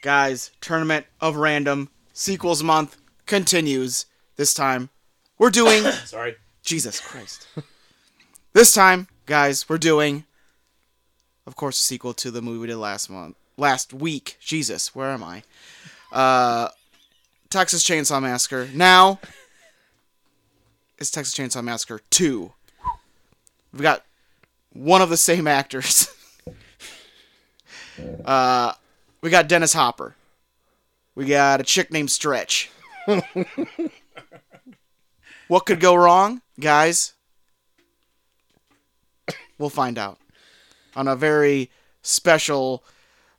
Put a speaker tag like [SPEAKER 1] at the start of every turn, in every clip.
[SPEAKER 1] guys, Tournament of Random Sequels Month continues. This time, we're doing.
[SPEAKER 2] Sorry.
[SPEAKER 1] Jesus Christ. this time, guys, we're doing, of course, a sequel to the movie we did last month. Last week. Jesus, where am I? Uh, Texas Chainsaw Massacre. Now, it's Texas Chainsaw Massacre 2. We've got one of the same actors. uh, we got Dennis Hopper. We got a chick named Stretch. what could go wrong, guys? We'll find out on a very special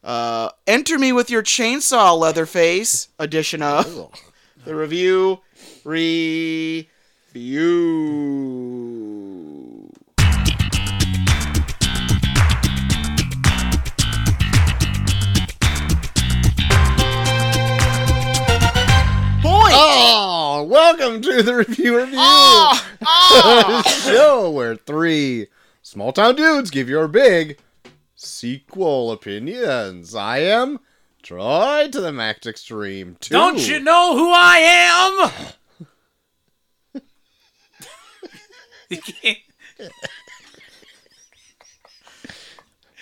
[SPEAKER 1] uh, "Enter Me with Your Chainsaw, Leatherface" edition of the review review. Point.
[SPEAKER 3] Oh, welcome to the review review
[SPEAKER 2] Oh,
[SPEAKER 1] Ah! Ah!
[SPEAKER 3] show where three small town dudes give your big sequel opinions. I am Troy to the max extreme. Two.
[SPEAKER 2] Don't you know who I am? You can't-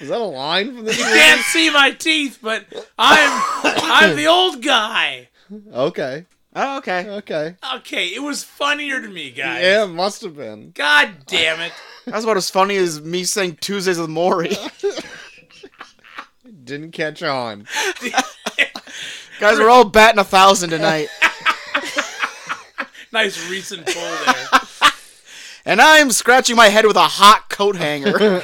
[SPEAKER 3] Is that a line from
[SPEAKER 2] you
[SPEAKER 3] this?
[SPEAKER 2] can't see my teeth, but I'm I'm the old guy.
[SPEAKER 3] okay,
[SPEAKER 1] Oh, okay.
[SPEAKER 3] okay.
[SPEAKER 2] Okay, it was funnier to me, guys.
[SPEAKER 3] Yeah, it must have been.
[SPEAKER 2] God damn it.
[SPEAKER 1] That's about as funny as me saying Tuesdays with Maury.
[SPEAKER 3] Didn't catch on.
[SPEAKER 1] Guys, we're all batting a thousand tonight.
[SPEAKER 2] Nice recent pull there.
[SPEAKER 1] And I'm scratching my head with a hot coat hanger.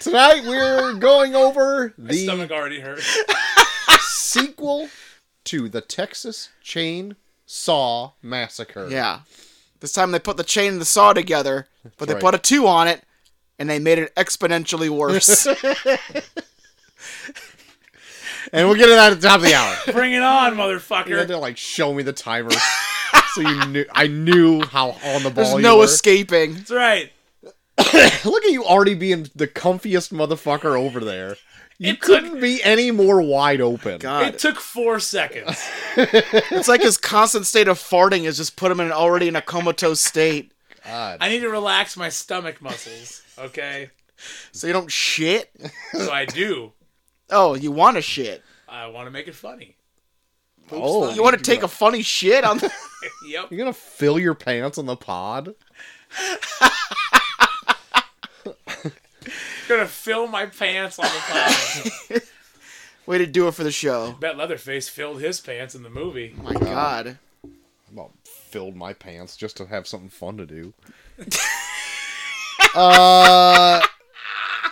[SPEAKER 3] Tonight we're going over
[SPEAKER 2] My stomach
[SPEAKER 3] the
[SPEAKER 2] already hurt.
[SPEAKER 3] sequel to the Texas Chain Saw Massacre.
[SPEAKER 1] yeah. This time they put the chain and the saw together, but they
[SPEAKER 3] right.
[SPEAKER 1] put a two on it, and they made it exponentially worse.
[SPEAKER 3] And we'll get it out at the top of the hour.
[SPEAKER 2] Bring it on,
[SPEAKER 3] You had
[SPEAKER 2] motherfucker.
[SPEAKER 3] to like show me the timer, so you knew I knew how on the ball
[SPEAKER 1] There's
[SPEAKER 3] you
[SPEAKER 1] no
[SPEAKER 3] were.
[SPEAKER 1] escaping.
[SPEAKER 2] That's right.
[SPEAKER 3] Look at you already being the comfiest motherfucker over there. You
[SPEAKER 2] It took-
[SPEAKER 3] couldn't be any more wide open.
[SPEAKER 2] It took four seconds.
[SPEAKER 1] It's like his constant state of farting has just put him in already in a comatose state.
[SPEAKER 3] God.
[SPEAKER 2] I need to relax my stomach muscles, okay?
[SPEAKER 1] So you don't shit?
[SPEAKER 2] So I do.
[SPEAKER 1] Oh, you want to shit.
[SPEAKER 2] I want to make it funny.
[SPEAKER 3] oh,
[SPEAKER 1] You want to take a funny shit on the...
[SPEAKER 2] Yep.
[SPEAKER 3] You're gonna fill your pants on the pod.
[SPEAKER 2] gonna fill my pants on the plane.
[SPEAKER 1] Way to do it for the show.
[SPEAKER 2] Bet Leatherface filled his pants in the movie.
[SPEAKER 1] My god.
[SPEAKER 3] Well, filled my pants just to have something fun to do. uh,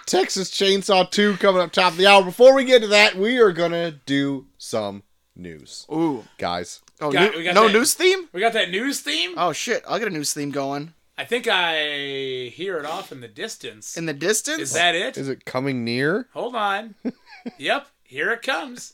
[SPEAKER 3] Texas Chainsaw 2 coming up top of the hour. Before we get to that, we are gonna do some news,
[SPEAKER 1] Ooh.
[SPEAKER 3] guys.
[SPEAKER 1] Oh,
[SPEAKER 2] Got-
[SPEAKER 1] new-
[SPEAKER 2] we got
[SPEAKER 1] no
[SPEAKER 2] that.
[SPEAKER 1] news theme?
[SPEAKER 2] We got that news theme.
[SPEAKER 1] Oh shit, I'll get a news theme going.
[SPEAKER 2] I think I hear it off in the distance.
[SPEAKER 1] In the distance?
[SPEAKER 2] Is that it?
[SPEAKER 3] Is it coming near?
[SPEAKER 2] Hold on. yep, here it comes.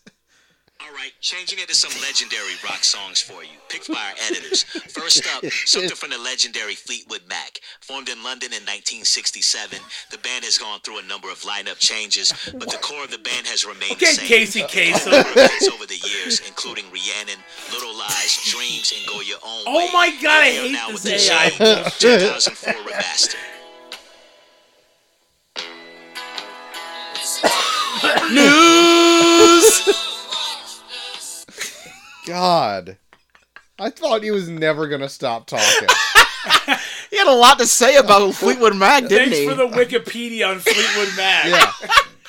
[SPEAKER 4] All right, changing it to some legendary rock songs for you, picked by our editors. First up, something from the legendary Fleetwood Mac. Formed in London in 1967, the band has gone through a number of lineup changes, but the core of the band has remained the
[SPEAKER 2] Okay,
[SPEAKER 4] same.
[SPEAKER 2] Casey Kasem.
[SPEAKER 4] Number of hits over the years, including Rhiannon, Little Lies, Dreams, and Go Your Own
[SPEAKER 2] Oh
[SPEAKER 4] Way.
[SPEAKER 2] my God, I
[SPEAKER 4] They are
[SPEAKER 2] hate
[SPEAKER 4] now
[SPEAKER 2] this
[SPEAKER 4] with the
[SPEAKER 2] AI.
[SPEAKER 4] same 2004 remaster.
[SPEAKER 3] God. I thought he was never gonna stop talking.
[SPEAKER 1] He had a lot to say about Fleetwood Mac, didn't
[SPEAKER 2] Thanks
[SPEAKER 1] he?
[SPEAKER 2] for the Wikipedia on Fleetwood Mac.
[SPEAKER 3] yeah.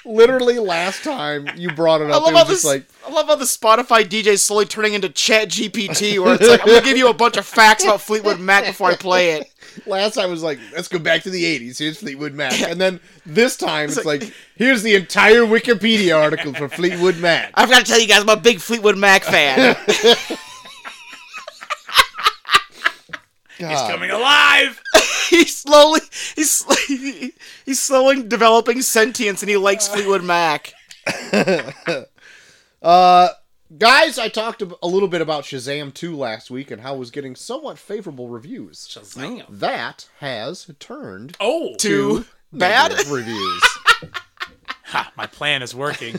[SPEAKER 3] Literally last time you brought it
[SPEAKER 1] I
[SPEAKER 3] up,
[SPEAKER 1] love
[SPEAKER 3] it
[SPEAKER 1] how
[SPEAKER 3] was
[SPEAKER 1] this.
[SPEAKER 3] just like
[SPEAKER 1] I love how the Spotify DJ is slowly turning into Chat GPT, where it's like I'm gonna give you a bunch of facts about Fleetwood Mac before I play it.
[SPEAKER 3] last time was like, let's go back to the eighties, here's Fleetwood Mac. And then this time it's, like, here's the entire Wikipedia article for Fleetwood Mac.
[SPEAKER 1] I've got to tell you guys, I'm a big Fleetwood Mac fan.
[SPEAKER 2] He's
[SPEAKER 3] God.
[SPEAKER 2] coming alive.
[SPEAKER 1] he's slowly, he's he's slowly developing sentience, and he likes Fleetwood Mac.
[SPEAKER 3] Guys, I talked ab- a little bit about Shazam 2 last week and how it was getting somewhat favorable reviews.
[SPEAKER 2] Shazam.
[SPEAKER 3] That has turned
[SPEAKER 2] Oh,
[SPEAKER 1] Too bad.
[SPEAKER 3] negative reviews.
[SPEAKER 2] ha, my plan is working.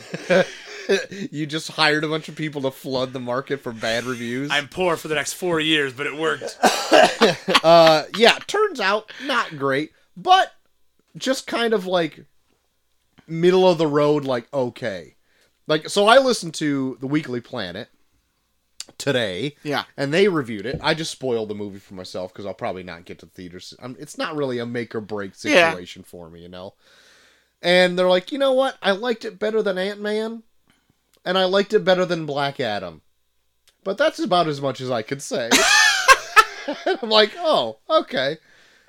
[SPEAKER 3] you just hired a bunch of people to flood the market for bad reviews.
[SPEAKER 2] I'm poor for the next four years, but it worked.
[SPEAKER 3] uh, yeah, turns out not great, but just kind of like middle of the road, like okay. Like so, I listened to the Weekly Planet today.
[SPEAKER 1] Yeah.
[SPEAKER 3] and they reviewed it. I just spoiled the movie for myself because I'll probably not get to theaters. i it's not really a make or break
[SPEAKER 1] Yeah.
[SPEAKER 3] situation for me, you know. And they're like, you know what? I liked it better than Ant Man, and I liked it better than Black Adam, but that's about as much as I could say. I'm like, oh, okay.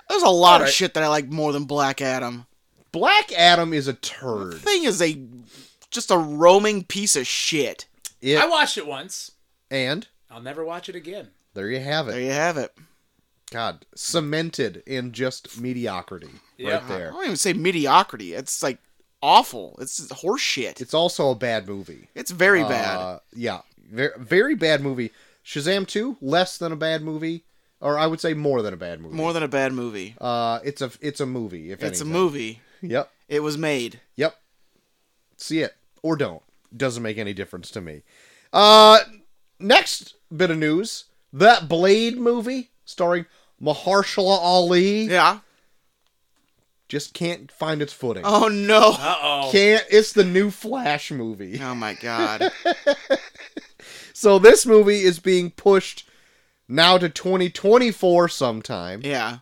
[SPEAKER 1] There's a lot of
[SPEAKER 3] Alright.
[SPEAKER 1] shit that I like more than Black Adam.
[SPEAKER 3] Black Adam is a turd.
[SPEAKER 1] Thing is a just a roaming piece of shit.
[SPEAKER 3] It,
[SPEAKER 2] I watched it once.
[SPEAKER 3] and
[SPEAKER 2] I'll never watch it again.
[SPEAKER 3] there you have
[SPEAKER 1] There
[SPEAKER 3] it.
[SPEAKER 1] you have it.
[SPEAKER 3] God, cemented in just mediocrity
[SPEAKER 2] Yeah.
[SPEAKER 3] right
[SPEAKER 1] I
[SPEAKER 3] there.
[SPEAKER 1] don't even say mediocrity. It's like awful. It's horse shit. It's,
[SPEAKER 3] It's also a bad movie.
[SPEAKER 1] very bad.
[SPEAKER 3] Uh, yeah, very, very bad movie. Shazam 2, less than a bad movie, or I would say more than a bad movie.
[SPEAKER 1] More than a bad movie.
[SPEAKER 3] uh, it's a it's a movie. If
[SPEAKER 1] it's a
[SPEAKER 3] anything.
[SPEAKER 1] movie.
[SPEAKER 3] Yep,
[SPEAKER 1] It was made.
[SPEAKER 3] yep. See it or don't. Doesn't make any difference to me. Uh, next bit of news: that Blade movie starring Mahershala Ali
[SPEAKER 1] Yeah.
[SPEAKER 3] just can't find its footing.
[SPEAKER 1] Oh no.
[SPEAKER 2] Uh oh.
[SPEAKER 3] Can't. It's the new Flash movie.
[SPEAKER 1] Oh my god.
[SPEAKER 3] So this movie is being pushed now to 2024 sometime.
[SPEAKER 1] Yeah.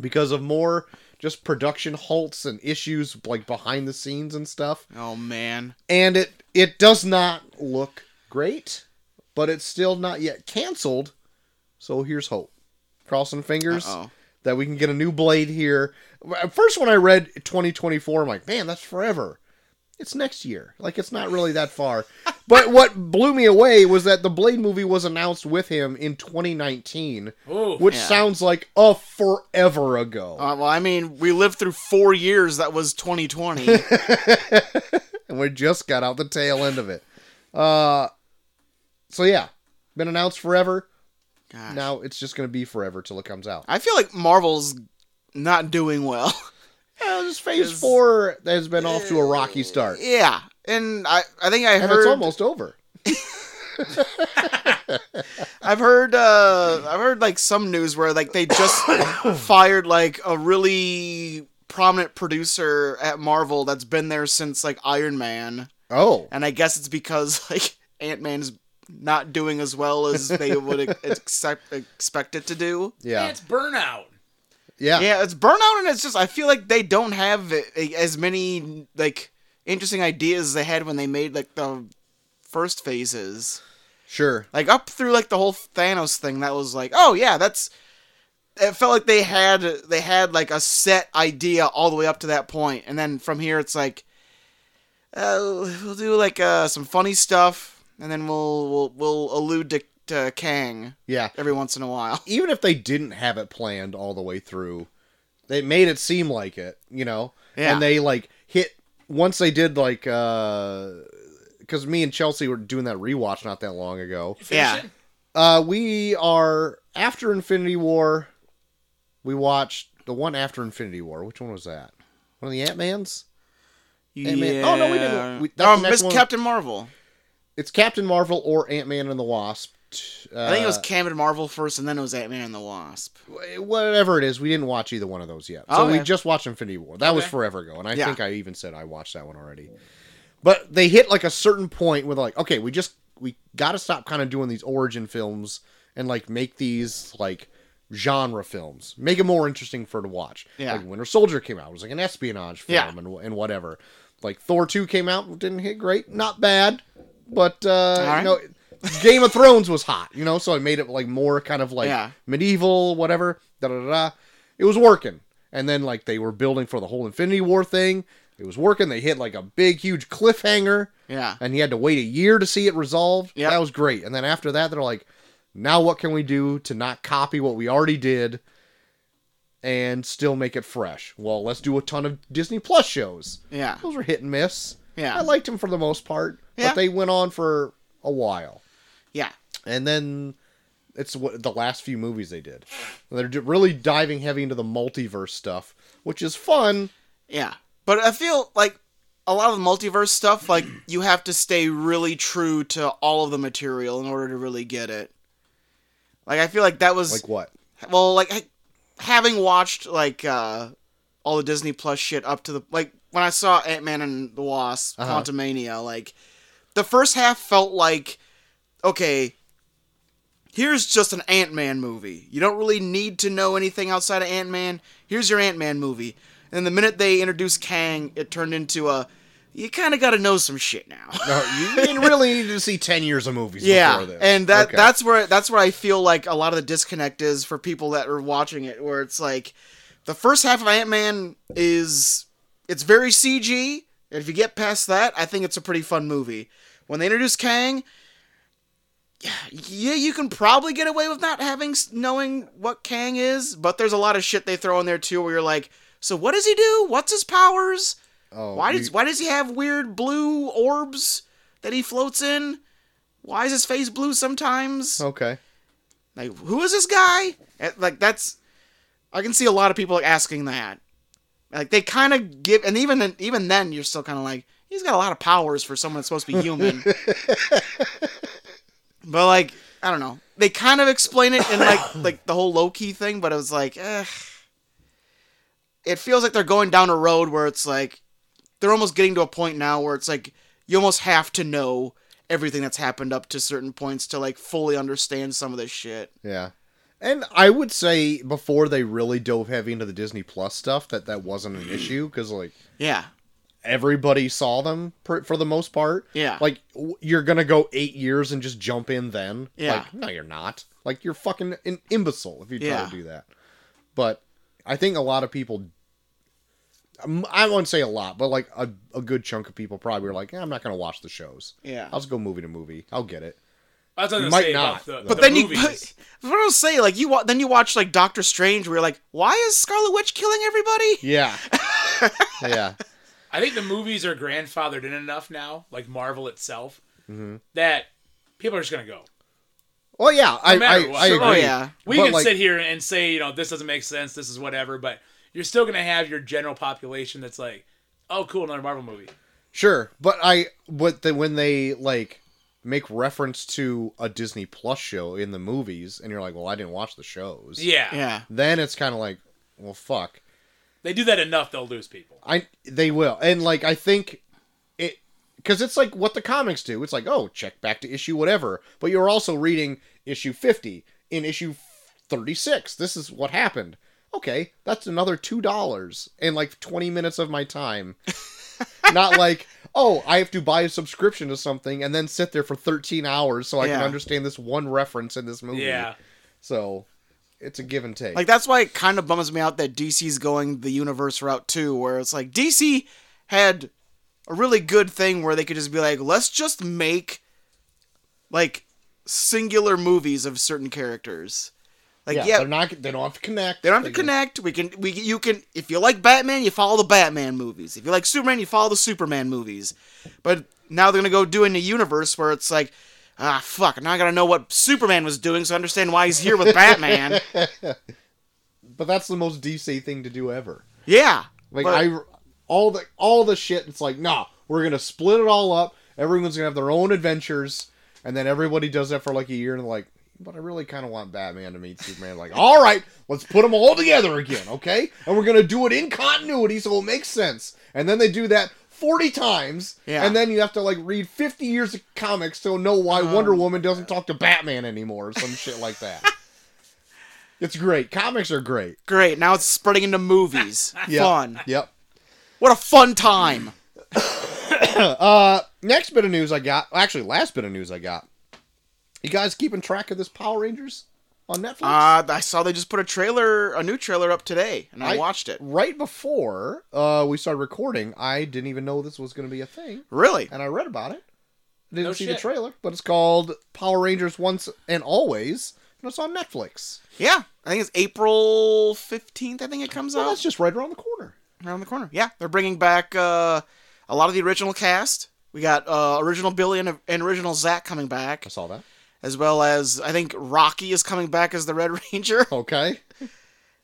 [SPEAKER 3] because of more just production halts and issues like behind the scenes and stuff.
[SPEAKER 1] Oh man.
[SPEAKER 3] And it it does not look great, but it's still not yet canceled. So here's hope. Crossing fingers
[SPEAKER 1] Uh-oh.
[SPEAKER 3] that we can get a new blade here. At first when I read 2024, I'm like, "Man, that's forever." It's next year. Like it's not really that far. but what blew me away was that the Blade movie was announced with him in 2019,
[SPEAKER 2] Ooh.
[SPEAKER 3] which
[SPEAKER 1] Yeah.
[SPEAKER 3] sounds like a forever ago.
[SPEAKER 1] Uh, well, I mean, we lived through four years. That was 2020.
[SPEAKER 3] and we just got out the tail end of it. Uh, so yeah, been announced forever.
[SPEAKER 1] Gosh.
[SPEAKER 3] Now it's just gonna be forever till it comes out.
[SPEAKER 1] I feel like Marvel's not doing well.
[SPEAKER 3] Yeah, this phase four has been off to a rocky start,
[SPEAKER 1] yeah, and I, I think I
[SPEAKER 3] and
[SPEAKER 1] heard
[SPEAKER 3] it's almost over.
[SPEAKER 1] I've heard uh I've heard like some news where like they just fired like a really prominent producer at Marvel that's been there since like Iron Man,
[SPEAKER 3] Oh,
[SPEAKER 1] and I guess it's because like Ant Man's not doing as well as they would ex- expect expect it to do.
[SPEAKER 3] yeah,
[SPEAKER 2] It's burnout.
[SPEAKER 3] yeah,
[SPEAKER 1] Yeah, it's burnout, and it's just I feel like they don't have a- as many like interesting ideas as they had when they made like the first phases.
[SPEAKER 3] sure.
[SPEAKER 1] Like up through like the whole Thanos thing, that was like, oh yeah, that's. It felt like they had they had like a set idea all the way up to that point, and then from here it's like, uh, we'll do like uh, some funny stuff, and then we'll we'll we'll allude to, to Kang
[SPEAKER 3] Yeah,
[SPEAKER 1] every once in a while.
[SPEAKER 3] even if they didn't have it planned all the way through, they made it seem like it, you know.
[SPEAKER 1] Yeah.
[SPEAKER 3] And they like hit once they did like uh, because me and Chelsea were doing that rewatch not that long ago.
[SPEAKER 2] Finish
[SPEAKER 1] Yeah.
[SPEAKER 2] it?
[SPEAKER 3] Uh, we are after Infinity War. We watched the one after Infinity War. Which one was that? One of the Ant Mans. Ant-Man- oh, no, we didn't-
[SPEAKER 1] Yeah.
[SPEAKER 3] we- that's
[SPEAKER 1] oh,
[SPEAKER 3] the next
[SPEAKER 1] Miss
[SPEAKER 3] one.
[SPEAKER 1] Captain Marvel.
[SPEAKER 3] It's Captain Marvel or Ant Man and the Wasp. Uh,
[SPEAKER 1] I think it was Captain Marvel first, and then it was Ant Man and the Wasp.
[SPEAKER 3] wh- whatever it is. We didn't watch either one of those yet, so
[SPEAKER 1] Okay.
[SPEAKER 3] we just watched Infinity War. That was
[SPEAKER 2] Okay.
[SPEAKER 3] forever ago, and I
[SPEAKER 1] Yeah.
[SPEAKER 3] think I even said I watched that one already. But they hit like a certain point with like, okay, we just we got to stop kind of doing these origin films and like make these like genre films, make it more interesting for to watch.
[SPEAKER 1] Yeah.
[SPEAKER 3] like Winter Soldier came out, it was like an espionage film
[SPEAKER 1] Yeah.
[SPEAKER 3] and and whatever. Like Thor two came out, didn't hit great, not bad, but uh,
[SPEAKER 1] right.
[SPEAKER 3] you know, Game of Thrones was hot, you know, so it made it like more kind of like
[SPEAKER 1] Yeah.
[SPEAKER 3] medieval, whatever. Da da da. da. It was working, and then like they were building for the whole Infinity War thing. It was working. They hit like a big, huge cliffhanger,
[SPEAKER 1] Yeah.
[SPEAKER 3] and he had to wait a year to see it resolved.
[SPEAKER 1] Yep.
[SPEAKER 3] that was great. And then after that, they're like, now what can we do to not copy what we already did? And still make it fresh. Well, let's do a ton of Disney Plus shows.
[SPEAKER 1] Yeah.
[SPEAKER 3] Those were hit and miss.
[SPEAKER 1] Yeah.
[SPEAKER 3] I liked them for the most part,
[SPEAKER 1] Yeah.
[SPEAKER 3] but they went on for a while.
[SPEAKER 1] Yeah.
[SPEAKER 3] And then it's what the last few movies they did. They're d- really diving heavy into the multiverse stuff, which is fun.
[SPEAKER 1] Yeah. But I feel like a lot of the multiverse stuff, like you have to stay really true to all of the material in order to really get it. Like I feel like that was
[SPEAKER 3] Like what?
[SPEAKER 1] well, like ha- having watched like uh all the Disney Plus shit up to the like when I saw Ant Man and the Wasp,
[SPEAKER 3] Uh-huh.
[SPEAKER 1] Quantumania, like the first half felt like okay, here's just an Ant Man movie. You don't really need to know anything outside of Ant Man. Here's your Ant Man movie. And the minute they introduced Kang, it turned into a you kind of got to know some shit now.
[SPEAKER 3] No, you didn't really need to see ten years of movies.
[SPEAKER 1] Yeah,
[SPEAKER 3] before this.
[SPEAKER 1] and that
[SPEAKER 3] Okay.
[SPEAKER 1] that's where that's where I feel like a lot of the disconnect is for people that are watching it, where it's like the first half of Ant Man is it's very CG. And if you get past that, I think it's a pretty fun movie. When they introduce Kang, yeah, you can probably get away with not having s- knowing what Kang is, but there's a lot of shit they throw in there too, where you're like, so what does he do? What's his powers?
[SPEAKER 3] Oh,
[SPEAKER 1] Why
[SPEAKER 3] you-
[SPEAKER 1] does why does he have weird blue orbs that he floats in? Why is his face blue sometimes?
[SPEAKER 3] okay?
[SPEAKER 1] Like who is this guy? And, Like that's I can see a lot of people asking that. Like they kind of give and even then- even then you're still kind of like he's got a lot of powers for someone that's supposed to be human. but like I don't know. They kind of explain it in like like the whole Loki thing, but it was like eh. it feels like they're going down a road where it's like they're almost getting to a point now where it's like you almost have to know everything that's happened up to certain points to like fully understand some of this shit.
[SPEAKER 3] Yeah. And I would say before they really dove heavy into the Disney Plus stuff, that that wasn't an issue because like
[SPEAKER 1] Yeah.
[SPEAKER 3] everybody saw them per, for the most part.
[SPEAKER 1] Yeah.
[SPEAKER 3] Like w- you're gonna go eight years and just jump in then.
[SPEAKER 1] Yeah.
[SPEAKER 3] Like, no, you're not. Like you're fucking an imbecile if you try
[SPEAKER 1] Yeah.
[SPEAKER 3] to do that. But I think a lot of people. um, I won't say a lot, but like a, a good chunk of people probably were like, "Eh, I'm not going to watch the shows.
[SPEAKER 1] Yeah.
[SPEAKER 3] I'll just go movie to movie. I'll get it.
[SPEAKER 2] I was gonna
[SPEAKER 3] Might
[SPEAKER 2] say
[SPEAKER 3] not,
[SPEAKER 2] about the,
[SPEAKER 3] though.
[SPEAKER 2] the
[SPEAKER 1] But then you,
[SPEAKER 2] movies.
[SPEAKER 1] but, what I was saying, like you, wa- then you watch like Doctor Strange, where you're like, why is Scarlet Witch killing everybody?
[SPEAKER 3] Yeah. yeah.
[SPEAKER 2] I think the movies are grandfathered in enough now, like Marvel itself,
[SPEAKER 3] Mm-hmm.
[SPEAKER 2] that people are just gonna go.
[SPEAKER 3] Well, yeah, I,
[SPEAKER 2] matter
[SPEAKER 3] I,
[SPEAKER 2] what.
[SPEAKER 3] I agree.
[SPEAKER 2] Oh,
[SPEAKER 1] yeah.
[SPEAKER 2] We
[SPEAKER 3] But,
[SPEAKER 2] can
[SPEAKER 3] like,
[SPEAKER 2] sit here and say, you know, this doesn't make sense, this is whatever, but you're still gonna have your general population that's like, oh, cool, another Marvel movie.
[SPEAKER 3] Sure, but I but the, when they like make reference to a Disney Plus show in the movies, and you're like, well, I didn't watch the shows.
[SPEAKER 2] Yeah,
[SPEAKER 1] Yeah,
[SPEAKER 3] Then it's kind of like, well, fuck.
[SPEAKER 2] They do that enough, they'll lose people.
[SPEAKER 3] I they will, and like I think it because it's like what the comics do. It's like, oh, check back to issue whatever, but you're also reading issue fifty in issue thirty six. This is what happened. Okay, that's another two dollars and like twenty minutes of my time. Not like, oh, I have to buy a subscription to something and then sit there for thirteen hours so I can
[SPEAKER 1] Yeah.
[SPEAKER 3] understand this one reference in this movie.
[SPEAKER 2] Yeah,
[SPEAKER 3] So it's a give and take.
[SPEAKER 1] like that's why it kind of bums me out that DC's going the universe route too, where it's like DC had a really good thing where they could just be like, let's just make like singular movies of certain characters. Like
[SPEAKER 3] yeah,
[SPEAKER 1] yeah,
[SPEAKER 3] they're not. They don't have to connect.
[SPEAKER 1] They don't have to
[SPEAKER 3] can-
[SPEAKER 1] connect. We can we you can if you like Batman, you follow the Batman movies. If you like Superman, you follow the Superman movies. But now they're gonna go doing a universe where it's like, ah fuck, now I gotta know what Superman was doing so I understand why he's here with Batman.
[SPEAKER 3] But that's the most DC thing to do ever.
[SPEAKER 1] yeah.
[SPEAKER 3] Like
[SPEAKER 1] But-
[SPEAKER 3] I all the all the shit. It's like nah, we're gonna split it all up. Everyone's gonna have their own adventures, and then everybody does that for like a year, and like, but I really kind of want Batman to meet Superman. Like, all right, let's put them all together again, okay? And we're gonna do it in continuity, so it makes sense. And then they do that. 40 times
[SPEAKER 1] Yeah.
[SPEAKER 3] and then you have to like read 50 years of comics to know why Wonder Woman doesn't talk to Batman anymore or some shit like that. It's great. Comics are great.
[SPEAKER 1] Great, now it's spreading into movies.
[SPEAKER 3] Yep.
[SPEAKER 1] Fun.
[SPEAKER 3] Yep.
[SPEAKER 1] What a fun time.
[SPEAKER 3] Uh, next bit of news I got, actually, last bit of news I got. You guys keeping track of this Power Rangers on Netflix?
[SPEAKER 1] Uh, I saw they just put a trailer, a new trailer up today, and I,
[SPEAKER 3] I-
[SPEAKER 1] watched it.
[SPEAKER 3] right before uh, we started recording, I didn't even know this was going to be a thing,
[SPEAKER 1] Really?
[SPEAKER 3] and I read about it. Didn't
[SPEAKER 2] No
[SPEAKER 3] see the
[SPEAKER 2] shit.
[SPEAKER 3] trailer, but it's called Power Rangers Once and Always, and it's on Netflix.
[SPEAKER 1] Yeah. I think it's April 15th, I think it comes
[SPEAKER 3] So
[SPEAKER 1] out.
[SPEAKER 3] Oh, that's just right around the corner.
[SPEAKER 1] around the corner. Yeah, they're bringing back uh, a lot of the original cast. We got uh, original Billy and, and original Zach coming back,
[SPEAKER 3] I saw that.
[SPEAKER 1] as well as I think Rocky is coming back as the Red Ranger,
[SPEAKER 3] Okay.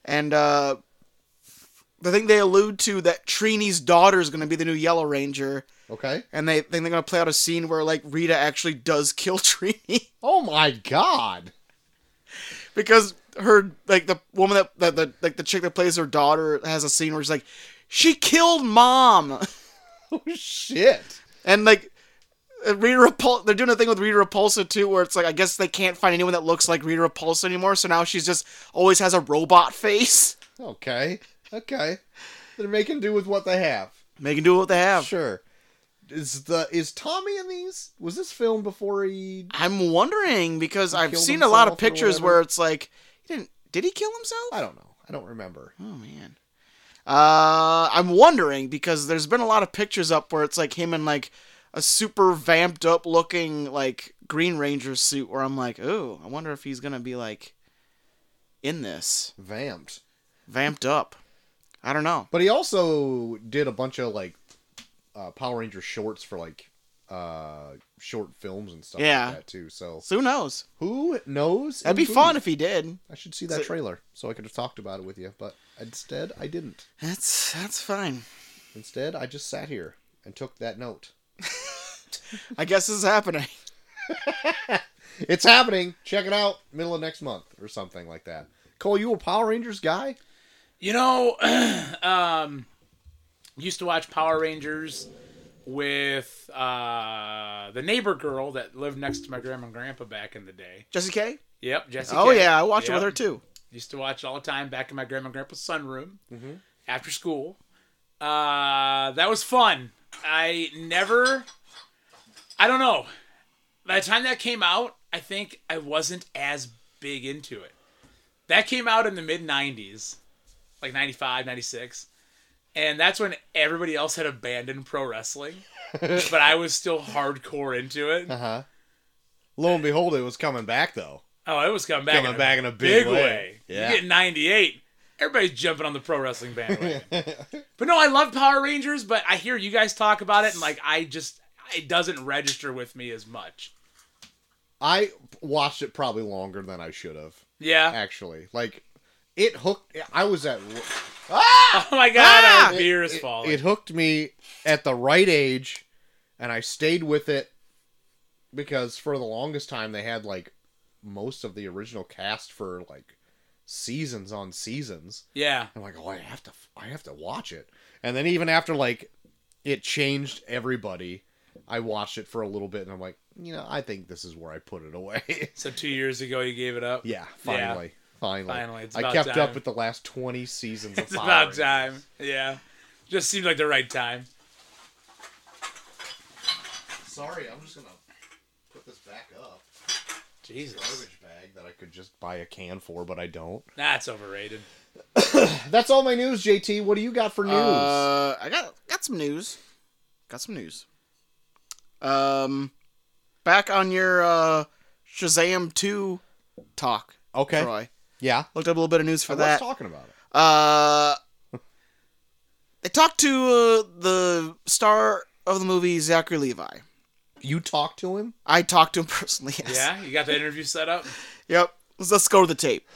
[SPEAKER 1] and uh, I think they allude to that Trini's daughter is going to be the new Yellow Ranger,
[SPEAKER 3] Okay.
[SPEAKER 1] and they think they're going to play out a scene where like Rita actually does kill Trini
[SPEAKER 3] Oh my god.
[SPEAKER 1] because her like the woman that, that the like the chick that plays her daughter has a scene where she's like, she killed mom,
[SPEAKER 3] Oh shit.
[SPEAKER 1] and like. uh, Rita Repulsa, they're doing a thing with Rita Repulsa too, where it's like I guess they can't find anyone that looks like Rita Repulsa anymore, so now she's just always has a robot face.
[SPEAKER 3] Okay. Okay. They're making do with what they have.
[SPEAKER 1] They can do what they have.
[SPEAKER 3] Sure. Is the is Tommy in these? Was this film before he
[SPEAKER 1] I'm wondering because I've
[SPEAKER 3] killed
[SPEAKER 1] seen a lot of
[SPEAKER 3] himself or
[SPEAKER 1] pictures
[SPEAKER 3] whatever?
[SPEAKER 1] where it's like he didn't did he kill himself?
[SPEAKER 3] I don't know. I don't remember.
[SPEAKER 1] Oh man. Uh I'm wondering because there's been a lot of pictures up where it's like him in like a super vamped up looking like Green Ranger suit where I'm like, "Ooh, I wonder if he's going to be like in this
[SPEAKER 3] Vamped.
[SPEAKER 1] vamped up." I don't know.
[SPEAKER 3] But he also did a bunch of like uh, Power Ranger shorts for like uh short films and stuff
[SPEAKER 1] Yeah.
[SPEAKER 3] like that too. So
[SPEAKER 1] So who knows?
[SPEAKER 3] who knows?
[SPEAKER 1] That'd be
[SPEAKER 3] indeed.
[SPEAKER 1] fun if he did.
[SPEAKER 3] I should see that
[SPEAKER 1] So-
[SPEAKER 3] trailer so I could have talked about it with you, but instead I didn't.
[SPEAKER 1] That's that's fine.
[SPEAKER 3] Instead, I just sat here and took that note.
[SPEAKER 1] I guess this is happening.
[SPEAKER 3] It's happening. Check it out. Middle of next month or something like that. Cole, you a Power Rangers guy?
[SPEAKER 2] You know, um, used to watch Power Rangers with uh, the neighbor girl that lived next to my grandma and grandpa back in the day.
[SPEAKER 1] Jesse K?
[SPEAKER 2] Yep, Jessica.
[SPEAKER 1] Oh yeah, I watched it with
[SPEAKER 2] Yep.
[SPEAKER 1] her too.
[SPEAKER 2] Used to watch it all the time back in my grandma and grandpa's sunroom after school. Uh, that was fun. I never, I don't know. By the time that came out, I think I wasn't as big into it. That came out in the mid 90s, like 95, 96. And that's when everybody else had abandoned pro wrestling, but I was still hardcore into it.
[SPEAKER 3] huh. Lo and behold, it was coming back though.
[SPEAKER 2] Oh, it was coming back.
[SPEAKER 3] Coming
[SPEAKER 2] in a
[SPEAKER 3] back in a big way. Yeah.
[SPEAKER 2] You get 98. Everybody's jumping on the pro wrestling bandwagon. but no, I love Power Rangers, but I hear you guys talk about it, and like I just it doesn't register with me as much.
[SPEAKER 3] I watched it probably longer than I should have.
[SPEAKER 2] Yeah.
[SPEAKER 3] Actually, like it hooked. I was at.
[SPEAKER 2] Oh my god,
[SPEAKER 1] Ah!
[SPEAKER 2] our beer is
[SPEAKER 3] it,
[SPEAKER 2] falling.
[SPEAKER 3] it hooked me at the right age, and I stayed with it because for the longest time they had like most of the original cast for like seasons on seasons.
[SPEAKER 2] yeah.
[SPEAKER 3] I'm like, oh, I have to, I have to watch it. And then even after like it changed everybody, I watched it for a little bit, and I'm like, you know, I think this is where I put it away.
[SPEAKER 2] So two years ago, you gave it up.
[SPEAKER 3] yeah, finally. Finally,
[SPEAKER 2] Finally, it's
[SPEAKER 3] I
[SPEAKER 2] about
[SPEAKER 3] kept
[SPEAKER 2] time.
[SPEAKER 3] up with the last twenty seasons. Of
[SPEAKER 2] It's
[SPEAKER 3] Power
[SPEAKER 2] about
[SPEAKER 3] Rangers.
[SPEAKER 2] time. Yeah. Just seemed like the right time.
[SPEAKER 3] Sorry, I'm just gonna put this back up.
[SPEAKER 2] Jesus.
[SPEAKER 3] Garbage bag that I could just buy a can for, but I don't.
[SPEAKER 2] That's overrated.
[SPEAKER 3] That's all my news, JT. What do you got for news?
[SPEAKER 1] Uh, I got got some news. Got some news. Um, back on your uh, Shazam two talk,
[SPEAKER 3] okay.
[SPEAKER 1] Troy.
[SPEAKER 3] Yeah.
[SPEAKER 1] Looked up a little bit of news for
[SPEAKER 3] I was
[SPEAKER 1] that.
[SPEAKER 3] talking about it.
[SPEAKER 1] uh, I talked to uh, the star of the movie, Zachary Levi.
[SPEAKER 3] You talked to him?
[SPEAKER 1] I talked to him personally. Yes.
[SPEAKER 2] Yeah, you got the interview set up.
[SPEAKER 1] Yep. Let's, let's go to the tape.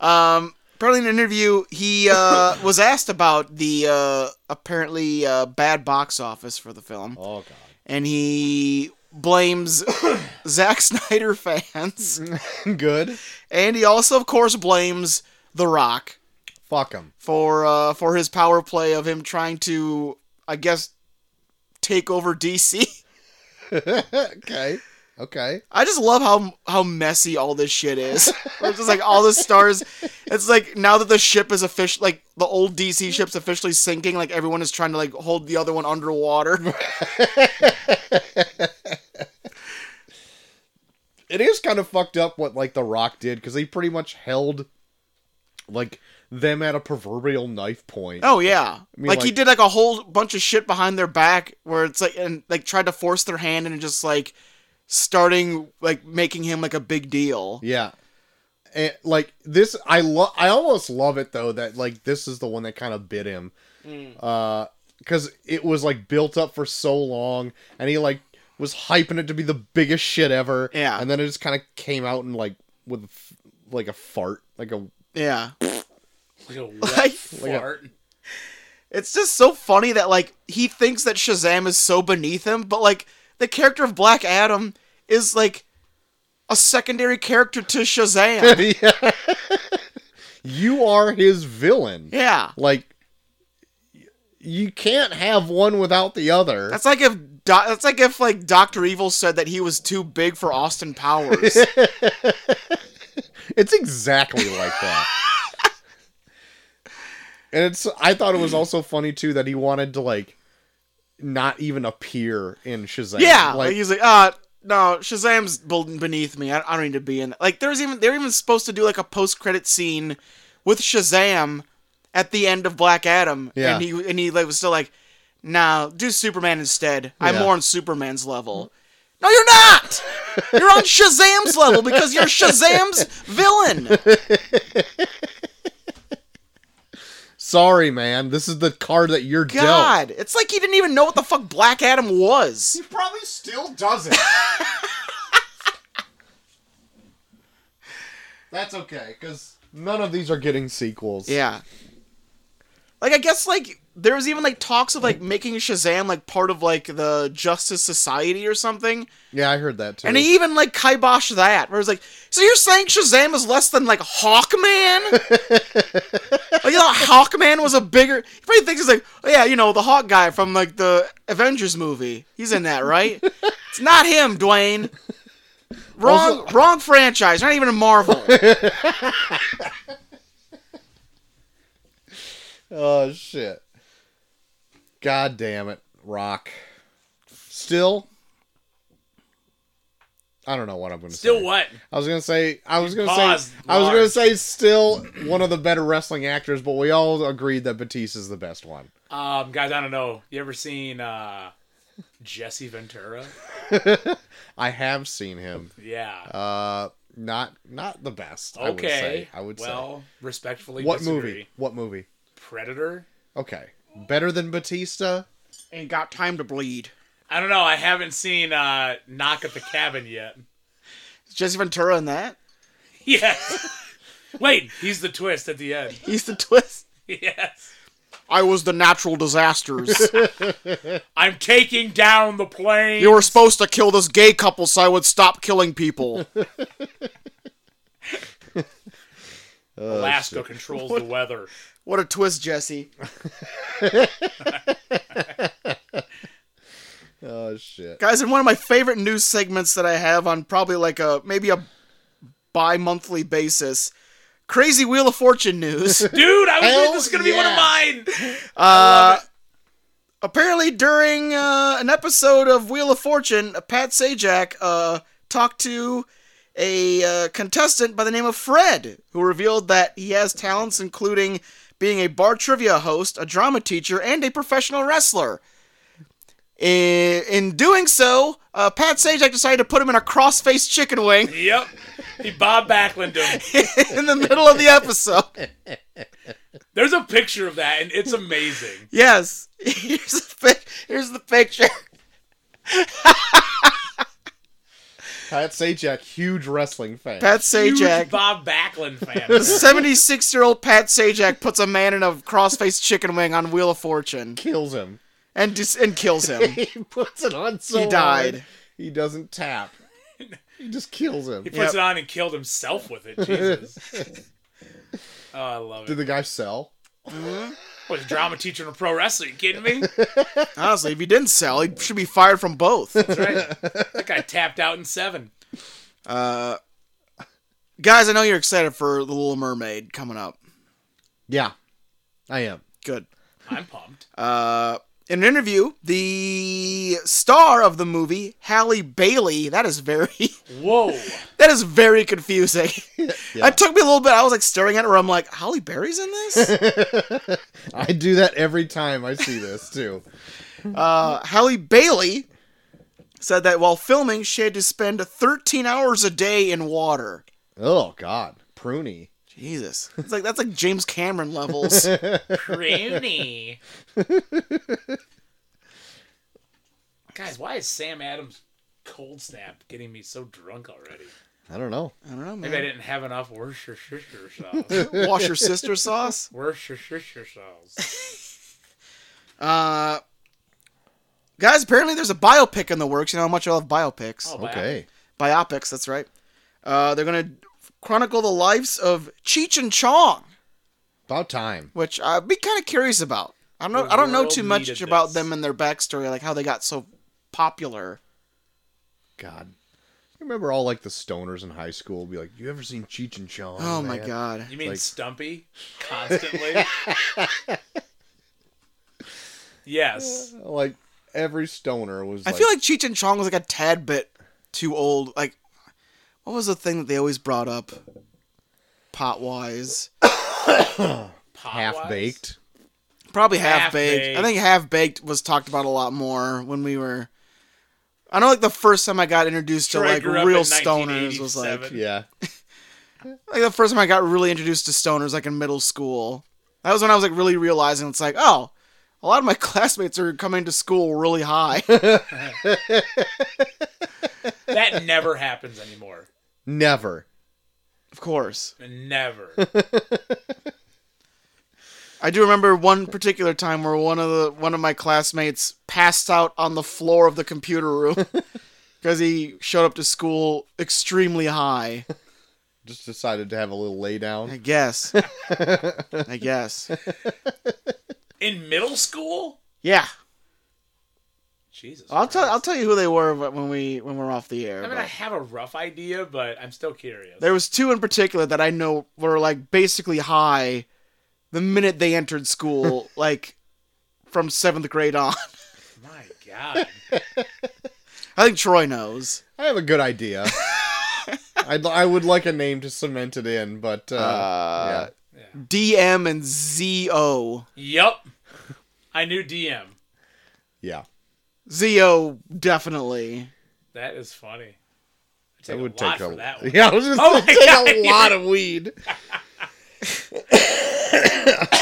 [SPEAKER 1] um, apparently, in an interview, he uh, was asked about the uh, apparently uh, bad box office for the film,
[SPEAKER 3] Oh god.
[SPEAKER 1] and he blames Zack Snyder fans,
[SPEAKER 3] Good.
[SPEAKER 1] and he also, of course, blames The Rock
[SPEAKER 3] Fuck him.
[SPEAKER 1] for uh, for his power play of him trying to, I guess, take over DC.
[SPEAKER 3] okay. Okay.
[SPEAKER 1] I just love how how messy all this shit is. It's just like all the stars. It's like now that the ship is official, like the old DC ship's officially sinking. Like everyone is trying to like hold the other one underwater.
[SPEAKER 3] It is kind of fucked up what like The Rock did because he pretty much held like them at a proverbial knife point.
[SPEAKER 1] Oh yeah,
[SPEAKER 3] mean,
[SPEAKER 1] like, he
[SPEAKER 3] like-
[SPEAKER 1] did like a whole bunch of shit behind their back where it's like and like tried to force their hand and just like starting like making him like a big deal.
[SPEAKER 3] Yeah. And, like this I love I almost love it though that like this is the one that kind of bit him. Uh cuz it was like built up for so long and he like was hyping it to be the biggest shit ever.
[SPEAKER 1] Yeah.
[SPEAKER 3] And then it just kind of came out and like with like a fart, like a
[SPEAKER 1] Yeah,
[SPEAKER 2] Like a wet
[SPEAKER 1] Like-
[SPEAKER 2] fart.
[SPEAKER 1] It's just so funny that like he thinks that Shazam is so beneath him, but like the character of Black Adam is like a secondary character to Shazam.
[SPEAKER 3] Yeah. you are his villain.
[SPEAKER 1] yeah.
[SPEAKER 3] Like y- you can't have one without the other.
[SPEAKER 1] That's like if Do- that's like if like Doctor Evil said that he was too big for Austin Powers.
[SPEAKER 3] It's exactly like that. and it's I thought it was also funny too that he wanted to like not even appear in Shazam.
[SPEAKER 1] yeah, like,
[SPEAKER 3] like,
[SPEAKER 1] he's like, uh, no, Shazam's bel- beneath me. I, I don't need to be in. That. Like, there's even they're even supposed to do like a post credit scene with Shazam at the end of Black Adam,
[SPEAKER 3] Yeah.
[SPEAKER 1] and he and he like, was still like, nah, do Superman instead. I'm
[SPEAKER 3] Yeah.
[SPEAKER 1] more on Superman's level. No, you're not. You're on Shazam's level because you're Shazam's villain.
[SPEAKER 3] sorry, man, this is the card that you're dealt.
[SPEAKER 1] God, it's like he didn't even know what the fuck Black Adam was.
[SPEAKER 5] He probably still doesn't.
[SPEAKER 3] That's okay, because none of these are getting sequels.
[SPEAKER 1] Yeah. Like I guess like there was even like talks of like making Shazam like part of like the Justice Society or something,
[SPEAKER 3] yeah, I heard that too.
[SPEAKER 1] and he even like kiboshed that. Where it's like, so you're saying Shazam is less than like Hawkman? like you thought Hawkman was a bigger? He probably thinks he's like, oh, yeah, you know, the Hawk guy from like the Avengers movie. He's in that, right? it's not him, Dwayne. Wrong,
[SPEAKER 3] Also-
[SPEAKER 1] wrong franchise. Not even a Marvel.
[SPEAKER 3] oh shit! God damn it, Rock. Still, I don't know what I'm going to say.
[SPEAKER 2] Still what?
[SPEAKER 3] I was gonna say I was gonna
[SPEAKER 2] Pause,
[SPEAKER 3] say I was
[SPEAKER 2] Lars.
[SPEAKER 3] gonna say still one of the better wrestling actors, but we all agreed that Batista's the best one.
[SPEAKER 2] Um, guys, I don't know. You ever seen uh Jesse Ventura?
[SPEAKER 3] I have seen him.
[SPEAKER 2] Yeah.
[SPEAKER 3] Uh not not the best. I would
[SPEAKER 2] okay.
[SPEAKER 3] say. I would
[SPEAKER 2] well, respectfully
[SPEAKER 3] say. What
[SPEAKER 2] disagree.
[SPEAKER 3] movie? What movie?
[SPEAKER 2] Predator?
[SPEAKER 3] Okay. Better than Batista?
[SPEAKER 1] Ain't got time to bleed.
[SPEAKER 2] I don't know. I haven't seen uh Knock at the Cabin yet.
[SPEAKER 1] Is Jesse Ventura in that?
[SPEAKER 2] Yes. Wait, he's the twist at the end.
[SPEAKER 1] He's the twist.
[SPEAKER 2] Yes.
[SPEAKER 1] I was the natural disasters.
[SPEAKER 2] I'm taking down the plane.
[SPEAKER 1] you were supposed to kill this gay couple so I would stop killing people.
[SPEAKER 2] Alaska controls the weather.
[SPEAKER 1] What a twist, Jesse.
[SPEAKER 3] Oh shit.
[SPEAKER 1] Guys, in one of my favorite news segments that I have on probably like a maybe a bi monthly basis, Crazy Wheel of Fortune news.
[SPEAKER 2] Dude, I was
[SPEAKER 3] Hell
[SPEAKER 2] thinking this is gonna be one of
[SPEAKER 3] yeah.
[SPEAKER 2] mine.
[SPEAKER 1] Apparently, during uh, an episode of Wheel of Fortune, Pat Sajak uh, talked to a uh, contestant by the name of Fred, who revealed that he has talents including being a bar trivia host, a drama teacher, and a professional wrestler. In, in doing so, uh, Pat Sajak decided to put him in a cross-faced chicken wing
[SPEAKER 2] Yep. He Bob Backlund him.
[SPEAKER 1] in the middle of the episode.
[SPEAKER 2] There's a picture of that, and it's amazing.
[SPEAKER 1] Yes. Here's the, pic- here's the picture.
[SPEAKER 3] Pat Sajak, huge wrestling fan.
[SPEAKER 1] Pat
[SPEAKER 2] Huge
[SPEAKER 1] Sajak.
[SPEAKER 2] Bob Backlund fan.
[SPEAKER 1] 76 year old Pat Sajak puts a man in a cross-faced chicken wing on Wheel of Fortune
[SPEAKER 3] kills him.
[SPEAKER 1] and dis- and kills him.
[SPEAKER 3] He puts it on so
[SPEAKER 1] He died.
[SPEAKER 3] hard, he doesn't tap. He just kills him.
[SPEAKER 2] He puts
[SPEAKER 1] Yep.
[SPEAKER 2] it on and killed himself with it. Jesus. Oh, I love it.
[SPEAKER 3] Did the guy sell?
[SPEAKER 2] Was a drama teacher and a pro wrestler? You kidding me?
[SPEAKER 1] Honestly, if he didn't sell, he should be fired from both.
[SPEAKER 2] That's right. That guy tapped out in seven.
[SPEAKER 1] Guys, I know you're excited for The Little Mermaid coming up.
[SPEAKER 3] Yeah. I am.
[SPEAKER 1] Good.
[SPEAKER 2] I'm pumped.
[SPEAKER 1] In an interview, the star of the movie, Halle Bailey, that is very
[SPEAKER 2] Whoa.
[SPEAKER 1] that is very confusing. That took me a little bit. I was like staring at her. I'm like, Halle Berry's in this?
[SPEAKER 3] I do that every time I see this too.
[SPEAKER 1] Uh, Halle Bailey said that while filming, she had to spend 13 hours a day in water.
[SPEAKER 3] Oh God, pruny.
[SPEAKER 1] Jesus, it's like that's like James Cameron levels.
[SPEAKER 2] Rooney. Guys, why is Sam Adams cold snap getting me so drunk already?
[SPEAKER 3] I don't know.
[SPEAKER 1] I don't know, man.
[SPEAKER 2] Maybe I didn't have enough Worcestershire sauce.
[SPEAKER 1] Washer sister sauce.
[SPEAKER 2] Worcestershire sauce.
[SPEAKER 1] Uh, guys, apparently there's a biopic in the works. You know how much I love biopics.
[SPEAKER 2] Oh,
[SPEAKER 3] Okay.
[SPEAKER 1] Biopics, that's right. Uh, they're going to chronicle the lives of Cheech and Chong,
[SPEAKER 3] About time.
[SPEAKER 1] which I'd be kind of curious about. I don't know.
[SPEAKER 2] The
[SPEAKER 1] I don't know
[SPEAKER 2] world
[SPEAKER 1] too much
[SPEAKER 2] needed
[SPEAKER 1] about
[SPEAKER 2] this.
[SPEAKER 1] them and their backstory, like how they got so popular.
[SPEAKER 3] God. You remember all like the stoners in high school be like, "You ever seen Cheech and Chong?"
[SPEAKER 1] Oh, my
[SPEAKER 3] man?"
[SPEAKER 1] god.
[SPEAKER 2] You mean
[SPEAKER 3] Like-
[SPEAKER 2] Stumpy constantly? yes.
[SPEAKER 3] Like every stoner was.
[SPEAKER 1] I feel like Cheech and Chong was like a tad bit too old. Like, what was the thing that they always brought up? Pot wise,
[SPEAKER 2] Pot
[SPEAKER 3] half
[SPEAKER 2] wise?
[SPEAKER 3] baked.
[SPEAKER 1] probably half baked.
[SPEAKER 2] Half-Baked.
[SPEAKER 1] I think half baked was talked about a lot more when we were. I know, like the first time I got introduced
[SPEAKER 2] Sure, I
[SPEAKER 1] to like
[SPEAKER 2] grew up
[SPEAKER 1] real
[SPEAKER 2] in
[SPEAKER 1] stoners was like
[SPEAKER 2] 1987.
[SPEAKER 3] Yeah.
[SPEAKER 1] like the first time I got really introduced to stoners, like in middle school. That was when I was like really realizing it's like, oh, a lot of my classmates are coming to school really high.
[SPEAKER 2] That never happens anymore.
[SPEAKER 3] Never.
[SPEAKER 1] of course,
[SPEAKER 2] Never.
[SPEAKER 1] I do remember one particular time where one of the one of my classmates passed out on the floor of the computer room because he showed up to school extremely high.
[SPEAKER 3] Just decided to have a little lay
[SPEAKER 1] I
[SPEAKER 3] down.
[SPEAKER 1] guess. I guess.
[SPEAKER 2] In middle school?
[SPEAKER 1] Yeah,
[SPEAKER 2] Jesus.
[SPEAKER 1] I'll tell
[SPEAKER 2] Christ.
[SPEAKER 1] I'll tell you who they were when we when we're off the air.
[SPEAKER 2] I mean, I
[SPEAKER 1] but-
[SPEAKER 2] have a rough idea, but I'm still curious.
[SPEAKER 1] There was two in particular that I know were like basically high the minute they entered school, like from seventh grade on.
[SPEAKER 2] My God.
[SPEAKER 1] I think Troy knows.
[SPEAKER 3] I have a good idea. I'd, I would like a name to cement it in, but uh,
[SPEAKER 1] Uh,
[SPEAKER 2] Yeah.
[SPEAKER 1] DM and ZO.
[SPEAKER 2] Yup. I knew DM.
[SPEAKER 3] yeah,
[SPEAKER 1] ZO definitely.
[SPEAKER 2] That is funny. I'd
[SPEAKER 3] yeah,
[SPEAKER 2] Take would a lot for that one.
[SPEAKER 3] yeah. I was just
[SPEAKER 2] Oh
[SPEAKER 3] gonna
[SPEAKER 2] my
[SPEAKER 3] take
[SPEAKER 2] God,
[SPEAKER 3] a
[SPEAKER 2] yeah.
[SPEAKER 3] lot of weed.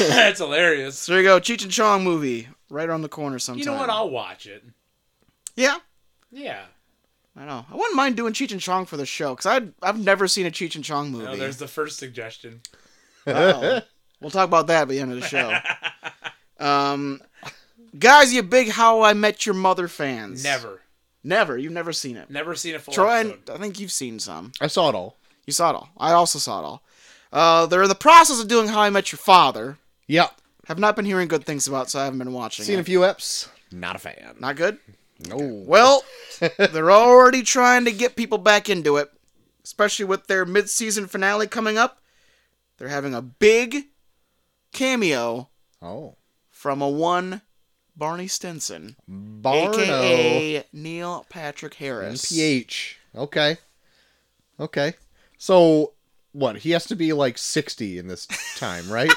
[SPEAKER 2] That's hilarious.
[SPEAKER 1] So there you go, Cheech and Chong movie right around the corner sometime.
[SPEAKER 2] You know what? I'll watch it.
[SPEAKER 1] yeah,
[SPEAKER 2] Yeah.
[SPEAKER 1] I know. I wouldn't mind doing Cheech and Chong for the show because I've I've never seen a Cheech and Chong movie.
[SPEAKER 2] No, there's the first suggestion.
[SPEAKER 1] Uh-oh. Oh, we'll talk about that at the end of the show. Um, guys, you big How I Met Your Mother fans.
[SPEAKER 2] Never.
[SPEAKER 1] Never. You've never seen it.
[SPEAKER 2] Never seen a full
[SPEAKER 1] Troy, and-
[SPEAKER 2] episode.
[SPEAKER 1] I think you've seen some.
[SPEAKER 3] I saw it all.
[SPEAKER 1] You saw it all. I also saw it all. Uh, they're in the process of doing How I Met Your Father.
[SPEAKER 3] Yeah,
[SPEAKER 1] Have not been hearing good things about, so I haven't been watching
[SPEAKER 3] seen
[SPEAKER 1] it.
[SPEAKER 3] a few eps. Not a fan.
[SPEAKER 1] Not good?
[SPEAKER 3] No.
[SPEAKER 1] Well, they're already trying to get people back into it, especially with their mid-season finale coming up. They're having a big cameo
[SPEAKER 3] oh,
[SPEAKER 1] from a one Barney Stinson,
[SPEAKER 3] Barno
[SPEAKER 1] aka Neil Patrick Harris.
[SPEAKER 3] NPH. Okay, okay. So what? He has to be like sixty in this time, right?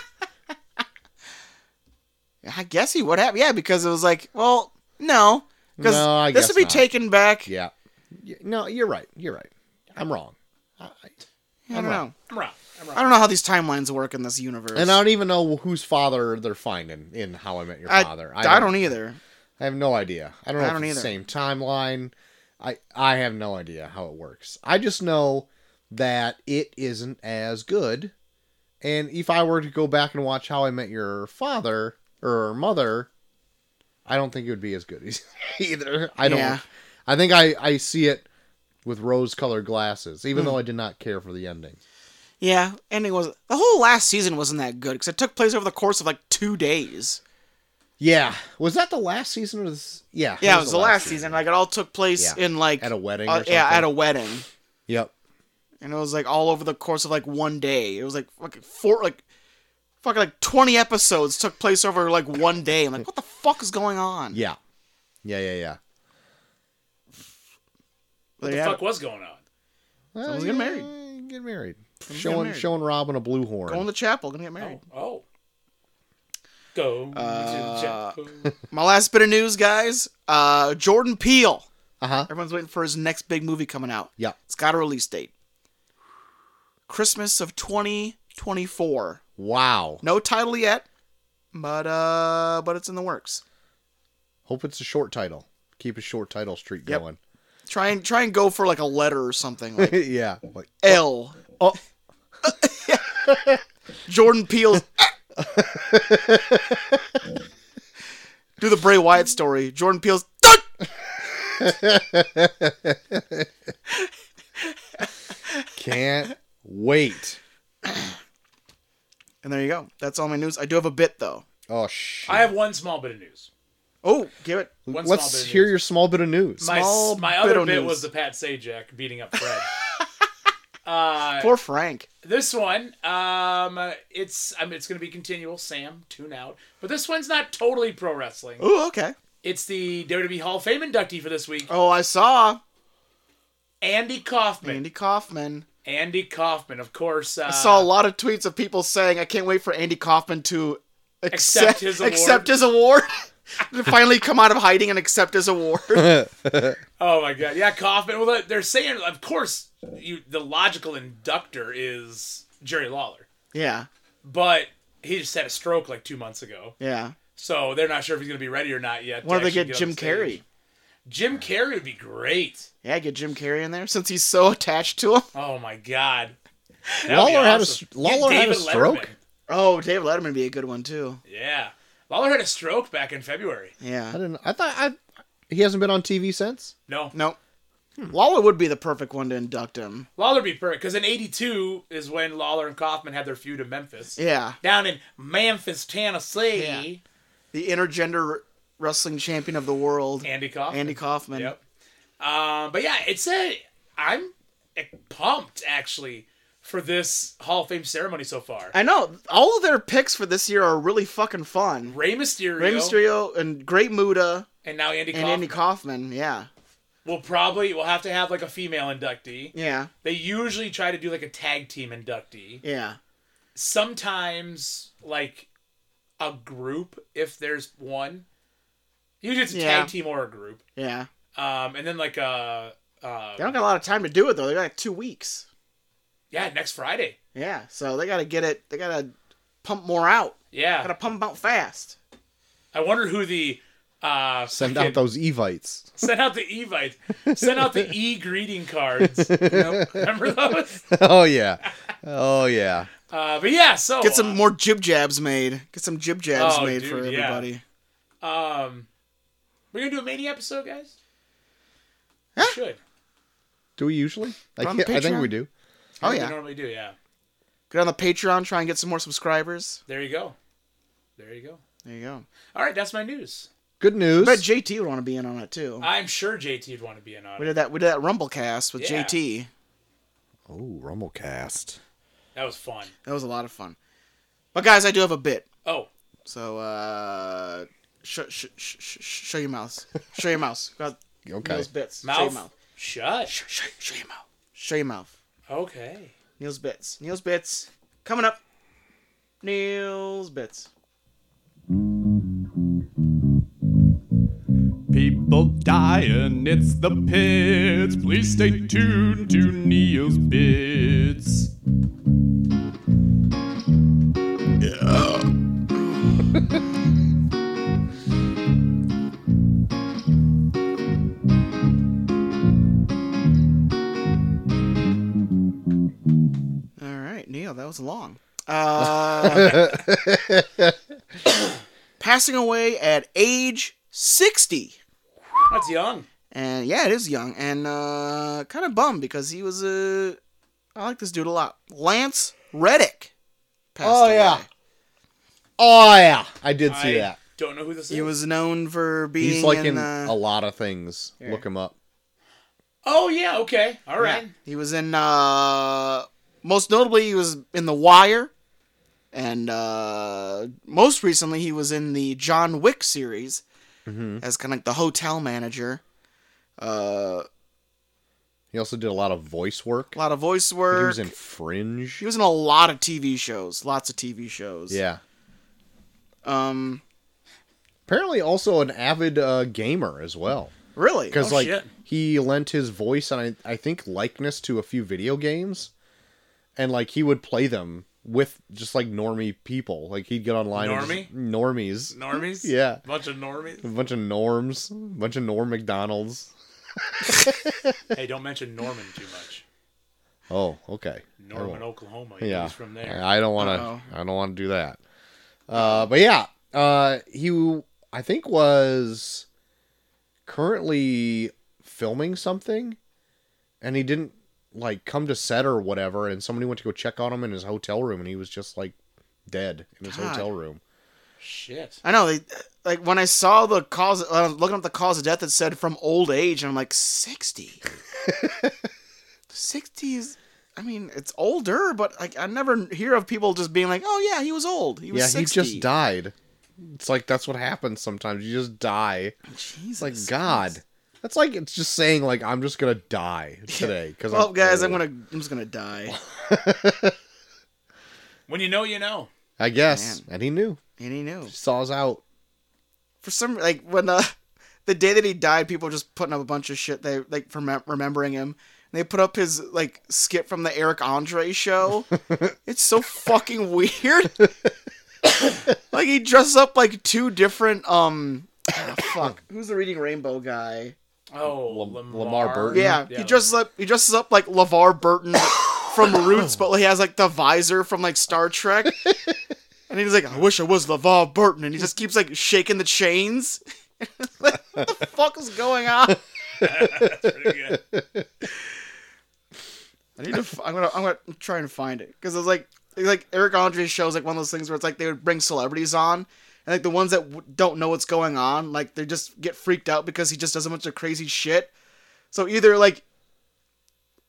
[SPEAKER 1] I guess he would have. Yeah, because it was like, well, no, because
[SPEAKER 3] No, I
[SPEAKER 1] this
[SPEAKER 3] guess
[SPEAKER 1] would be
[SPEAKER 3] not.
[SPEAKER 1] taken back.
[SPEAKER 3] yeah. Y- No, you're right. You're right. I'm wrong. I,
[SPEAKER 1] I don't know.
[SPEAKER 2] I'm wrong.
[SPEAKER 1] I
[SPEAKER 2] I'm wrong.
[SPEAKER 1] don't know how these timelines work in this universe.
[SPEAKER 3] and I don't even know whose father they're finding in How I Met Your
[SPEAKER 1] I,
[SPEAKER 3] Father.
[SPEAKER 1] I don't either.
[SPEAKER 3] I have no idea. I don't know
[SPEAKER 1] I
[SPEAKER 3] if
[SPEAKER 1] don't
[SPEAKER 3] it's the
[SPEAKER 1] either.
[SPEAKER 3] same timeline. I I have no idea how it works. I just know that it isn't as good. And if I were to go back and watch How I Met Your Father or Mother, I don't think it would be as good either. I don't.
[SPEAKER 1] Yeah.
[SPEAKER 3] I think I I see it with rose-colored glasses,
[SPEAKER 1] Hmm.
[SPEAKER 3] even though I did not care for the ending.
[SPEAKER 1] Yeah, ending was the whole last season wasn't that good because it took place over the course of like two days.
[SPEAKER 3] Yeah, was that the last season? Or this? Yeah,
[SPEAKER 1] Yeah, it was the last season. Like it all took place
[SPEAKER 3] Yeah.
[SPEAKER 1] in like
[SPEAKER 3] At a wedding
[SPEAKER 1] uh,
[SPEAKER 3] or
[SPEAKER 1] yeah,
[SPEAKER 3] something.
[SPEAKER 1] at a wedding,
[SPEAKER 3] Yep.
[SPEAKER 1] and it was like all over the course of like one day. It was like fucking four, like fucking like twenty episodes took place over like one day. I'm like, what the fuck is going on?
[SPEAKER 3] Yeah. Yeah. Yeah. Yeah.
[SPEAKER 1] But
[SPEAKER 2] What the
[SPEAKER 1] yeah,
[SPEAKER 2] fuck was going on?
[SPEAKER 3] Well,
[SPEAKER 1] Someone's getting married.
[SPEAKER 3] yeah, Get married. showing
[SPEAKER 1] married.
[SPEAKER 3] showing Robin a blue horn.
[SPEAKER 1] going to chapel, gonna get married.
[SPEAKER 2] Oh. Go
[SPEAKER 1] Uh,
[SPEAKER 2] to the chapel.
[SPEAKER 1] My last bit of news, guys. Uh, Jordan Peele.
[SPEAKER 3] uh huh.
[SPEAKER 1] Everyone's waiting for his next big movie coming out.
[SPEAKER 3] Yeah.
[SPEAKER 1] It's got a release date. Christmas of 2024.
[SPEAKER 3] Wow.
[SPEAKER 1] No title yet, but uh, but it's in the works.
[SPEAKER 3] Hope it's a short title. Keep a short title streak
[SPEAKER 1] Yep.
[SPEAKER 3] going.
[SPEAKER 1] Try and try and go for like a letter or something. Like
[SPEAKER 3] yeah. Like,
[SPEAKER 1] L.
[SPEAKER 3] oh,
[SPEAKER 1] Jordan Peele's. Do the Bray Wyatt story. Jordan Peele's.
[SPEAKER 3] can't wait.
[SPEAKER 1] And there you go. That's all my news. I do have a bit though.
[SPEAKER 3] Oh shit.
[SPEAKER 2] I have one small bit of news.
[SPEAKER 1] Oh, give it.
[SPEAKER 2] One small bit
[SPEAKER 3] Let's
[SPEAKER 2] of
[SPEAKER 3] hear
[SPEAKER 2] news.
[SPEAKER 3] your small bit of news.
[SPEAKER 2] My,
[SPEAKER 1] small
[SPEAKER 2] my
[SPEAKER 1] bit
[SPEAKER 2] other
[SPEAKER 1] of
[SPEAKER 2] bit
[SPEAKER 1] news.
[SPEAKER 2] was the Pat Sajak beating up Fred. uh,
[SPEAKER 1] Poor Frank.
[SPEAKER 2] This one, um, it's I mean, it's going to be continual. Sam, tune out. But this one's not totally pro wrestling.
[SPEAKER 1] Ooh, okay.
[SPEAKER 2] It's the WWE Hall of Fame inductee for this week,
[SPEAKER 1] Oh, I saw
[SPEAKER 2] Andy Kaufman.
[SPEAKER 1] Andy Kaufman.
[SPEAKER 2] Andy Kaufman, of course. Uh,
[SPEAKER 1] I saw a lot of tweets of people saying, "I can't wait for Andy Kaufman to accept,
[SPEAKER 2] Accept his award.
[SPEAKER 1] accept his award, to finally come out of hiding and accept his award."
[SPEAKER 2] Oh my god, yeah, Kaufman. Well, they're saying, of course, you the logical inductor is Jerry Lawler,
[SPEAKER 1] yeah,
[SPEAKER 2] but he just had a stroke like two months ago,
[SPEAKER 1] yeah.
[SPEAKER 2] so they're not sure if he's going to be ready or not yet. to
[SPEAKER 1] Why don't they
[SPEAKER 2] actually
[SPEAKER 1] get
[SPEAKER 2] on
[SPEAKER 1] Jim
[SPEAKER 2] the stage.
[SPEAKER 1] Carrey?
[SPEAKER 2] Jim Carrey would be great.
[SPEAKER 1] Yeah, get Jim Carrey in there since he's so attached to him.
[SPEAKER 2] Oh my god. That would be
[SPEAKER 3] Lawler had a
[SPEAKER 2] awesome.
[SPEAKER 3] s- Lawler
[SPEAKER 2] Get
[SPEAKER 3] had a
[SPEAKER 2] David
[SPEAKER 3] stroke?
[SPEAKER 2] Letterman.
[SPEAKER 1] Oh, David Letterman would be a good one too.
[SPEAKER 2] Yeah, Lawler had a stroke back in February.
[SPEAKER 3] I
[SPEAKER 1] Yeah.
[SPEAKER 3] didn't. I thought I. He hasn't been on TV since.
[SPEAKER 2] No,
[SPEAKER 1] No.
[SPEAKER 2] Hmm.
[SPEAKER 1] Lawler would be the perfect one to induct him.
[SPEAKER 2] Lawler would be perfect because in '82 is when Lawler and Kaufman had their feud in Memphis.
[SPEAKER 1] Yeah.
[SPEAKER 2] Down in Memphis, Tennessee,
[SPEAKER 1] The intergender wrestling champion of the world,
[SPEAKER 2] Andy Kaufman.
[SPEAKER 1] Andy Kaufman.
[SPEAKER 2] Yep. Um, but yeah, it's a I'm pumped actually for this Hall of Fame ceremony so far.
[SPEAKER 1] I know all of their picks for this year are really fucking fun.
[SPEAKER 2] Rey Mysterio,
[SPEAKER 1] Rey Mysterio and Great Muda
[SPEAKER 2] and now Andy
[SPEAKER 1] and
[SPEAKER 2] Kaufman.
[SPEAKER 1] Andy Kaufman. Yeah.
[SPEAKER 2] we'll probably we'll have to have like a female inductee.
[SPEAKER 1] Yeah.
[SPEAKER 2] They usually try to do like a tag team inductee.
[SPEAKER 1] Yeah.
[SPEAKER 2] Sometimes like a group if there's one. Usually it's a
[SPEAKER 1] Yeah.
[SPEAKER 2] tag team or a group.
[SPEAKER 1] Yeah.
[SPEAKER 2] Um, and then like uh, uh,
[SPEAKER 1] They don't got a lot of time to do it though. They got like two weeks.
[SPEAKER 2] yeah, next Friday.
[SPEAKER 1] Yeah. So they gotta get it they gotta pump more out.
[SPEAKER 2] Yeah,
[SPEAKER 1] Gotta pump 'em out fast.
[SPEAKER 2] I wonder who the uh,
[SPEAKER 3] Send
[SPEAKER 2] fucking-
[SPEAKER 3] out those Evites.
[SPEAKER 2] Send out the Evites. Send out the e greeting cards. Remember those?
[SPEAKER 3] oh yeah. Oh yeah.
[SPEAKER 2] Uh, but yeah, so
[SPEAKER 1] Get some more jib jabs made. Get some jib jabs
[SPEAKER 2] Oh,
[SPEAKER 1] made
[SPEAKER 2] dude,
[SPEAKER 1] for
[SPEAKER 2] yeah.
[SPEAKER 1] everybody.
[SPEAKER 2] uh, um, we're gonna do a mania episode, guys. We should.
[SPEAKER 1] Oh,
[SPEAKER 3] Do we usually? I,
[SPEAKER 1] On
[SPEAKER 3] can't- I think
[SPEAKER 1] Patreon?
[SPEAKER 3] we do.
[SPEAKER 1] Oh
[SPEAKER 2] We
[SPEAKER 1] yeah.
[SPEAKER 2] normally do. Yeah.
[SPEAKER 1] Get on the Patreon, try and get some more subscribers.
[SPEAKER 2] There you go. There you go.
[SPEAKER 1] There you go.
[SPEAKER 2] All right, that's my news.
[SPEAKER 3] Good news.
[SPEAKER 1] But JT would want to be in on it too.
[SPEAKER 2] I'm sure JT would want to be in on
[SPEAKER 1] we
[SPEAKER 2] it.
[SPEAKER 1] did that we did that Rumblecast with
[SPEAKER 2] Yeah.
[SPEAKER 1] JT.
[SPEAKER 3] oh, Rumblecast.
[SPEAKER 2] That was fun.
[SPEAKER 1] That was a lot of fun. But guys, I do have a bit.
[SPEAKER 2] Oh,
[SPEAKER 1] So uh sh- sh- sh- sh- sh- show your mouse. Show your mouse. Go out-
[SPEAKER 3] Okay.
[SPEAKER 1] Neil's bits. Show your
[SPEAKER 2] mouth.
[SPEAKER 1] mouth.
[SPEAKER 2] Shut.
[SPEAKER 1] Show, show your mouth. Show your mouth.
[SPEAKER 2] Okay.
[SPEAKER 1] Neil's bits. Neil's bits. Coming up. Neil's bits.
[SPEAKER 5] People dying, it's the pits. Please stay tuned to Neil's Bits.
[SPEAKER 1] All right, Neil, that was long. Uh, passing away at age 60.
[SPEAKER 2] That's young.
[SPEAKER 1] And yeah, it is young and uh, kind of bummed because he was a. I like this dude a lot. Lance Reddick. Passed
[SPEAKER 3] Oh, yeah. Oh yeah. I did see
[SPEAKER 2] I
[SPEAKER 3] that.
[SPEAKER 2] don't know who this is.
[SPEAKER 1] He was known for being.
[SPEAKER 3] He's like in
[SPEAKER 1] uh,
[SPEAKER 3] a lot of things. Look him up.
[SPEAKER 2] oh yeah. Okay. All right.
[SPEAKER 1] Yeah. He was in uh most notably he was in The Wire and uh most recently he was in the John Wick series
[SPEAKER 3] Mm-hmm.
[SPEAKER 1] as kind of like the hotel manager. Uh
[SPEAKER 3] He also did a lot of voice work.
[SPEAKER 1] a lot of voice
[SPEAKER 3] He
[SPEAKER 1] work.
[SPEAKER 3] was in Fringe.
[SPEAKER 1] a lot of TV shows, lots of TV shows.
[SPEAKER 3] Yeah.
[SPEAKER 1] Um
[SPEAKER 3] Apparently, also an avid uh, gamer as well.
[SPEAKER 1] really?
[SPEAKER 3] because
[SPEAKER 2] Oh,
[SPEAKER 3] like
[SPEAKER 2] shit.
[SPEAKER 3] he lent his voice and I, I think likeness to a few video games and like he would play them with just like normie people like he'd get online and just- normies
[SPEAKER 2] Normies.
[SPEAKER 3] Yeah.
[SPEAKER 2] Bunch of normies.
[SPEAKER 3] a bunch of norms a bunch of norm mcdonald's
[SPEAKER 2] hey, don't mention Norman too much.
[SPEAKER 3] Oh, okay. I
[SPEAKER 2] Norman,
[SPEAKER 3] won't.
[SPEAKER 2] Oklahoma.
[SPEAKER 3] Oh. Yeah,
[SPEAKER 2] He's from there.
[SPEAKER 3] I don't want
[SPEAKER 1] Uh-oh.
[SPEAKER 3] to. I don't want to do that. Uh, but yeah, uh, he I think was currently filming something, and he didn't like come to set or whatever. And somebody went to go check on him in his hotel room, and he was just like dead in his
[SPEAKER 1] God.
[SPEAKER 3] hotel room.
[SPEAKER 2] Shit.
[SPEAKER 1] I know they like when I saw the cause. I was looking up the cause of death. It said from old age, and I'm like sixty. Sixty is. I mean, it's older, but like I never hear of people just being like, "Oh yeah, he was old. He was
[SPEAKER 3] yeah,
[SPEAKER 1] 60.
[SPEAKER 3] he just died. It's like that's what happens sometimes. You just die.
[SPEAKER 1] Jesus,
[SPEAKER 3] It's like God. That's like it's just saying like I'm just gonna die today because
[SPEAKER 1] Well, guys, I'm gonna. I'm just gonna die.
[SPEAKER 2] When you know, you know.
[SPEAKER 3] I guess. And he knew.
[SPEAKER 1] And he knew.
[SPEAKER 3] Saw us out.
[SPEAKER 1] for some like when uh, the day that he died, people were just putting up a bunch of shit. They like for mem- remembering him. And they put up his like skit from the Eric Andre show. it's so fucking weird. like he dresses up like two different um. ah, fuck. Who's the Reading Rainbow guy?
[SPEAKER 2] Oh,
[SPEAKER 3] Lam-
[SPEAKER 2] Lamar,
[SPEAKER 3] Lamar Burton?
[SPEAKER 1] Yeah, he dresses up. He dresses up like LeVar Burton from Roots, but he has like the visor from like Star Trek. And he's like, I wish I was LeVar Burton, and he just keeps like shaking the chains. like, what the fuck is going on?
[SPEAKER 2] Pretty good.
[SPEAKER 1] I need to. F- I'm gonna. I'm gonna try and find it because it's like it's like Eric Andre's show is like one of those things where it's like they would bring celebrities on, and like the ones that w- don't know what's going on, like they just get freaked out because he just does a bunch of crazy shit. So either like,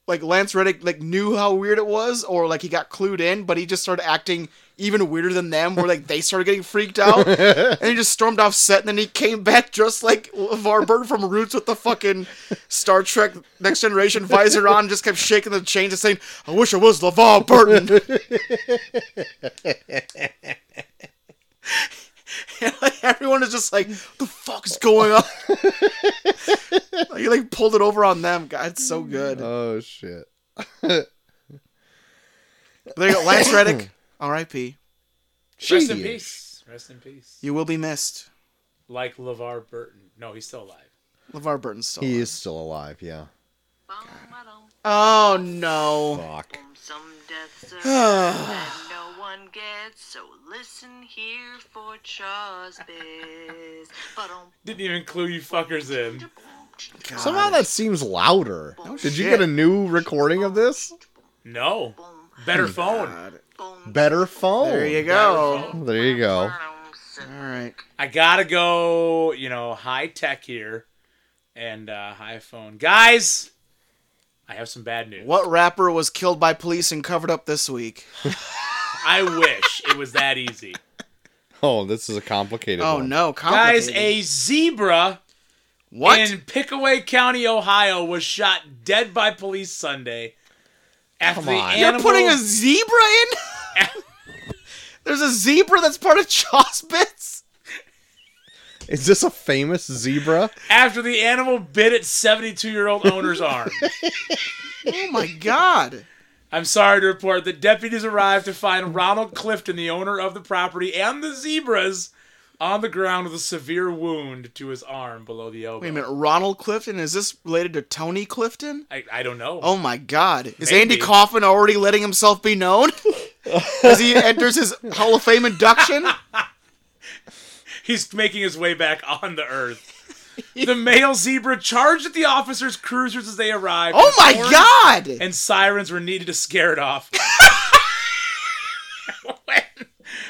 [SPEAKER 1] like Lance Reddick like knew how weird it was, or like he got clued in, but he just started acting even weirder than them, where like they started getting freaked out, and he just stormed off set, and then he came back dressed like LeVar Burton from Roots with the fucking Star Trek Next Generation visor on, just kept shaking the chains and saying, "I wish I was LeVar Burton." And, like, everyone is just like, "The fuck is going on?" like, he like pulled it over on them. God, it's so good.
[SPEAKER 3] Oh shit.
[SPEAKER 1] There you go, Lance Reddick, R.I.P.
[SPEAKER 2] Rest in
[SPEAKER 3] Jeez.
[SPEAKER 2] peace. Rest in peace.
[SPEAKER 1] You will be missed.
[SPEAKER 2] Like LeVar Burton. No, he's still alive.
[SPEAKER 1] LeVar Burton's still.
[SPEAKER 3] He
[SPEAKER 1] alive.
[SPEAKER 3] is still alive, yeah.
[SPEAKER 1] Oh no.
[SPEAKER 3] Fuck.
[SPEAKER 6] Some deaths are that no one gets, so listen here for Charles Biz. But on
[SPEAKER 2] Didn't even clue you fuckers in.
[SPEAKER 1] God.
[SPEAKER 3] Somehow that seems louder. Did you
[SPEAKER 1] Oh, shit.
[SPEAKER 3] get a new recording of this?
[SPEAKER 2] No.
[SPEAKER 3] Hmm.
[SPEAKER 2] Better phone.
[SPEAKER 1] God.
[SPEAKER 3] Better phone. Oh,
[SPEAKER 1] There you go.
[SPEAKER 3] There you go.
[SPEAKER 1] All right.
[SPEAKER 2] I gotta go, you know, high tech here and uh, high phone. Guys, I have some bad news.
[SPEAKER 1] What rapper was killed by police and covered up this week?
[SPEAKER 2] I wish it was that easy.
[SPEAKER 3] Oh, this is a complicated
[SPEAKER 1] Oh
[SPEAKER 3] one.
[SPEAKER 1] no,
[SPEAKER 2] Guys,
[SPEAKER 1] complicated.
[SPEAKER 2] a zebra
[SPEAKER 1] what?
[SPEAKER 2] in Pickaway County, Ohio was shot dead by police Sunday. After
[SPEAKER 3] Come
[SPEAKER 2] the
[SPEAKER 3] on.
[SPEAKER 1] You're
[SPEAKER 2] animal,
[SPEAKER 1] putting a zebra in? There's a zebra that's part of Chaw's bits.
[SPEAKER 3] Is this a famous zebra?
[SPEAKER 2] after the animal bit its 72 year old owner's arm.
[SPEAKER 1] Oh my god.
[SPEAKER 2] I'm sorry to report that deputies arrived to find Ronald Clifton, the owner of the property and the zebras, on the ground with a severe wound to his arm below the elbow.
[SPEAKER 1] Wait a minute, Ronald Clifton? Is this related to Tony Clifton?
[SPEAKER 2] I, I don't know.
[SPEAKER 1] Oh my god. Is
[SPEAKER 2] Maybe.
[SPEAKER 1] Andy Kaufman already letting himself be known? As he enters his Hall of Fame induction?
[SPEAKER 2] He's making his way back on the earth. the male zebra charged at the officers' cruisers as they arrived.
[SPEAKER 1] Oh my
[SPEAKER 2] Horns
[SPEAKER 1] god!
[SPEAKER 2] And sirens were needed to scare it off. when,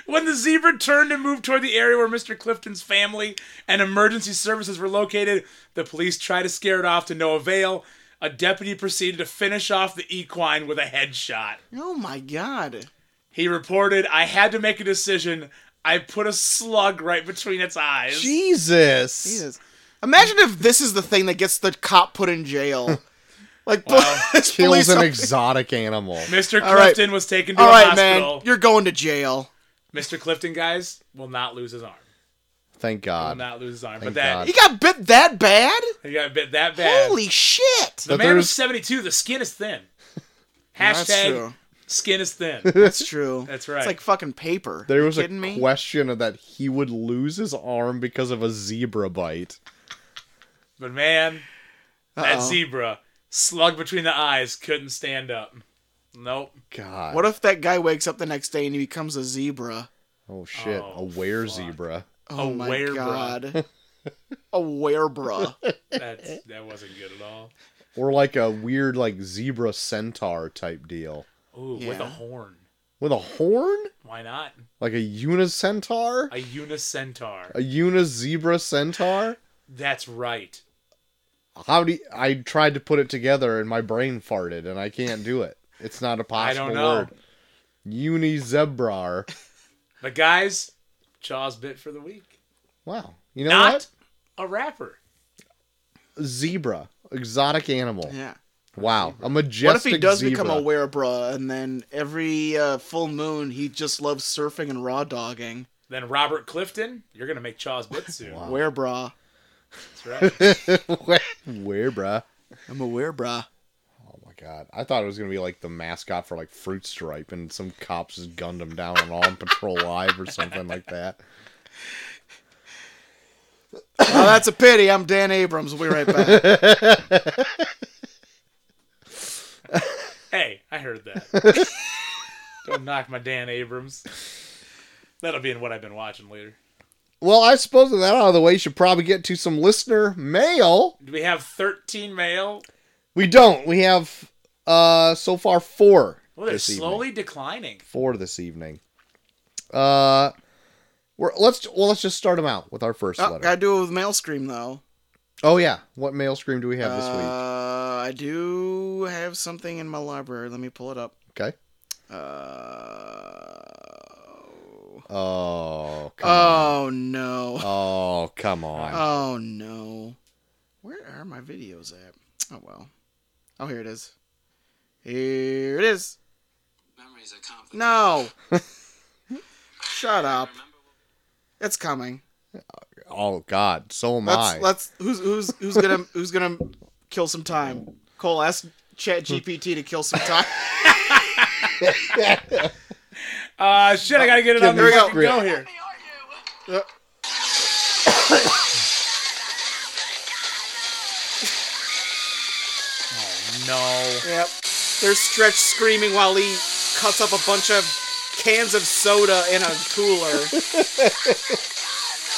[SPEAKER 2] when the zebra turned and moved toward the area where Mr. Clifton's family and emergency services were located, the police tried to scare it off to no avail. A deputy proceeded to finish off the equine with a headshot.
[SPEAKER 1] Oh my god.
[SPEAKER 2] He reported, I had to make a decision. I put a slug right between its eyes.
[SPEAKER 3] Jesus.
[SPEAKER 1] Jesus. Imagine if this is the thing that gets the cop put in jail. Like, this
[SPEAKER 3] Kills
[SPEAKER 1] police
[SPEAKER 3] an
[SPEAKER 1] officer-
[SPEAKER 3] exotic animal.
[SPEAKER 2] Mr.
[SPEAKER 1] All right.
[SPEAKER 2] Clifton was taken to
[SPEAKER 1] All
[SPEAKER 2] a
[SPEAKER 1] right, man,
[SPEAKER 2] hospital.
[SPEAKER 1] you're going to jail.
[SPEAKER 2] Mr. Clifton, guys, will not lose his arm.
[SPEAKER 3] Thank
[SPEAKER 1] Oh,
[SPEAKER 2] Will
[SPEAKER 3] God.
[SPEAKER 2] not lose his arm. but
[SPEAKER 3] Thank
[SPEAKER 2] that
[SPEAKER 1] He got bit that bad?
[SPEAKER 2] he got bit that bad.
[SPEAKER 1] Holy shit!
[SPEAKER 2] the
[SPEAKER 3] But
[SPEAKER 2] man was
[SPEAKER 3] there's-
[SPEAKER 2] 72. The skin is thin.
[SPEAKER 1] That's
[SPEAKER 2] Hashtag
[SPEAKER 1] true.
[SPEAKER 2] skin is thin.
[SPEAKER 1] That's true.
[SPEAKER 2] That's right.
[SPEAKER 1] It's like fucking paper.
[SPEAKER 3] There was
[SPEAKER 1] you
[SPEAKER 3] a
[SPEAKER 1] kidding me?
[SPEAKER 3] question of that he would lose his arm because of a zebra bite.
[SPEAKER 2] but man, That
[SPEAKER 1] Uh-oh.
[SPEAKER 2] zebra, slug between the eyes, couldn't stand up. Nope.
[SPEAKER 3] God.
[SPEAKER 1] What if that guy wakes up the next day and he becomes a zebra?
[SPEAKER 3] oh shit.
[SPEAKER 2] Oh,
[SPEAKER 3] a were zebra.
[SPEAKER 1] Oh my
[SPEAKER 2] werebra.
[SPEAKER 1] god. a werebra.
[SPEAKER 2] That's, that wasn't good at all.
[SPEAKER 3] Or like a weird like zebra centaur type deal.
[SPEAKER 2] Ooh, with a
[SPEAKER 1] Yeah.
[SPEAKER 2] horn.
[SPEAKER 3] With a horn?
[SPEAKER 2] Why not?
[SPEAKER 3] Like a unicentaur?
[SPEAKER 2] A unicentaur.
[SPEAKER 3] A unizebra centaur?
[SPEAKER 2] That's right.
[SPEAKER 3] How do you, I tried to put it together and my brain farted and I can't do it. It's not a
[SPEAKER 2] I
[SPEAKER 3] possible
[SPEAKER 2] don't know.
[SPEAKER 3] word. Unizebrar.
[SPEAKER 2] But guys, Chaw's bit for the week.
[SPEAKER 3] Wow. You know
[SPEAKER 2] Not a rapper.
[SPEAKER 3] what? Zebra. Exotic animal.
[SPEAKER 1] Yeah.
[SPEAKER 3] Wow. A majestic
[SPEAKER 1] What if he does
[SPEAKER 3] zebra.
[SPEAKER 1] become a werebra and then every uh, full moon he just loves surfing and raw dogging?
[SPEAKER 2] Then Robert Clifton, you're gonna make Chaw's bit soon.
[SPEAKER 1] Werebra.
[SPEAKER 2] That's right.
[SPEAKER 3] Where- Where, bruh?
[SPEAKER 1] I'm a werebra.
[SPEAKER 3] Oh my god. I thought it was gonna be like the mascot for like Fruit Stripe and some cops just gunned him down on on patrol live or something like that.
[SPEAKER 1] Oh, that's a pity. I'm Dan Abrams. We'll be right back.
[SPEAKER 2] Hey, I heard that. Don't knock my Dan Abrams. That'll be in what I've been watching later.
[SPEAKER 3] Well, I suppose with that out of the way, you should probably get to some listener mail.
[SPEAKER 2] Do we have 13 mail?
[SPEAKER 3] We don't. We have uh so far four.
[SPEAKER 2] Well, they're
[SPEAKER 3] this evening.
[SPEAKER 2] slowly declining.
[SPEAKER 3] Four this evening. Uh we're, let's well let's just start them out with our first
[SPEAKER 1] oh,
[SPEAKER 3] letter.
[SPEAKER 1] gotta do it with mail scream though.
[SPEAKER 3] Oh yeah, what mail scream do we have this week?
[SPEAKER 1] Uh, I do have something in my library. Let me pull it up.
[SPEAKER 3] Okay.
[SPEAKER 1] Uh,
[SPEAKER 3] Oh, come on.
[SPEAKER 1] oh no.
[SPEAKER 3] Oh, come on.
[SPEAKER 1] Oh no. Where are my videos at? Oh well. Oh here it is. Here it is.
[SPEAKER 4] Memories are complicated.
[SPEAKER 1] No. Shut up. It's coming.
[SPEAKER 3] oh God, so am
[SPEAKER 1] Let's
[SPEAKER 3] I.
[SPEAKER 1] let's who's who's who's gonna who's gonna kill some time. Cole ask Chat GPT to kill some time.
[SPEAKER 2] Uh, shit, I gotta get it on the
[SPEAKER 1] Here we go.
[SPEAKER 2] fucking go here. Oh, No.
[SPEAKER 1] Yep. There's Stretch screaming while he cuts up a bunch of cans of soda in a cooler.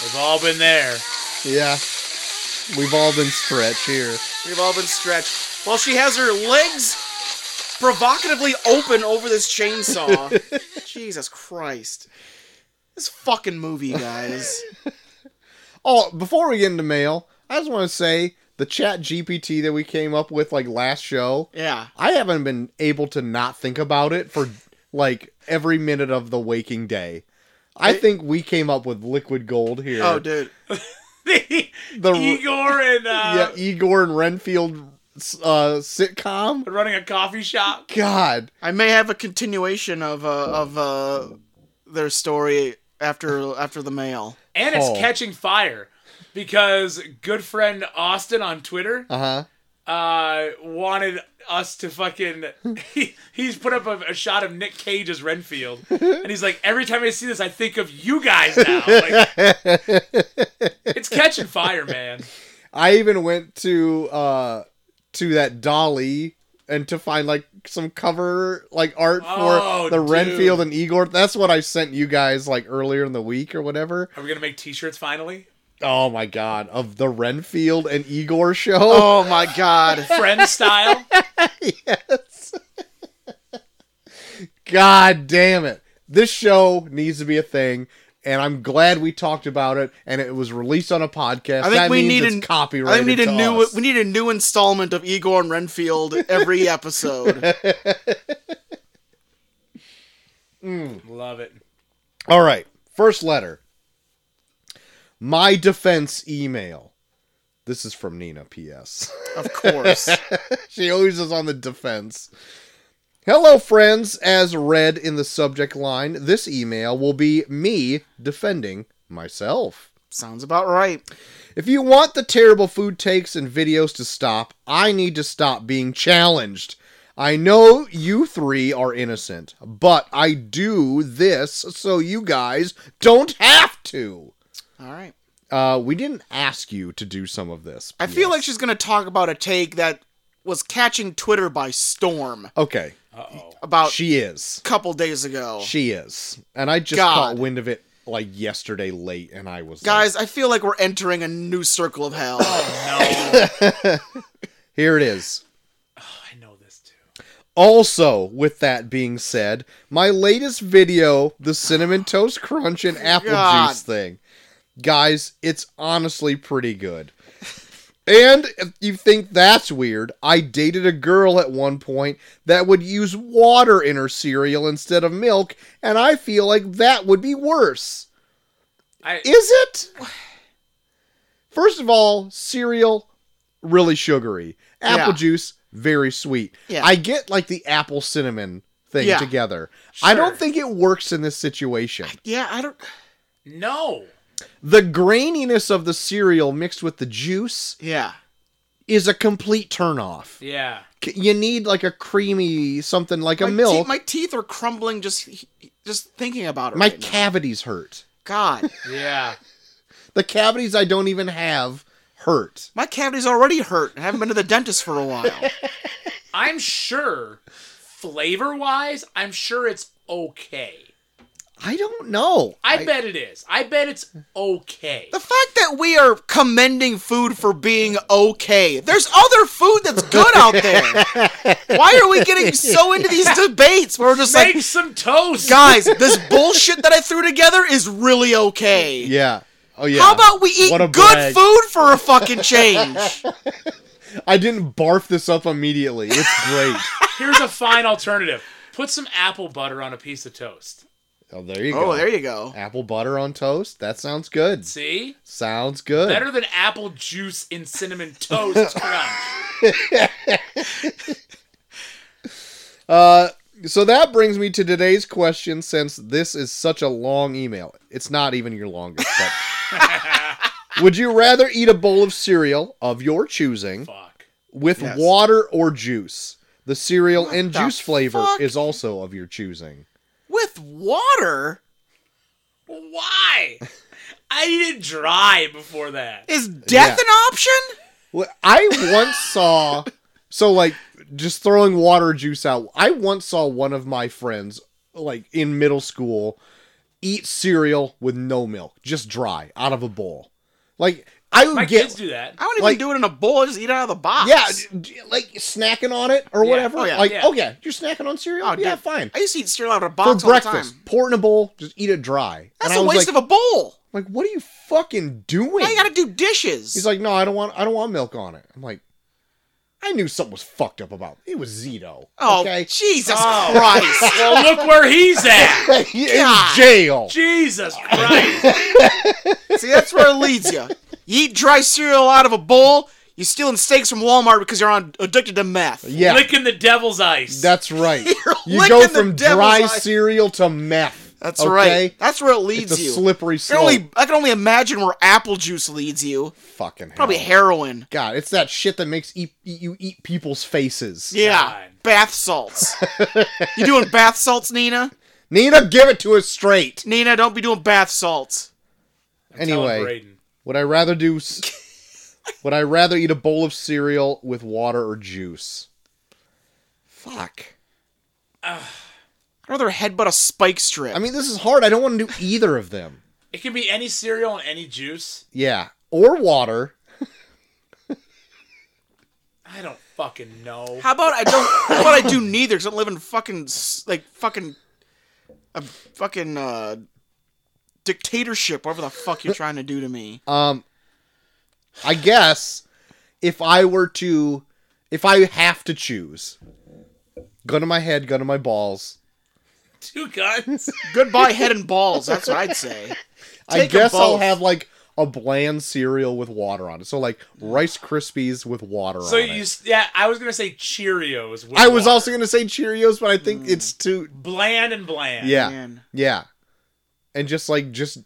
[SPEAKER 2] We've all been there.
[SPEAKER 3] yeah, we've all been stretched here.
[SPEAKER 1] We've all been stretched. While she has her legs provocatively open over this chainsaw. Jesus Christ. This fucking movie, guys.
[SPEAKER 3] Oh, before we get into mail, I just want to say the Chat GPT that we came up with like last show.
[SPEAKER 1] Yeah.
[SPEAKER 3] I haven't been able to not think about it for like every minute of the waking day. I think we came up with liquid gold here.
[SPEAKER 1] Oh, dude.
[SPEAKER 2] the Igor and uh,
[SPEAKER 3] yeah, Igor and Renfield uh, sitcom.
[SPEAKER 2] running a coffee shop.
[SPEAKER 3] God,
[SPEAKER 1] I may have a continuation of uh, of uh, their story after after the mail.
[SPEAKER 2] And it's
[SPEAKER 3] Oh.
[SPEAKER 2] catching fire because good friend Austin on Twitter
[SPEAKER 3] uh
[SPEAKER 1] Uh-huh.
[SPEAKER 3] huh.
[SPEAKER 2] uh, wanted us to fucking. He, he's put up a, a shot of Nick Cage as Renfield, and he's like, every time I see this, I think of you guys now. Like, it's catching fire, man.
[SPEAKER 3] I even went to uh to that Dolly and to find like some cover like art for
[SPEAKER 2] Oh,
[SPEAKER 3] the
[SPEAKER 2] dude.
[SPEAKER 3] Renfield and Igor. That's what I sent you guys like earlier in the week or whatever.
[SPEAKER 2] Are we gonna make T-shirts finally?
[SPEAKER 3] Oh my god, of the Renfield and Igor show.
[SPEAKER 1] Oh my god.
[SPEAKER 2] Friend style.
[SPEAKER 3] God damn it. This show needs to be a thing. And I'm glad we talked about it, and it was released on a podcast.
[SPEAKER 1] I think
[SPEAKER 3] that
[SPEAKER 1] we
[SPEAKER 3] means
[SPEAKER 1] need
[SPEAKER 3] it's
[SPEAKER 1] an-
[SPEAKER 3] copyrighted.
[SPEAKER 1] I think we need
[SPEAKER 3] to
[SPEAKER 1] a new
[SPEAKER 3] us.
[SPEAKER 1] we need a new installment of Igor and Renfield every episode.
[SPEAKER 2] Love it.
[SPEAKER 3] All right. First letter. My defense email. This is from Nina PS.
[SPEAKER 1] of course.
[SPEAKER 3] she always is on the defense. Hello, friends. As read in the subject line, this email will be me defending myself.
[SPEAKER 1] Sounds about right.
[SPEAKER 3] If you want the terrible food takes and videos to stop, I need to stop being challenged. I know you three are innocent, but I do this so you guys don't have to.
[SPEAKER 1] All right.
[SPEAKER 3] Uh, we didn't ask you to do some of this.
[SPEAKER 1] I feel like she's going to talk about a take that was catching Twitter by storm
[SPEAKER 3] okay.
[SPEAKER 1] about
[SPEAKER 3] She is.
[SPEAKER 1] a couple days ago.
[SPEAKER 3] She is. And I just
[SPEAKER 1] God.
[SPEAKER 3] caught wind of it like yesterday late, and I was like,
[SPEAKER 1] Guys, I feel like we're entering a new circle of hell.
[SPEAKER 2] No,
[SPEAKER 3] here it is.
[SPEAKER 2] I know this too.
[SPEAKER 3] Also, with that being said, my latest video, the cinnamon toast crunch and apple
[SPEAKER 1] God.
[SPEAKER 3] juice thing. Guys, it's honestly pretty good. And if you think that's weird, I dated a girl at one point that would use water in her cereal instead of milk, and I feel like that would be worse.
[SPEAKER 2] I
[SPEAKER 3] Is it? First of all, cereal really sugary. Apple
[SPEAKER 1] Yeah.
[SPEAKER 3] juice very sweet.
[SPEAKER 1] Yeah.
[SPEAKER 3] I get like the apple cinnamon thing
[SPEAKER 1] Yeah.
[SPEAKER 3] together. I don't
[SPEAKER 2] Sure.
[SPEAKER 3] think it works in this situation.
[SPEAKER 1] yeah, I don't.
[SPEAKER 2] no.
[SPEAKER 3] The graininess of the cereal mixed with the juice
[SPEAKER 1] Yeah.
[SPEAKER 3] is a complete turnoff.
[SPEAKER 2] Yeah,
[SPEAKER 3] C- You need like a creamy something like a
[SPEAKER 1] my
[SPEAKER 3] milk.
[SPEAKER 1] te- my teeth are crumbling just just thinking about it.
[SPEAKER 3] my
[SPEAKER 1] right now.
[SPEAKER 3] cavities hurt.
[SPEAKER 1] God,
[SPEAKER 2] yeah.
[SPEAKER 3] The cavities I don't even have hurt.
[SPEAKER 1] my cavity's already hurt. and I haven't been to the dentist for a while.
[SPEAKER 2] I'm sure, flavor wise, I'm sure it's okay.
[SPEAKER 3] I don't know.
[SPEAKER 2] I, bet it is. I bet it's okay.
[SPEAKER 1] the fact that we are commending food for being okay. There's other food that's good out there. Why are we getting so into these debates where we're just
[SPEAKER 2] Make
[SPEAKER 1] like,
[SPEAKER 2] some toast.
[SPEAKER 1] guys, this bullshit that I threw together is really okay.
[SPEAKER 3] Yeah. Oh yeah.
[SPEAKER 1] How about we eat
[SPEAKER 3] What a
[SPEAKER 1] good
[SPEAKER 3] brag.
[SPEAKER 1] food for a fucking change?
[SPEAKER 3] I didn't barf this up immediately. It's great.
[SPEAKER 2] Here's a fine alternative. Put some apple butter on a piece of toast.
[SPEAKER 3] oh, there you go.
[SPEAKER 1] oh, there you go.
[SPEAKER 3] Apple butter on toast. That sounds good.
[SPEAKER 2] See?
[SPEAKER 3] Sounds good.
[SPEAKER 2] Better than apple juice in cinnamon toast crunch.
[SPEAKER 3] Uh, so that brings me to today's question. Since this is such a long email, it's not even your longest. But would you rather eat a bowl of cereal of your choosing
[SPEAKER 2] Fuck.
[SPEAKER 3] with
[SPEAKER 1] Yes.
[SPEAKER 3] water or juice? The cereal and
[SPEAKER 1] the
[SPEAKER 3] juice flavor
[SPEAKER 1] fuck?
[SPEAKER 3] is also of your choosing.
[SPEAKER 1] With water?
[SPEAKER 2] Why? I needed dry before that.
[SPEAKER 1] Is death
[SPEAKER 3] Yeah.
[SPEAKER 1] an option?
[SPEAKER 3] Well, I once saw so like just throwing water juice out. I once saw one of my friends like in middle school eat cereal with no milk, just dry out of a bowl. Like I would
[SPEAKER 2] My
[SPEAKER 3] get
[SPEAKER 2] kids do that.
[SPEAKER 1] I don't even
[SPEAKER 3] Like-
[SPEAKER 1] do it in a bowl. I just eat it out of the box.
[SPEAKER 3] yeah, d- d- like snacking on it or
[SPEAKER 2] Yeah.
[SPEAKER 3] whatever.
[SPEAKER 1] Oh, yeah.
[SPEAKER 3] like
[SPEAKER 2] Yeah.
[SPEAKER 3] oh yeah, you're snacking on cereal.
[SPEAKER 1] Oh,
[SPEAKER 3] yeah,
[SPEAKER 1] dude.
[SPEAKER 3] fine.
[SPEAKER 1] I used to eat cereal out of a
[SPEAKER 3] For
[SPEAKER 1] box all the
[SPEAKER 3] breakfast,
[SPEAKER 1] time.
[SPEAKER 3] pour it in a bowl, just eat it dry.
[SPEAKER 1] That's
[SPEAKER 3] and I
[SPEAKER 1] a
[SPEAKER 3] was
[SPEAKER 1] waste
[SPEAKER 3] like,
[SPEAKER 1] of a bowl.
[SPEAKER 3] like, what are you fucking doing?
[SPEAKER 1] Now you gotta do dishes.
[SPEAKER 3] He's like, no, I don't want, I don't want milk on it. I'm like, I knew something was fucked up about it. It was Zito.
[SPEAKER 1] oh,
[SPEAKER 3] okay,
[SPEAKER 1] Jesus
[SPEAKER 2] Oh.
[SPEAKER 1] Christ.
[SPEAKER 2] Well, look where he's at.
[SPEAKER 3] in jail.
[SPEAKER 2] Jesus Christ.
[SPEAKER 1] See, that's where it leads you. You eat dry cereal out of a bowl, you're stealing steaks from Walmart because you're on addicted to meth.
[SPEAKER 3] Yeah,
[SPEAKER 2] Licking the devil's ice.
[SPEAKER 3] that's right. You
[SPEAKER 1] licking
[SPEAKER 3] go
[SPEAKER 1] the
[SPEAKER 3] from
[SPEAKER 1] devil's
[SPEAKER 3] dry
[SPEAKER 1] eye.
[SPEAKER 3] cereal to meth.
[SPEAKER 1] That's
[SPEAKER 3] okay?
[SPEAKER 1] right. That's where it
[SPEAKER 3] It's
[SPEAKER 1] leads
[SPEAKER 3] a
[SPEAKER 1] you.
[SPEAKER 3] slippery
[SPEAKER 1] I can,
[SPEAKER 3] slope.
[SPEAKER 1] only, I can only imagine where apple juice leads you.
[SPEAKER 3] Fucking hell.
[SPEAKER 1] Probably heroin.
[SPEAKER 3] God, it's that shit that makes eat, eat- you eat people's faces.
[SPEAKER 1] Yeah.
[SPEAKER 2] God.
[SPEAKER 1] Bath salts. you doing bath salts, Nina?
[SPEAKER 3] Nina, give it to us straight.
[SPEAKER 1] Nina, don't be doing bath salts.
[SPEAKER 2] Tell
[SPEAKER 3] anyway,
[SPEAKER 2] Braden.
[SPEAKER 3] would I rather do? s- would I rather eat a bowl of cereal with water or juice? Fuck.
[SPEAKER 1] I'd rather headbutt a spike strip.
[SPEAKER 3] I mean, this is hard. I don't want to do either of them.
[SPEAKER 2] It can be any cereal and any juice.
[SPEAKER 3] Yeah, or water.
[SPEAKER 2] I don't fucking know.
[SPEAKER 1] How about I don't? How about I do neither? Because I don't live in fucking s- like fucking a fucking uh, dictatorship. Whatever the fuck you're trying to do to me.
[SPEAKER 3] Um, I guess if I were to, if I have to choose, gun to my head, gun to my balls.
[SPEAKER 2] Two guns.
[SPEAKER 1] Goodbye, head and balls. That's what I'd say.
[SPEAKER 3] I
[SPEAKER 1] Take 'em
[SPEAKER 3] guess I'll
[SPEAKER 1] both.
[SPEAKER 3] have like a bland cereal with water on it. So like Rice Krispies with water
[SPEAKER 2] So
[SPEAKER 3] on
[SPEAKER 2] you,
[SPEAKER 3] it.
[SPEAKER 2] s- yeah, I was gonna say Cheerios. with
[SPEAKER 3] I was
[SPEAKER 2] water.
[SPEAKER 3] also gonna say Cheerios, but I think it's too.
[SPEAKER 2] bland and bland.
[SPEAKER 3] Yeah,
[SPEAKER 1] Man.
[SPEAKER 3] yeah, and just like just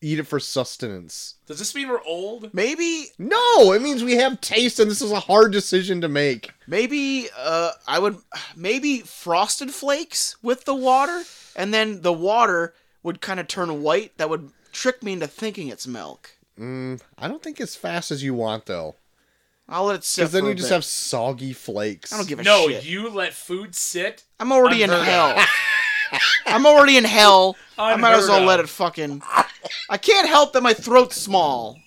[SPEAKER 3] eat it for sustenance.
[SPEAKER 2] Does this mean we're old?
[SPEAKER 1] Maybe,
[SPEAKER 3] No, it means we have taste, and this is a hard decision to make.
[SPEAKER 1] maybe uh, I would maybe frosted flakes with the water, and then the water would kind of turn white. That would trick me into thinking it's milk.
[SPEAKER 3] I don't think it's fast as you want though,
[SPEAKER 1] I'll let it sit.
[SPEAKER 3] because then
[SPEAKER 1] for
[SPEAKER 3] you
[SPEAKER 1] a
[SPEAKER 3] just
[SPEAKER 1] bit.
[SPEAKER 3] have soggy flakes.
[SPEAKER 1] I don't give a
[SPEAKER 2] No,
[SPEAKER 1] shit.
[SPEAKER 2] you let food sit.
[SPEAKER 1] I'm already in
[SPEAKER 2] Unheard
[SPEAKER 1] hell. I'm already in hell. I might as
[SPEAKER 2] Unheard
[SPEAKER 1] well let
[SPEAKER 2] of.
[SPEAKER 1] it fucking. I can't help that my throat's small.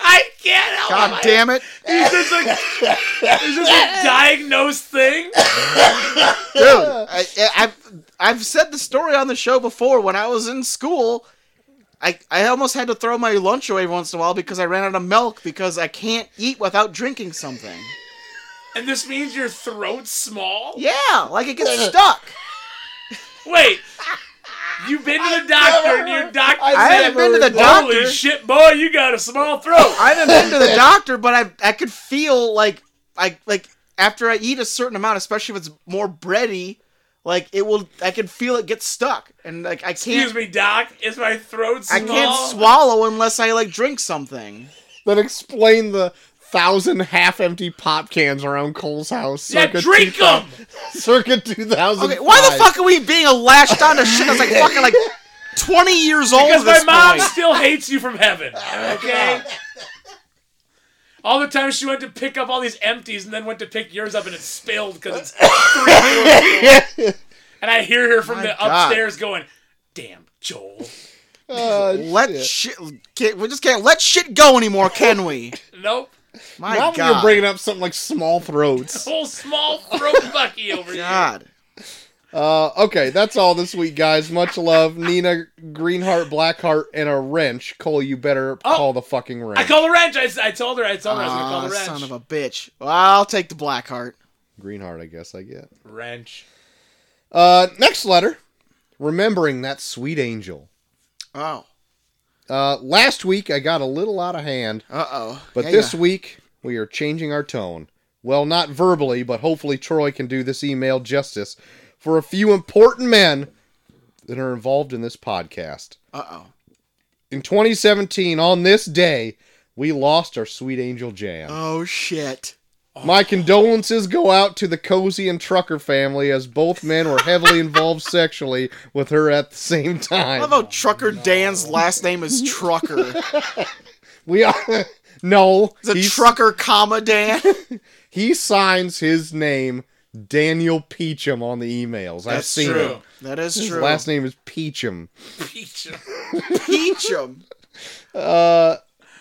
[SPEAKER 2] I can't help
[SPEAKER 1] God damn it,
[SPEAKER 2] Is this a, is this a diagnosed thing?
[SPEAKER 1] dude! I, I- I've I've said the story on the show before. When I was in school, I I almost had to throw my lunch away once in a while because I ran out of milk because I can't eat without drinking something.
[SPEAKER 2] And this means your throat's small?
[SPEAKER 1] Yeah, like it gets stuck.
[SPEAKER 2] Wait. You've been to the doctor and your doctor
[SPEAKER 1] I haven't been to the
[SPEAKER 2] Holy
[SPEAKER 1] doctor.
[SPEAKER 2] shit, boy, you got a small throat.
[SPEAKER 1] I haven't been to the doctor, but I I could feel like I like after I eat a certain amount, especially if it's more bready, like it will. I can feel it get stuck, and like I
[SPEAKER 2] Excuse
[SPEAKER 1] can't.
[SPEAKER 2] me, doc. Is my throat small?
[SPEAKER 1] I can't swallow unless I like drink something.
[SPEAKER 3] Then explain the thousand half-empty pop cans around Cole's house.
[SPEAKER 2] Yeah,
[SPEAKER 3] Circa
[SPEAKER 2] drink
[SPEAKER 3] 2000
[SPEAKER 2] them.
[SPEAKER 3] Circa 2000.
[SPEAKER 1] Okay, why the fuck are we being a lashed onto shit that's like fucking like twenty years old?
[SPEAKER 2] Because
[SPEAKER 1] at
[SPEAKER 2] my
[SPEAKER 1] this
[SPEAKER 2] mom
[SPEAKER 1] point?
[SPEAKER 2] still hates you from heaven. Okay? All the time she went to pick up all these empties and then went to pick yours up and it spilled because it's three And I hear her from
[SPEAKER 1] My
[SPEAKER 2] the
[SPEAKER 1] God.
[SPEAKER 2] upstairs going, damn, Joel.
[SPEAKER 3] Oh,
[SPEAKER 1] Let shit. Can't, we just can't let shit go anymore, can we?
[SPEAKER 2] Nope.
[SPEAKER 1] My
[SPEAKER 3] Now
[SPEAKER 1] God.
[SPEAKER 3] you're bringing up something like small throats.
[SPEAKER 2] Whole small throat Bucky over here.
[SPEAKER 1] God.
[SPEAKER 3] Uh, okay, that's all this week, guys. Much love, Nina Greenheart, Blackheart, and a wrench. Cole, you better
[SPEAKER 2] Oh.
[SPEAKER 3] call the fucking wrench.
[SPEAKER 2] I called the wrench. I, s- I told her. I told her I was gonna call
[SPEAKER 1] Aw,
[SPEAKER 2] the wrench.
[SPEAKER 1] Ah, son of a bitch. Well, I'll take the black heart.
[SPEAKER 3] Greenheart, I guess I get.
[SPEAKER 2] wrench.
[SPEAKER 3] Uh, next letter. Remembering that sweet angel.
[SPEAKER 1] Oh.
[SPEAKER 3] Uh, last week I got a little out of hand,
[SPEAKER 1] Uh oh.
[SPEAKER 3] but this week we are changing our tone. Well, not verbally, but hopefully Troy can do this email justice for a few important men that are involved in this podcast.
[SPEAKER 1] Uh oh.
[SPEAKER 3] In 2017, on this day, we lost our sweet angel Jan.
[SPEAKER 1] Oh shit.
[SPEAKER 3] My condolences go out to the Cozy and Trucker family as both men were heavily involved sexually with her at the same
[SPEAKER 1] I
[SPEAKER 3] time.
[SPEAKER 1] love how Trucker Dan's last name is Trucker.
[SPEAKER 3] we are no.
[SPEAKER 1] Is it
[SPEAKER 3] he-
[SPEAKER 1] Trucker, comma Dan?
[SPEAKER 3] He signs his name Daniel Peachum on the emails. I've
[SPEAKER 1] That's
[SPEAKER 3] seen
[SPEAKER 1] true.
[SPEAKER 3] it.
[SPEAKER 1] That is
[SPEAKER 3] His
[SPEAKER 1] true.
[SPEAKER 3] last name is Peachum.
[SPEAKER 2] Peach.
[SPEAKER 1] Peachum.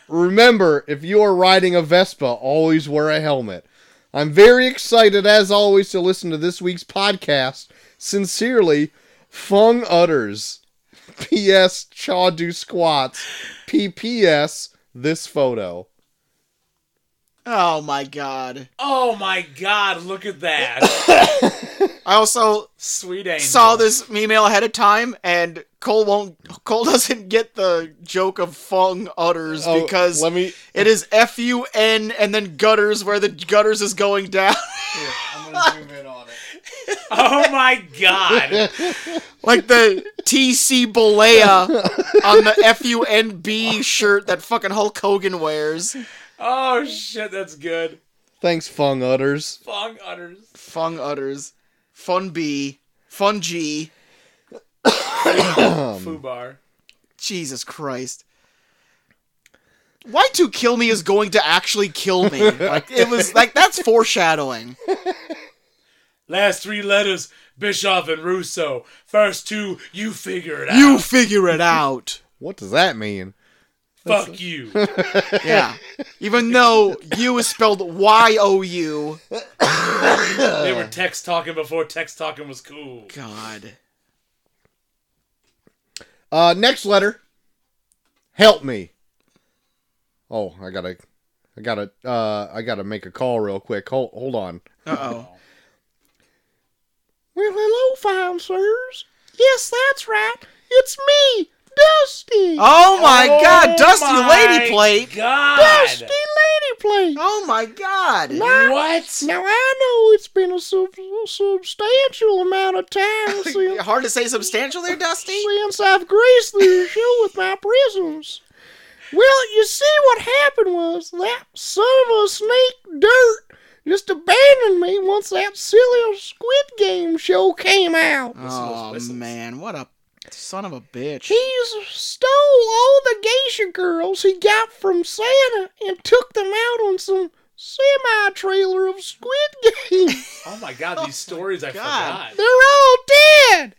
[SPEAKER 3] Remember, if you are riding a Vespa, always wear a helmet. I'm very excited, as always, to listen to this week's podcast. Sincerely, Fung Utters. P.S. Chaw Do Squats. P.P.S. This photo.
[SPEAKER 1] Oh my god.
[SPEAKER 2] Oh my God! Look at that,
[SPEAKER 1] I also
[SPEAKER 2] sweet angel.
[SPEAKER 1] saw this email ahead of time and Cole won't Cole doesn't get the joke of fung utters
[SPEAKER 3] Oh,
[SPEAKER 1] because
[SPEAKER 3] let me-
[SPEAKER 1] it is F U N and then gutters where the gutters is going down.
[SPEAKER 3] I'm gonna zoom in on it.
[SPEAKER 2] Oh my God!
[SPEAKER 1] like the TC Balea on the FUNB shirt that fucking Hulk Hogan wears.
[SPEAKER 2] Oh shit! That's good.
[SPEAKER 3] Thanks, Fung Utters.
[SPEAKER 2] Fong utters.
[SPEAKER 1] Fung utters. Fun B. Fun G.
[SPEAKER 2] Fubar.
[SPEAKER 1] Jesus Christ. Why to kill me is going to actually kill me. Like it was like that's foreshadowing.
[SPEAKER 2] Last three letters: Bischoff and Russo. First two, you figure it out.
[SPEAKER 1] You figure it out.
[SPEAKER 3] What does that mean?
[SPEAKER 2] fuck you.
[SPEAKER 1] Yeah. Even though you is spelled Y O U.
[SPEAKER 2] they were text talking before text talking was cool.
[SPEAKER 1] God.
[SPEAKER 3] Uh, next letter. Help me. Oh, I gotta, I gotta, uh, I gotta make a call real quick. Hold, hold on.
[SPEAKER 1] Uh oh.
[SPEAKER 3] Well, hello, fine sirs. Yes, that's right. It's me, Dusty.
[SPEAKER 1] Oh my god,
[SPEAKER 2] Oh
[SPEAKER 1] Dusty
[SPEAKER 2] my
[SPEAKER 1] Lady Plate!
[SPEAKER 2] God.
[SPEAKER 3] Lady Plate.
[SPEAKER 1] Oh my god!
[SPEAKER 2] What?
[SPEAKER 3] Now I know it's been a sub- substantial amount of time since,
[SPEAKER 1] Hard to say substantial there, Dusty.
[SPEAKER 3] since I've graced the show with my presence. Well, you see what happened was that son of a snake dirt just abandoned me once that silly Squid Game show came out.
[SPEAKER 1] Oh man, what a Son of a bitch.
[SPEAKER 3] He stole all the geisha girls he got from Santa and took them out on some semi trailer of Squid Game.
[SPEAKER 2] Oh my god, these stories I
[SPEAKER 1] God.
[SPEAKER 2] forgot.
[SPEAKER 3] They're all dead.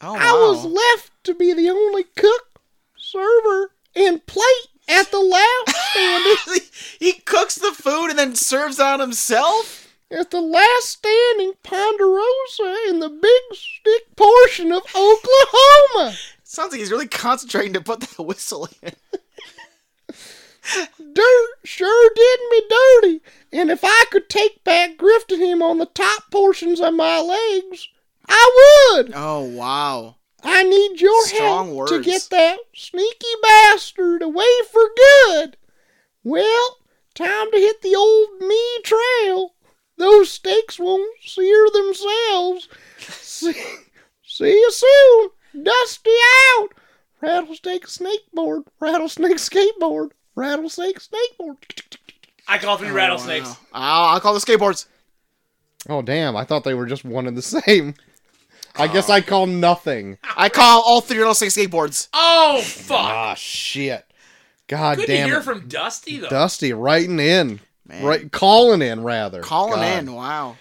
[SPEAKER 1] Oh,
[SPEAKER 3] I was
[SPEAKER 1] wow.
[SPEAKER 3] left to be the only cook, server, and plate at the last standing.
[SPEAKER 1] he cooks the food and then serves it on himself?
[SPEAKER 3] at the last standing Ponderosa in the big stick portion of Oklahoma.
[SPEAKER 1] Sounds like he's really concentrating to put that whistle in.
[SPEAKER 3] Dirt sure did me dirty. And if I could take back grifting him on the top portions of my legs, I would.
[SPEAKER 1] Oh, wow.
[SPEAKER 3] I need your
[SPEAKER 1] Strong
[SPEAKER 3] help
[SPEAKER 1] words.
[SPEAKER 3] to get that sneaky bastard away for good. Well, time to hit the old me trail. Those steaks won't sear themselves. See, see you soon. Dusty out. Rattlesnake snakeboard. Rattlesnake skateboard. Rattlesnake snakeboard.
[SPEAKER 2] I call three rattlesnakes.
[SPEAKER 1] Wow. Oh, I'll call the skateboards.
[SPEAKER 3] Oh, damn. I thought they were just one and the same. I guess I call nothing.
[SPEAKER 1] I call all three rattlesnake skateboards.
[SPEAKER 2] Oh fuck!
[SPEAKER 3] Ah, shit. God
[SPEAKER 2] Good
[SPEAKER 3] damn
[SPEAKER 2] to hear
[SPEAKER 3] it.
[SPEAKER 2] from Dusty though.
[SPEAKER 3] Dusty writing in,
[SPEAKER 1] Man.
[SPEAKER 3] right calling in rather.
[SPEAKER 1] Calling
[SPEAKER 3] God.
[SPEAKER 1] in. Wow.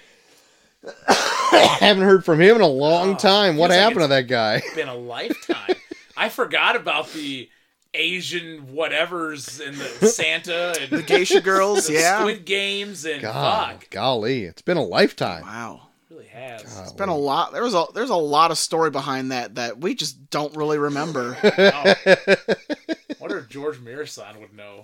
[SPEAKER 3] Haven't heard from him in a long
[SPEAKER 1] Oh,
[SPEAKER 3] time. What
[SPEAKER 2] feels like
[SPEAKER 3] happened to that guy?
[SPEAKER 2] been a lifetime. I forgot about the Asian whatever's and the Santa and the
[SPEAKER 1] Geisha girls, yeah.
[SPEAKER 2] Squid Games and
[SPEAKER 3] God,
[SPEAKER 2] fuck.
[SPEAKER 3] golly, it's been a lifetime.
[SPEAKER 1] Wow.
[SPEAKER 2] Really has.
[SPEAKER 1] It's been a lot. There was a there's a lot of story behind that that we just don't really remember.
[SPEAKER 2] wonder if George Mirasan would know.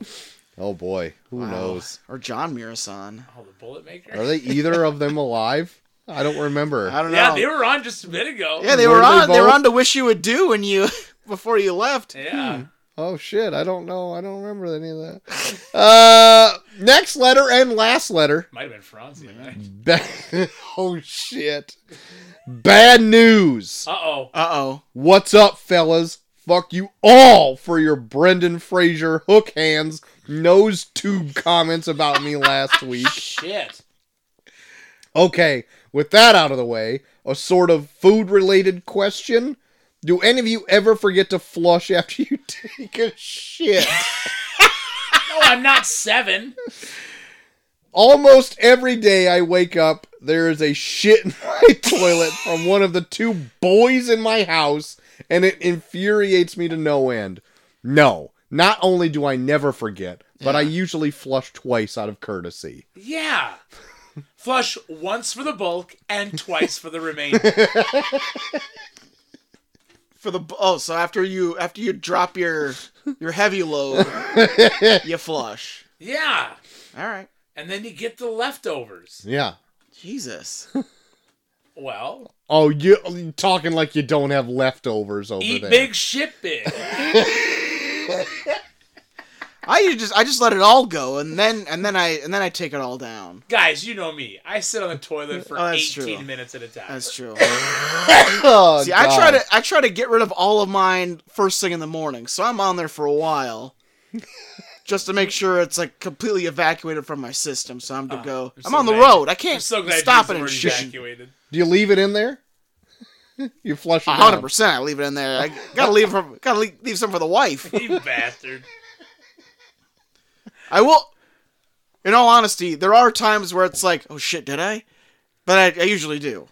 [SPEAKER 3] Oh boy, who knows?
[SPEAKER 1] Or John Murison.
[SPEAKER 2] Oh, the Bullet Maker.
[SPEAKER 3] Are they either of them alive? I don't remember.
[SPEAKER 1] I don't know.
[SPEAKER 2] yeah, they were on just a minute ago.
[SPEAKER 1] Yeah, they were,
[SPEAKER 3] Were they
[SPEAKER 1] on. They were
[SPEAKER 3] both?
[SPEAKER 1] on to wish you would do when you before you left.
[SPEAKER 2] Yeah.
[SPEAKER 1] hmm.
[SPEAKER 3] Oh shit, I don't know. I don't remember any of that. uh, next letter and last letter.
[SPEAKER 2] Might have been Franzi, right?
[SPEAKER 1] Mm.
[SPEAKER 3] Ba- oh shit. Bad news.
[SPEAKER 2] Uh oh.
[SPEAKER 1] Uh oh.
[SPEAKER 3] What's up, fellas? Fuck you all for your Brendan Fraser hook hands nose tube comments about me last week.
[SPEAKER 2] Shit.
[SPEAKER 3] Okay, with that out of the way, a sort of food related question. Do any of you ever forget to flush after you take a shit?
[SPEAKER 2] No, I'm not seven.
[SPEAKER 3] Almost every day I wake up, there is a shit in my toilet from one of the two boys in my house, and it infuriates me to no end. No, not only do I never forget, but I usually flush twice out of courtesy.
[SPEAKER 2] Yeah. Flush once for the bulk and twice for the remainder.
[SPEAKER 1] For the oh, so after you after you drop your your heavy load, you flush.
[SPEAKER 2] Yeah.
[SPEAKER 1] All right.
[SPEAKER 2] And then you get the leftovers.
[SPEAKER 3] Yeah.
[SPEAKER 1] Jesus.
[SPEAKER 2] Well,
[SPEAKER 3] Oh, you you talking like you don't have leftovers over
[SPEAKER 2] eat
[SPEAKER 3] there.
[SPEAKER 2] big, shit big.
[SPEAKER 1] I usually just I just let it all go and then and then I and then I take it all down.
[SPEAKER 2] Guys, you know me. I sit on the toilet for
[SPEAKER 1] Oh, that's
[SPEAKER 2] 18
[SPEAKER 1] true.
[SPEAKER 2] minutes at a time.
[SPEAKER 1] That's true.
[SPEAKER 3] Oh,
[SPEAKER 1] See, I try
[SPEAKER 3] God.
[SPEAKER 1] to I try to get rid of all of mine first thing in the morning, so I'm on there for a while. Just to make sure it's like completely evacuated from my system, so I'm to go. I'm,
[SPEAKER 2] Ah, so
[SPEAKER 1] on the
[SPEAKER 2] glad-
[SPEAKER 1] road. I can't
[SPEAKER 2] I'm so glad
[SPEAKER 1] stop
[SPEAKER 2] you
[SPEAKER 1] it and
[SPEAKER 2] used the word
[SPEAKER 1] shit.
[SPEAKER 2] evacuated.
[SPEAKER 3] Do you leave it in there? you flush it
[SPEAKER 1] A hundred
[SPEAKER 3] down.
[SPEAKER 1] percent. I leave it in there. I gotta leave for gotta leave, leave some for the wife.
[SPEAKER 2] You bastard.
[SPEAKER 1] I will. In all honesty, there are times where it's like, oh shit, did I? But I, I usually do,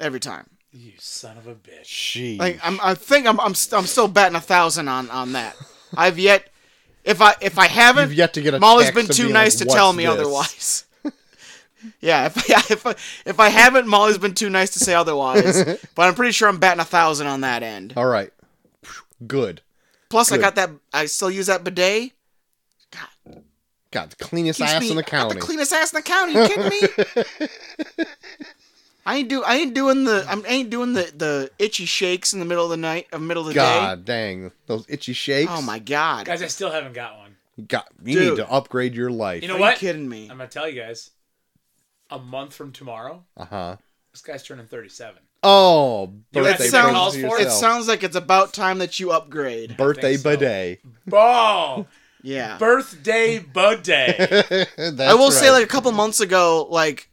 [SPEAKER 1] every time.
[SPEAKER 2] You son of a bitch.
[SPEAKER 3] Jeez.
[SPEAKER 1] Like I'm, I think I'm, I'm, st- I'm still betting a thousand on on that. I've yet, if I if I haven't,
[SPEAKER 3] You've yet to get a
[SPEAKER 1] Molly's
[SPEAKER 3] text
[SPEAKER 1] been
[SPEAKER 3] and
[SPEAKER 1] too
[SPEAKER 3] be
[SPEAKER 1] nice
[SPEAKER 3] like,
[SPEAKER 1] to tell
[SPEAKER 3] "What's
[SPEAKER 1] me
[SPEAKER 3] this?"
[SPEAKER 1] otherwise. yeah, if I, if I if I haven't, Molly's been too nice to say otherwise. but I'm pretty sure I'm betting a thousand on that end.
[SPEAKER 3] All right. Good.
[SPEAKER 1] Plus, I
[SPEAKER 3] Oh, Good.
[SPEAKER 1] got that. I still use that bidet.
[SPEAKER 3] God, the cleanest
[SPEAKER 1] keeps
[SPEAKER 3] ass
[SPEAKER 1] me
[SPEAKER 3] in the
[SPEAKER 1] I got
[SPEAKER 3] county.
[SPEAKER 1] The cleanest ass in the county. You kidding me? I ain't do. I ain't doing the. I'm I ain't doing the the itchy shakes in the middle of the night. Of middle of the day.
[SPEAKER 3] God dang, those itchy shakes.
[SPEAKER 1] Oh my god.
[SPEAKER 2] Guys, I still haven't got one.
[SPEAKER 3] God, you
[SPEAKER 1] Dude.
[SPEAKER 3] need to upgrade your life.
[SPEAKER 2] You know
[SPEAKER 1] Are
[SPEAKER 2] what?
[SPEAKER 1] you kidding me?
[SPEAKER 2] I'm going to tell you guys. A month from tomorrow,
[SPEAKER 3] uh huh.
[SPEAKER 2] this guy's turning 37.
[SPEAKER 3] Oh,
[SPEAKER 2] know what
[SPEAKER 3] birthday
[SPEAKER 2] that sounds-
[SPEAKER 3] present to
[SPEAKER 2] it
[SPEAKER 1] It
[SPEAKER 3] yourself.
[SPEAKER 1] sounds like it's about time that you upgrade.
[SPEAKER 3] birthday
[SPEAKER 2] I think so.
[SPEAKER 3] bidet.
[SPEAKER 2] Ball!
[SPEAKER 1] Yeah.
[SPEAKER 2] Birthday budday.
[SPEAKER 3] That's
[SPEAKER 1] I will say,
[SPEAKER 3] right.
[SPEAKER 1] like a couple months ago, like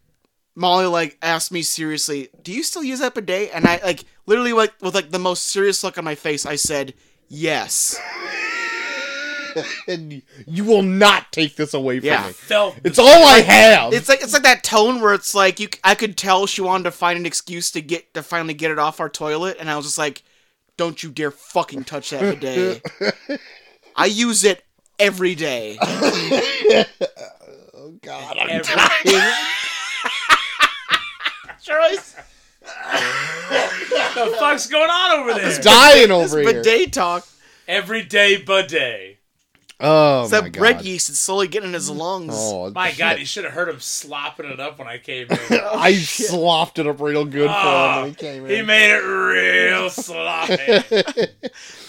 [SPEAKER 1] Molly like asked me seriously, "Do you still use that bidet?" And I like literally like with like the most serious look on my face, I said, "Yes."
[SPEAKER 3] And you will not take this away from
[SPEAKER 1] Yeah.
[SPEAKER 3] me.
[SPEAKER 2] Felt
[SPEAKER 3] It's all I have.
[SPEAKER 1] It's like it's like that tone where it's like you I could tell she wanted to find an excuse to get to finally get it off our toilet and I was just like, "Don't you dare fucking touch that bidet." I use it every day.
[SPEAKER 3] God,
[SPEAKER 2] every
[SPEAKER 1] Charles,
[SPEAKER 2] the fuck's going on over there?
[SPEAKER 3] dying over here.
[SPEAKER 1] bidet talk.
[SPEAKER 2] Every day, bidet.
[SPEAKER 3] oh
[SPEAKER 1] It's
[SPEAKER 3] my
[SPEAKER 1] that bread
[SPEAKER 3] God.
[SPEAKER 1] yeast is slowly getting in his lungs.
[SPEAKER 3] Oh,
[SPEAKER 2] My God, you
[SPEAKER 3] shit.
[SPEAKER 2] should have heard him slopping it up when I came in.
[SPEAKER 3] I slopped it up real good for him
[SPEAKER 2] Ah,
[SPEAKER 3] when he came
[SPEAKER 2] he
[SPEAKER 3] in.
[SPEAKER 2] made it real sloppy.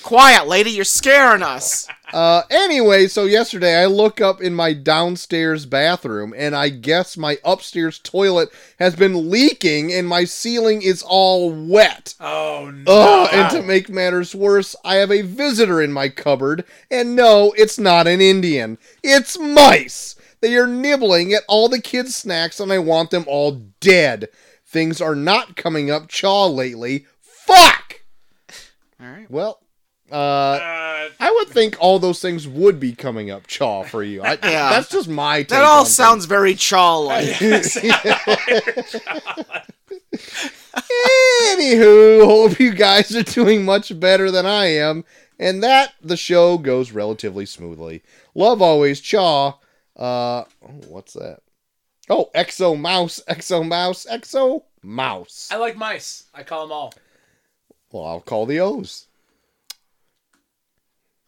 [SPEAKER 1] Quiet, lady, you're scaring us.
[SPEAKER 3] Uh, anyway, so yesterday I look up in my downstairs bathroom, and I guess my upstairs toilet has been leaking, and my ceiling is all wet.
[SPEAKER 2] Oh no!
[SPEAKER 3] Ugh, and to make matters worse, I have a visitor in my cupboard, and no, it's not an Indian. It's mice! They are nibbling at all the kids' snacks, and I want them all dead. Things are not coming up chaw lately. Fuck!
[SPEAKER 1] All right.
[SPEAKER 3] Well, uh,
[SPEAKER 2] Uh,
[SPEAKER 3] I would think all those things would be coming up chaw for you. I,
[SPEAKER 1] Yeah.
[SPEAKER 3] That's just my take.
[SPEAKER 1] That all
[SPEAKER 3] on
[SPEAKER 1] sounds very chaw like.
[SPEAKER 3] Anywho, hope you guys are doing much better than I am, and that the show goes relatively smoothly. Love always, Chaw. Uh, oh, what's that? Oh, Exo Mouse, Exo Mouse, Exo Mouse.
[SPEAKER 2] I like mice. I call them all.
[SPEAKER 3] Well, I'll call the O's.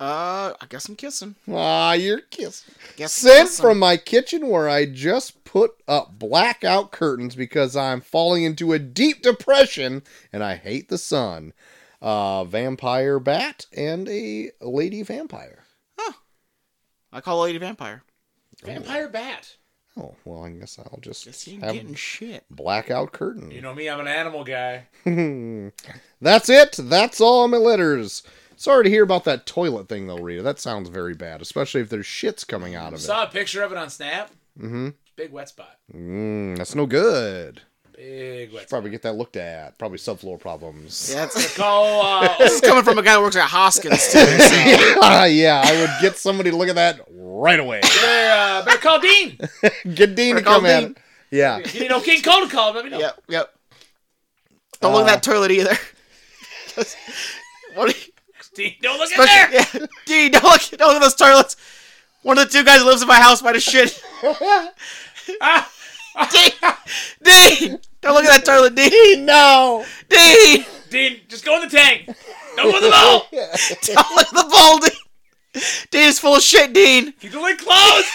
[SPEAKER 1] Uh, I guess I'm kissing.
[SPEAKER 3] Ah, you're kissing.
[SPEAKER 1] Guess I'm
[SPEAKER 3] Sent
[SPEAKER 1] kissing.
[SPEAKER 3] from my kitchen where I just put up blackout curtains because I'm falling into a deep depression and I hate the sun. Uh, vampire bat and a lady vampire.
[SPEAKER 1] I call Lady Vampire.
[SPEAKER 2] Vampire bat.
[SPEAKER 3] Oh, well, I guess I'll just
[SPEAKER 1] Guess you ain't
[SPEAKER 3] have
[SPEAKER 1] getting shit.
[SPEAKER 3] blackout curtain.
[SPEAKER 2] You know me. I'm an animal guy.
[SPEAKER 3] That's it. That's all my letters. Sorry to hear about that toilet thing, though, Rita. That sounds very bad, especially if there's shits coming out of it.
[SPEAKER 2] Saw a picture of it on Snap. Mm-hmm. Big wet spot.
[SPEAKER 3] Mm, that's no good.
[SPEAKER 2] Big wet. spot.
[SPEAKER 3] Probably get that looked at. Probably subfloor problems.
[SPEAKER 1] Yeah, it's,
[SPEAKER 2] Call. Uh,
[SPEAKER 1] this is coming from a guy who works at Hoskins too. so-
[SPEAKER 3] Ah, yeah, I would get somebody to look at that right away.
[SPEAKER 2] better, uh, better call Dean.
[SPEAKER 3] Get Dean to
[SPEAKER 1] Call
[SPEAKER 3] come in.
[SPEAKER 1] Dean.
[SPEAKER 3] Yeah.
[SPEAKER 2] You didn't know King Cole to call him. Let me know.
[SPEAKER 1] Yep, yep. Don't look at that toilet either. Just- what are you,
[SPEAKER 2] Dean, don't look in there.
[SPEAKER 1] especially, yeah, Dean, don't look, don't look at those toilets. One of the two guys who lives in my house might have shit.
[SPEAKER 2] Ah,
[SPEAKER 1] Dean, Dean, don't look at that toilet, Dean.
[SPEAKER 3] No.
[SPEAKER 1] Dean,
[SPEAKER 2] Dean, just go in the tank. Don't go in the bowl.
[SPEAKER 1] don't look at the bowl, Dean. Dean is full of shit, Dean.
[SPEAKER 2] Keep the lid closed.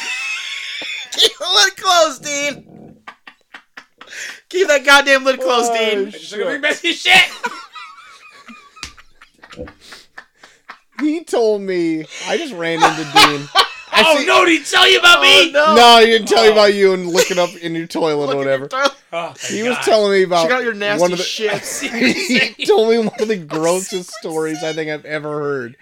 [SPEAKER 1] Keep the lid closed, Dean. Keep that goddamn lid closed, Dean.
[SPEAKER 2] Just look at big messy shit.
[SPEAKER 3] He told me. I just ran into Dean. I
[SPEAKER 2] Oh
[SPEAKER 3] see-
[SPEAKER 2] no! Did he tell you about me?
[SPEAKER 1] Oh, no.
[SPEAKER 3] No, he didn't tell me about you and looking up in your toilet or whatever.
[SPEAKER 1] Toilet.
[SPEAKER 2] Oh, thank
[SPEAKER 3] He was
[SPEAKER 2] God.
[SPEAKER 3] telling me about
[SPEAKER 1] Check out your nasty
[SPEAKER 3] one of the,
[SPEAKER 1] shit.
[SPEAKER 3] he told me one of the grossest stories I think I've ever heard.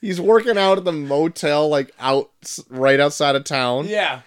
[SPEAKER 3] He's working out at the motel, like out right outside of town.
[SPEAKER 2] Yeah.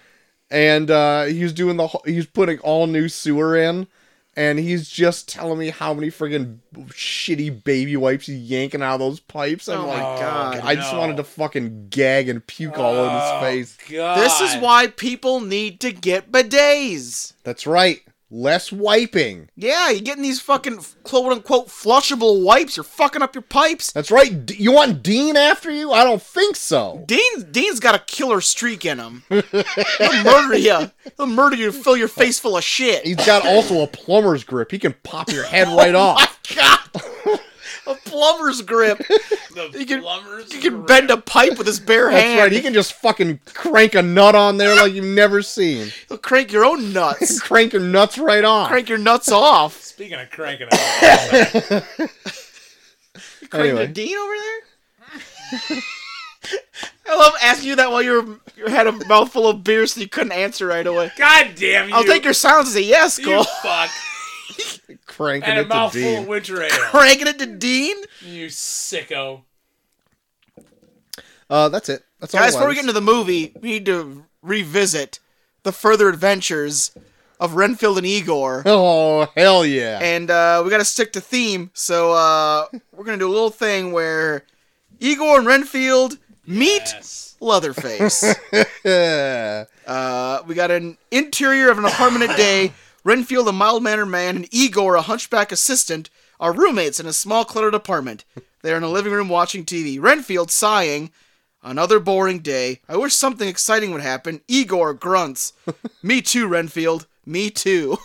[SPEAKER 3] and uh, he's doing the wh- he's putting all new sewer in, and he's just telling me how many friggin' shitty baby wipes he's yanking out of those pipes. I'm
[SPEAKER 1] Oh my
[SPEAKER 3] like,
[SPEAKER 1] god.
[SPEAKER 3] I just
[SPEAKER 2] no.
[SPEAKER 3] wanted to fucking gag and puke all
[SPEAKER 2] Oh,
[SPEAKER 3] in his face.
[SPEAKER 2] God.
[SPEAKER 1] This is why people need to get bidets.
[SPEAKER 3] That's right, less wiping.
[SPEAKER 1] Yeah, you're getting these fucking quote unquote flushable wipes. You're fucking up your pipes.
[SPEAKER 3] That's right. D- you want Dean after you? I don't think so.
[SPEAKER 1] Dean, Dean's got a killer streak in him. He'll murder you. He'll murder you. to Fill your face full of shit.
[SPEAKER 3] He's got also a plumber's grip. He can pop your head right
[SPEAKER 1] My
[SPEAKER 3] off.
[SPEAKER 1] God, a plumber's grip.
[SPEAKER 2] the
[SPEAKER 1] you can-
[SPEAKER 2] plumbers.
[SPEAKER 1] He can bend a pipe with his bare
[SPEAKER 3] That's
[SPEAKER 1] hand.
[SPEAKER 3] right. He can just fucking crank a nut on there like you've never seen.
[SPEAKER 1] He'll crank your own nuts.
[SPEAKER 3] Crank your nuts right off.
[SPEAKER 1] crank your nuts off.
[SPEAKER 2] Speaking of cranking out,
[SPEAKER 1] Crank
[SPEAKER 3] Anyway.
[SPEAKER 1] your Dean over there. I love asking you that while you were you had a mouthful of beer, so you couldn't answer right away.
[SPEAKER 2] God damn you!
[SPEAKER 1] I'll take your sounds as a yes,
[SPEAKER 2] you
[SPEAKER 1] Cole.
[SPEAKER 2] fuck
[SPEAKER 3] cranking
[SPEAKER 2] and a
[SPEAKER 3] it to
[SPEAKER 2] mouthful
[SPEAKER 3] Dean.
[SPEAKER 2] of winter ale.
[SPEAKER 1] Cranking it to Dean.
[SPEAKER 2] you sicko.
[SPEAKER 3] Uh, that's it. That's all.
[SPEAKER 1] Guys, before we
[SPEAKER 3] it
[SPEAKER 1] get
[SPEAKER 3] was.
[SPEAKER 1] into the movie, we need to revisit the further adventures of Renfield and Igor.
[SPEAKER 3] Oh hell yeah!
[SPEAKER 1] And uh, we got to stick to theme, so uh, we're gonna do a little thing where Igor and Renfield meet
[SPEAKER 2] Yes.
[SPEAKER 1] Leatherface. uh, we got an interior of an apartment at day. Renfield, a mild-mannered man, and Igor, a hunchback assistant, are roommates in a small, cluttered apartment. They are in a living room watching TV. Renfield sighing. Another boring day. I wish something exciting would happen. Igor grunts. Me too, Renfield. Me too.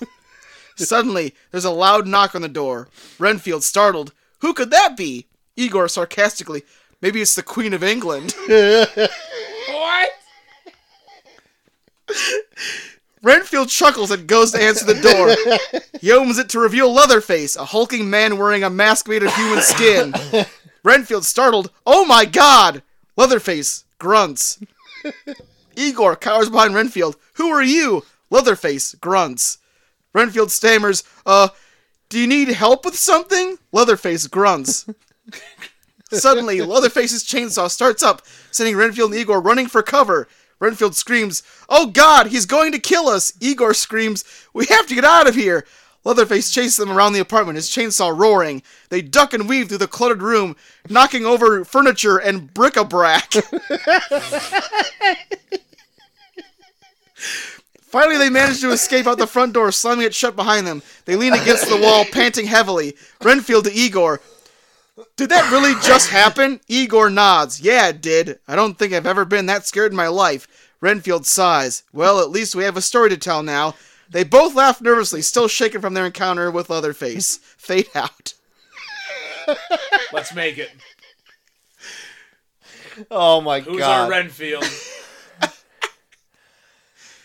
[SPEAKER 1] Suddenly, there's a loud knock on the door. Renfield, startled. Who could that be? Igor, sarcastically. Maybe it's the Queen of England.
[SPEAKER 2] What?
[SPEAKER 1] Renfield chuckles and goes to answer the door. He opens it to reveal Leatherface, a hulking man wearing a mask made of human skin. Renfield, startled, oh my god! Leatherface grunts. Igor cowers behind Renfield. Who are you? Leatherface grunts. Renfield stammers, uh, do you need help with something? Leatherface grunts. Suddenly, Leatherface's chainsaw starts up, sending Renfield and Igor running for cover. Renfield screams, Oh God, he's going to kill us! Igor screams, We have to get out of here! Leatherface chases them around the apartment, his chainsaw roaring. They duck and weave through the cluttered room, knocking over furniture and bric-a-brac. Finally, they manage to escape out the front door, slamming it shut behind them. They lean against the wall, panting heavily. Renfield to Igor, did that really just happen? Igor nods. Yeah, it did. I don't think I've ever been that scared in my life. Renfield sighs. Well, at least we have a story to tell now. They both laugh nervously, still shaken from their encounter with Leatherface. Fade out.
[SPEAKER 2] Let's make it.
[SPEAKER 3] oh my
[SPEAKER 2] Who's
[SPEAKER 3] god!
[SPEAKER 2] our Renfield?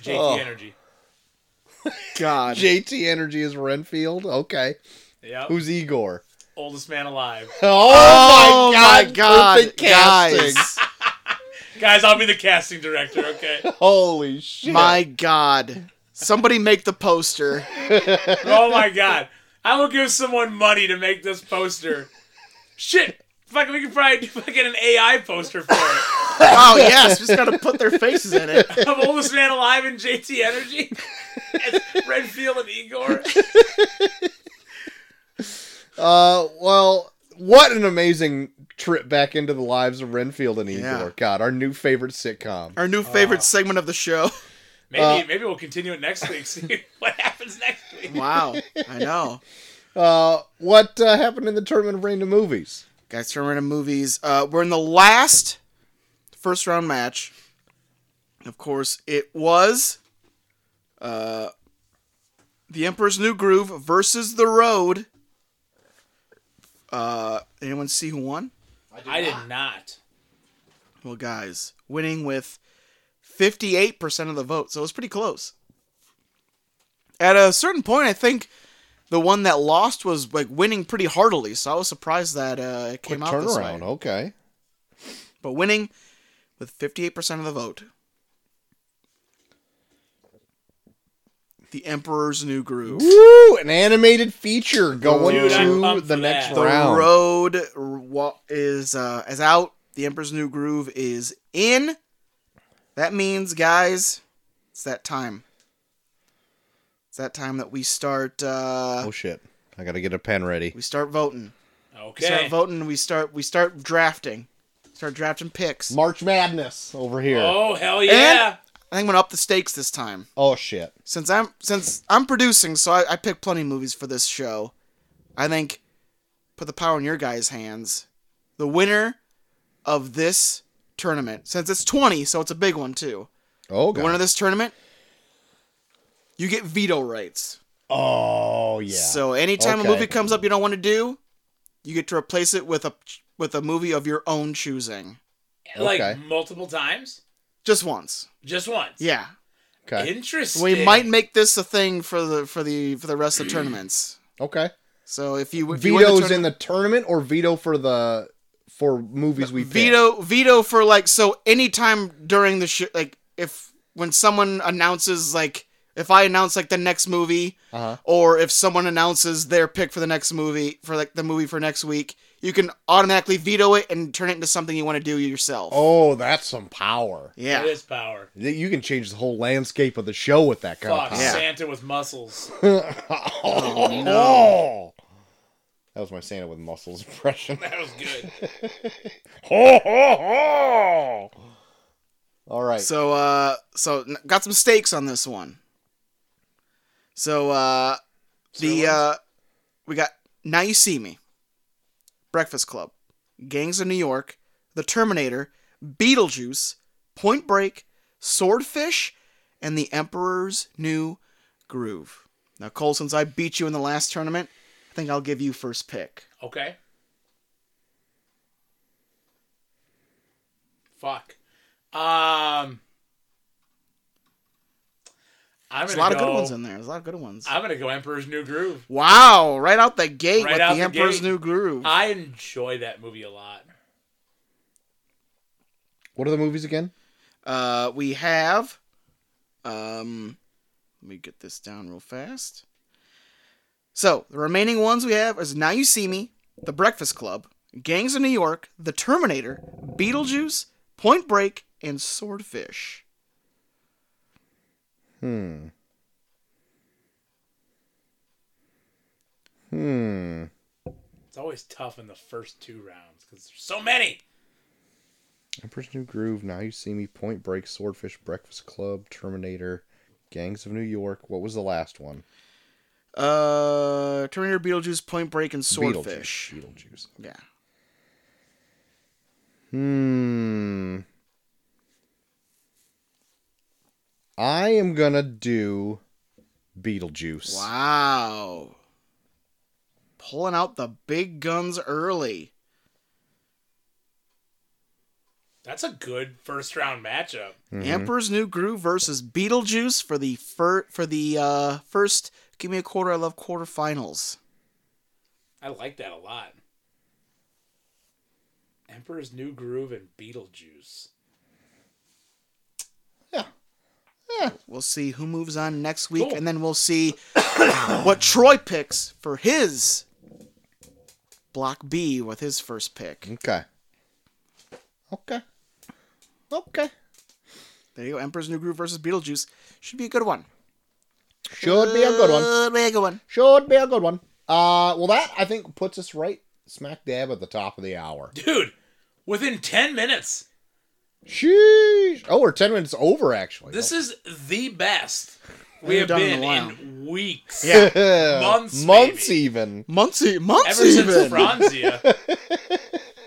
[SPEAKER 2] Jake
[SPEAKER 3] Oh.
[SPEAKER 2] the Energy.
[SPEAKER 1] God.
[SPEAKER 3] JT Energy is Renfield. Okay,
[SPEAKER 2] Yep.
[SPEAKER 3] who's Igor?
[SPEAKER 2] Oldest man alive.
[SPEAKER 3] Oh,
[SPEAKER 1] Oh my God,
[SPEAKER 3] perfect casting.
[SPEAKER 1] guys!
[SPEAKER 2] Guys, I'll be the casting director, okay?
[SPEAKER 3] Holy shit!
[SPEAKER 1] My God! Somebody make the poster.
[SPEAKER 2] Oh my god. I will give someone money to make this poster. Shit. Fuck, we could probably do fucking an AI poster for it.
[SPEAKER 1] Oh yes, just gotta put their faces in it.
[SPEAKER 2] Of oldest man alive in JT Energy. It's Renfield and Igor.
[SPEAKER 3] Uh, well, what an amazing trip back into the lives of Renfield and Igor.
[SPEAKER 1] Yeah.
[SPEAKER 3] God, our new favorite sitcom.
[SPEAKER 1] Our new favorite segment of the show.
[SPEAKER 2] Maybe
[SPEAKER 1] Uh,
[SPEAKER 2] maybe we'll continue it next week. See what happens next week.
[SPEAKER 1] Wow, I know.
[SPEAKER 3] Uh, what uh, happened in the tournament of random movies?
[SPEAKER 1] Guys, turn around to movies. Uh, we're in the last first round match. Of course, it was uh, The Emperor's New Groove versus The Road. Uh, anyone see who won?
[SPEAKER 2] I did not.
[SPEAKER 1] Well, guys, winning with 58% of the vote, so it was pretty close. At a certain point, I think the one that lost was like winning pretty heartily, so I was surprised that uh, it
[SPEAKER 3] Quick
[SPEAKER 1] came out this way.
[SPEAKER 3] turnaround. Okay.
[SPEAKER 1] but winning with 58% of the vote. The Emperor's New Groove.
[SPEAKER 3] Woo! An animated feature going
[SPEAKER 2] Dude, I'm
[SPEAKER 3] to
[SPEAKER 2] pumped
[SPEAKER 3] the
[SPEAKER 2] for
[SPEAKER 3] next
[SPEAKER 2] that.
[SPEAKER 1] The
[SPEAKER 2] The
[SPEAKER 3] round.
[SPEAKER 1] road r- wa- is uh, is out. The Emperor's New Groove is in. That means, guys, it's that time. It's that time that we start uh,
[SPEAKER 3] Oh shit! I gotta get a pen ready.
[SPEAKER 1] we start voting. We
[SPEAKER 2] Okay.
[SPEAKER 1] start voting. We start we start drafting. Start drafting picks.
[SPEAKER 3] March Madness over here. Oh,
[SPEAKER 2] Oh hell yeah.
[SPEAKER 1] I think I'm gonna up the stakes this time.
[SPEAKER 3] shit!
[SPEAKER 1] since I'm since I'm producing, so I, I pick plenty of movies for this show. I think put the power in your guys' hands. The winner of this tournament, since it's 20, so it's a big one too.
[SPEAKER 3] Oh
[SPEAKER 1] The winner
[SPEAKER 3] god!
[SPEAKER 1] of this tournament, you get veto rights.
[SPEAKER 3] oh yeah.
[SPEAKER 1] So anytime
[SPEAKER 3] Okay.
[SPEAKER 1] a movie comes up you don't want to do, you get to replace it with a with a movie of your own choosing,
[SPEAKER 2] Like
[SPEAKER 3] Okay.
[SPEAKER 2] multiple times?
[SPEAKER 1] just once.
[SPEAKER 2] Just once.
[SPEAKER 1] Yeah,
[SPEAKER 3] okay.
[SPEAKER 2] Interesting.
[SPEAKER 1] we might make this a thing for the for the for the rest of the tournaments.
[SPEAKER 3] okay.
[SPEAKER 1] So if you if you win the
[SPEAKER 3] Veto's
[SPEAKER 1] tournament-
[SPEAKER 3] in the tournament or veto for the for movies we picked?
[SPEAKER 1] veto veto for like so anytime during the show like if when someone announces like If I announce like the next movie,
[SPEAKER 3] Uh-huh.
[SPEAKER 1] or if someone announces their pick for the next movie for like the movie for next week, you can automatically veto it and turn it into something you want to do yourself.
[SPEAKER 3] Oh, that's some power.
[SPEAKER 1] yeah,
[SPEAKER 2] It is power.
[SPEAKER 3] That You can change the whole landscape of the show with that kind
[SPEAKER 2] Fuck,
[SPEAKER 3] of
[SPEAKER 1] Yeah.
[SPEAKER 3] power.
[SPEAKER 2] Santa with muscles.
[SPEAKER 3] oh, no. That was my Santa with muscles impression.
[SPEAKER 2] That was good.
[SPEAKER 3] Ho, ho, ho. All right.
[SPEAKER 1] So uh so n- got some stakes on this one. So uh the uh we got Now You See Me, Breakfast Club, Gangs of New York, The Terminator, Beetlejuice, Point Break, Swordfish, and The Emperor's New Groove. Now Cole, since I beat you in the last tournament, I think I'll give you first pick.
[SPEAKER 2] Okay. Fuck. Um. I'm
[SPEAKER 1] There's
[SPEAKER 2] gonna
[SPEAKER 1] a lot
[SPEAKER 2] go,
[SPEAKER 1] of good ones in there. There's a lot of good ones.
[SPEAKER 2] I'm gonna go Emperor's New Groove.
[SPEAKER 1] Wow! Right out the gate
[SPEAKER 2] Right
[SPEAKER 1] with
[SPEAKER 2] out
[SPEAKER 1] the
[SPEAKER 2] the
[SPEAKER 1] Emperor's
[SPEAKER 2] gate.
[SPEAKER 1] New Groove.
[SPEAKER 2] I enjoy that movie a lot.
[SPEAKER 3] what are the movies again?
[SPEAKER 1] Uh, we have. Um, let me get this down real fast. So the remaining ones we have is Now You See Me, The Breakfast Club, Gangs of New York, The Terminator, Beetlejuice, Point Break, and Swordfish.
[SPEAKER 3] Hmm.
[SPEAKER 2] It's always tough in the first two rounds because there's so many.
[SPEAKER 3] Emperor's New Groove, Now You See Me, Point Break, Swordfish, Breakfast Club, Terminator, Gangs of New York. What was the last one?
[SPEAKER 1] Uh, Terminator, Beetlejuice, Point Break, and Swordfish.
[SPEAKER 3] Beetlejuice. Beetlejuice.
[SPEAKER 1] Yeah.
[SPEAKER 3] Hmm. I am gonna do Beetlejuice.
[SPEAKER 1] Wow. Pulling out the big guns early.
[SPEAKER 2] That's a good first round matchup.
[SPEAKER 3] Mm-hmm.
[SPEAKER 1] Emperor's New Groove versus Beetlejuice for the fir- for the uh, first Give Me a Quarter I Love quarterfinals.
[SPEAKER 2] I like that a lot. Emperor's New Groove and Beetlejuice.
[SPEAKER 1] We'll see who moves on next week,
[SPEAKER 2] Cool.
[SPEAKER 1] and then we'll see what Troy picks for his block B with his first pick.
[SPEAKER 3] Okay. Okay. Okay.
[SPEAKER 1] There you go, Emperor's New Groove versus Beetlejuice should be a good one.
[SPEAKER 3] Should be a good one.
[SPEAKER 1] Should be a good one.
[SPEAKER 3] Should be a good one. Uh, well, that I think puts us right smack dab at the top of the hour.
[SPEAKER 2] Dude, within 10 minutes,
[SPEAKER 3] Sheesh. Oh, we're ten minutes over actually.
[SPEAKER 2] this is the best we have
[SPEAKER 1] haven't done it in
[SPEAKER 2] been
[SPEAKER 1] a while.
[SPEAKER 2] in weeks.
[SPEAKER 3] Yeah.
[SPEAKER 2] months,
[SPEAKER 3] months
[SPEAKER 2] maybe.
[SPEAKER 3] even.
[SPEAKER 1] Muncie, Muncie,
[SPEAKER 2] Ever since
[SPEAKER 1] even.
[SPEAKER 2] Franzia.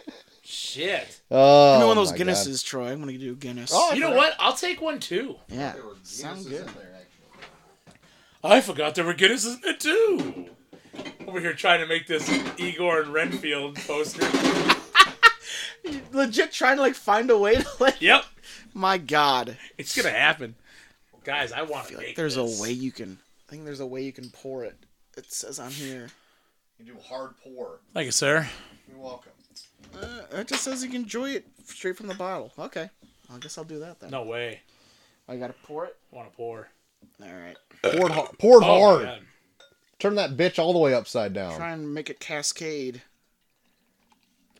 [SPEAKER 2] Shit.
[SPEAKER 3] Oh,
[SPEAKER 1] Give me one of those
[SPEAKER 3] my God.
[SPEAKER 1] Guinnesses, Troy. I'm gonna do Guinness.
[SPEAKER 3] Oh.
[SPEAKER 2] You know what? I'll take one too.
[SPEAKER 1] yeah, sound good.
[SPEAKER 2] I forgot there were Guinnesses in it too. Over here trying to make this Igor and Renfield poster.
[SPEAKER 1] Legit trying to like find a way to like.
[SPEAKER 2] Yep,
[SPEAKER 1] My God.
[SPEAKER 2] it's gonna happen, guys. I want to
[SPEAKER 1] feel like
[SPEAKER 2] make.
[SPEAKER 1] there's
[SPEAKER 2] this.
[SPEAKER 1] a way you can. I think there's a way you can pour it. It says on here.
[SPEAKER 3] You do hard pour.
[SPEAKER 2] Thank you, sir.
[SPEAKER 3] You're welcome.
[SPEAKER 1] Uh, it just says you can enjoy it straight from the bottle. Okay. I guess I'll do that then.
[SPEAKER 2] No way.
[SPEAKER 1] I gotta pour it.
[SPEAKER 2] I want to pour.
[SPEAKER 1] All right.
[SPEAKER 3] Poured, hard. poured
[SPEAKER 2] Oh,
[SPEAKER 3] hard.
[SPEAKER 2] man.
[SPEAKER 3] Turn that bitch all the way upside down.
[SPEAKER 1] Try and make it cascade.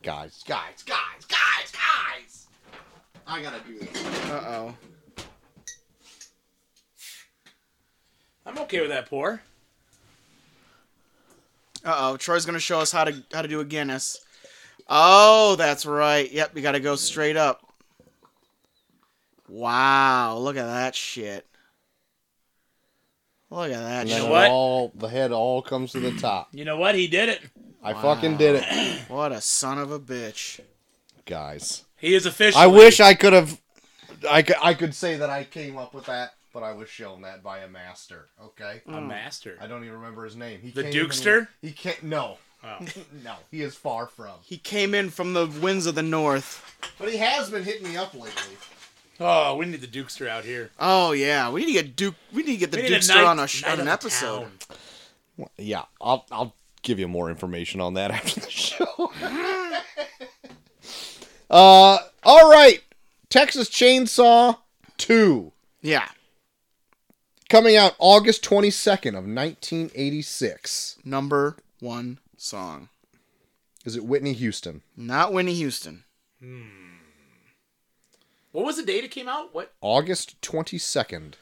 [SPEAKER 3] Guys, guys, guys,
[SPEAKER 4] Guys, guys! I gotta do this.
[SPEAKER 1] Uh oh.
[SPEAKER 2] I'm okay with that pour.
[SPEAKER 1] Uh oh. Troy's gonna show us how to how to do a Guinness. Oh, that's right. Yep, you gotta go straight up. Wow, look at that shit. Look at that
[SPEAKER 3] And
[SPEAKER 1] shit.
[SPEAKER 3] then
[SPEAKER 2] know
[SPEAKER 3] it
[SPEAKER 2] what?
[SPEAKER 3] all the head all comes to the top.
[SPEAKER 2] You know what? He did it.
[SPEAKER 3] I fucking did it,
[SPEAKER 1] What a son of a bitch.
[SPEAKER 3] guys.
[SPEAKER 2] He is officially.
[SPEAKER 3] I wish I could have. I could, I could say that I came up with that, but I was shown that by a master. Okay,
[SPEAKER 2] a
[SPEAKER 1] Mm.
[SPEAKER 2] master.
[SPEAKER 3] I don't even remember his name. He
[SPEAKER 2] The
[SPEAKER 3] can't even-
[SPEAKER 2] Dukester?
[SPEAKER 3] he can't. No,
[SPEAKER 2] Oh.
[SPEAKER 3] no, he is far from.
[SPEAKER 1] He came in from the winds of the north.
[SPEAKER 3] But he has been hitting me up lately.
[SPEAKER 2] Oh, we need the Dukester out here.
[SPEAKER 1] Oh yeah, we need to get Duke. We need to get the
[SPEAKER 2] We need a
[SPEAKER 1] Dukester
[SPEAKER 2] night-
[SPEAKER 1] on a sh-
[SPEAKER 2] night
[SPEAKER 1] on an
[SPEAKER 2] of
[SPEAKER 1] episode.
[SPEAKER 2] town.
[SPEAKER 3] Yeah, I'll I'll give you more information on that after the show. uh, all right, Texas Chainsaw Two.
[SPEAKER 1] Yeah,
[SPEAKER 3] coming out August 22nd of 1986.
[SPEAKER 1] Number one song.
[SPEAKER 3] Is it Whitney Houston?
[SPEAKER 1] Not Winnie Houston.
[SPEAKER 2] What was the date it came out? What?
[SPEAKER 3] August 22nd,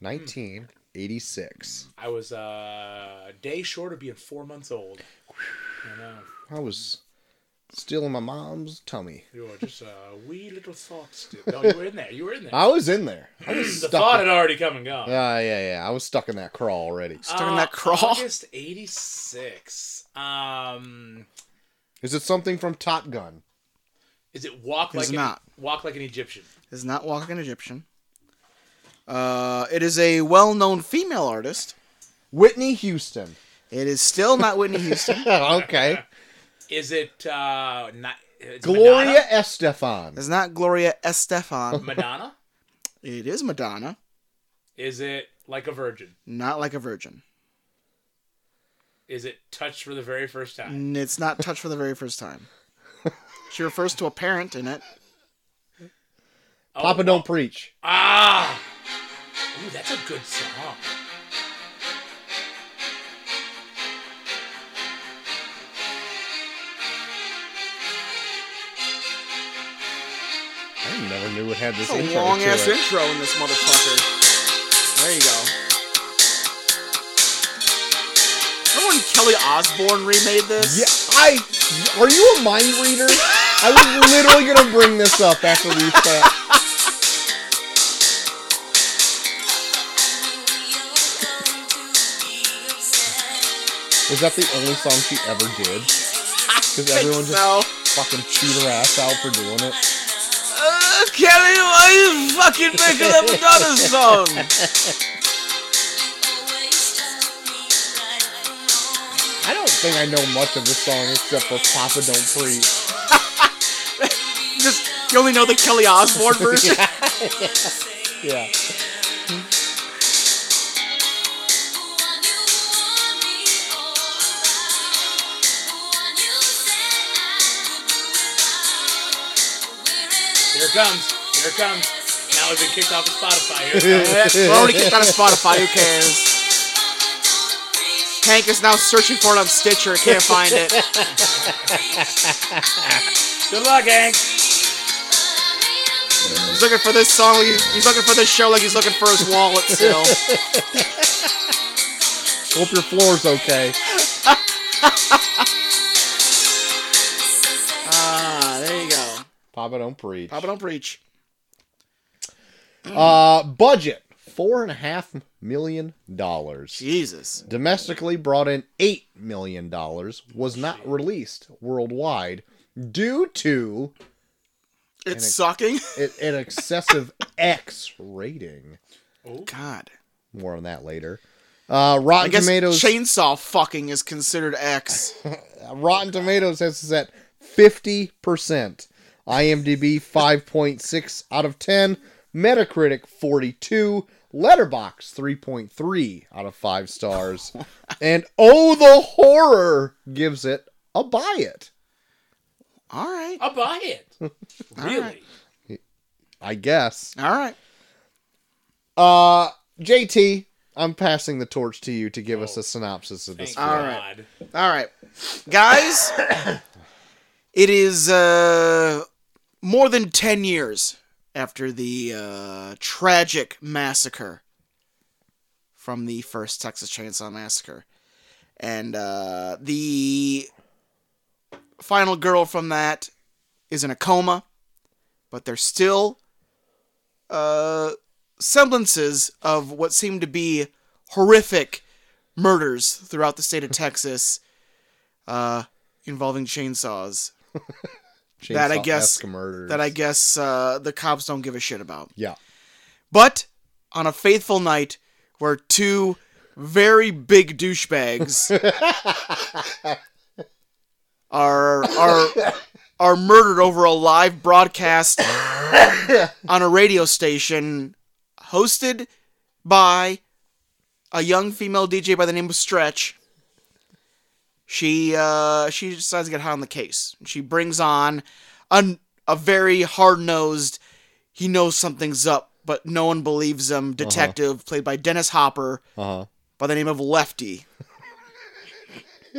[SPEAKER 3] 1986.
[SPEAKER 2] I was uh, a day short of being four months old. I know.
[SPEAKER 3] I was still in my mom's tummy.
[SPEAKER 2] You were just a wee little thought still. No, you were in there. You were in there.
[SPEAKER 3] I was in there. I was
[SPEAKER 2] the
[SPEAKER 3] stuck.
[SPEAKER 2] thought
[SPEAKER 3] in-
[SPEAKER 2] had already come and gone.
[SPEAKER 3] Ah, yeah, yeah. I was stuck in that crawl already.
[SPEAKER 1] Stuck in that crawl.
[SPEAKER 2] Uh, August 86. Um,
[SPEAKER 3] Is it something from Top Gun?
[SPEAKER 2] is it Walk Like
[SPEAKER 1] It's
[SPEAKER 2] an,
[SPEAKER 1] not.
[SPEAKER 2] Walk Like an Egyptian?
[SPEAKER 1] Is not Walking Egyptian. Uh, it is a well-known female artist.
[SPEAKER 3] Whitney Houston.
[SPEAKER 1] It is still not Whitney Houston.
[SPEAKER 3] Oh, okay.
[SPEAKER 2] Is it uh, not, it's
[SPEAKER 3] Gloria Estefan.
[SPEAKER 1] It's not Gloria Estefan.
[SPEAKER 2] Madonna? Madonna?
[SPEAKER 1] It is Madonna.
[SPEAKER 2] Is it Like a Virgin?
[SPEAKER 1] Not like a virgin.
[SPEAKER 2] Is it Touched for the Very First Time?
[SPEAKER 1] And it's not touched for the very first time. She refers to a parent in it.
[SPEAKER 3] Papa Don't Preach.
[SPEAKER 2] Ah! Ooh, that's a good song.
[SPEAKER 3] I never knew it had this
[SPEAKER 1] A
[SPEAKER 3] intro
[SPEAKER 1] long
[SPEAKER 3] to
[SPEAKER 1] ass
[SPEAKER 3] it.
[SPEAKER 1] intro in this motherfucker. There you go. Remember when Kelly Osbourne remade this?
[SPEAKER 3] Yeah, I. Are you a mind reader? I was literally gonna bring this up after we fa- Was that the only song she ever did? Because everyone just
[SPEAKER 1] So,
[SPEAKER 3] fucking chewed her ass out for doing it.
[SPEAKER 1] uh, Kelly, why you fucking making up another song?
[SPEAKER 3] I don't think I know much of this song except for Papa Don't Preach.
[SPEAKER 1] Just you only know the Kelly Osbourne version.
[SPEAKER 3] Yeah.
[SPEAKER 2] Here it comes. Here it comes. Now we've been kicked off of Spotify. Here it comes.
[SPEAKER 1] We're already kicked out of Spotify. Who cares? Hank is now searching for it on Stitcher. Can't find it.
[SPEAKER 2] Good luck, Hank.
[SPEAKER 1] He's looking for this song. like He's, he's looking for this show like he's looking for his wallet still.
[SPEAKER 3] Hope your floor's okay.
[SPEAKER 1] Ah, there you go.
[SPEAKER 3] Papa Don't Preach.
[SPEAKER 1] Papa, don't preach.
[SPEAKER 3] Uh, budget four and a half million dollars.
[SPEAKER 1] Jesus.
[SPEAKER 3] domestically brought in $8 million, was not released worldwide due to
[SPEAKER 1] It's sucking.
[SPEAKER 3] an an excessive X rating.
[SPEAKER 1] God.
[SPEAKER 3] More on that later. Uh, Rotten
[SPEAKER 1] I guess
[SPEAKER 3] Tomatoes
[SPEAKER 1] chainsaw fucking is considered X.
[SPEAKER 3] Rotten Tomatoes has this at 50%. IMDb 5.6 out of 10. Metacritic 42. Letterbox 3.3 out of 5 stars. and oh the horror gives it a buy it.
[SPEAKER 1] All right.
[SPEAKER 2] I'll buy it. really?
[SPEAKER 3] I guess.
[SPEAKER 1] All right.
[SPEAKER 3] Uh, JT, I'm passing the torch to you to give us a synopsis of this.
[SPEAKER 2] Thank
[SPEAKER 3] film.
[SPEAKER 1] right.
[SPEAKER 2] God.
[SPEAKER 1] All right, guys. it is uh, more than ten years after the uh, tragic massacre from the first Texas Chainsaw Massacre, and uh, the final girl from that is in a coma, but there's still uh, semblances of what seem to be horrific murders throughout the state of Texas uh, involving chainsaws that I guess-
[SPEAKER 3] Chainsaw-esque murders.
[SPEAKER 1] that I guess uh, the cops don't give a shit about.
[SPEAKER 3] yeah.
[SPEAKER 1] But on a faithful night where two very big douchebags are are are murdered over a live broadcast on a radio station hosted by a young female DJ by the name of Stretch. She uh, she decides to get hot on the case. She brings on a, a very hard nosed, he knows something's up but no one believes him. Detective played by Dennis Hopper
[SPEAKER 3] Uh huh.
[SPEAKER 1] by the name of Lefty.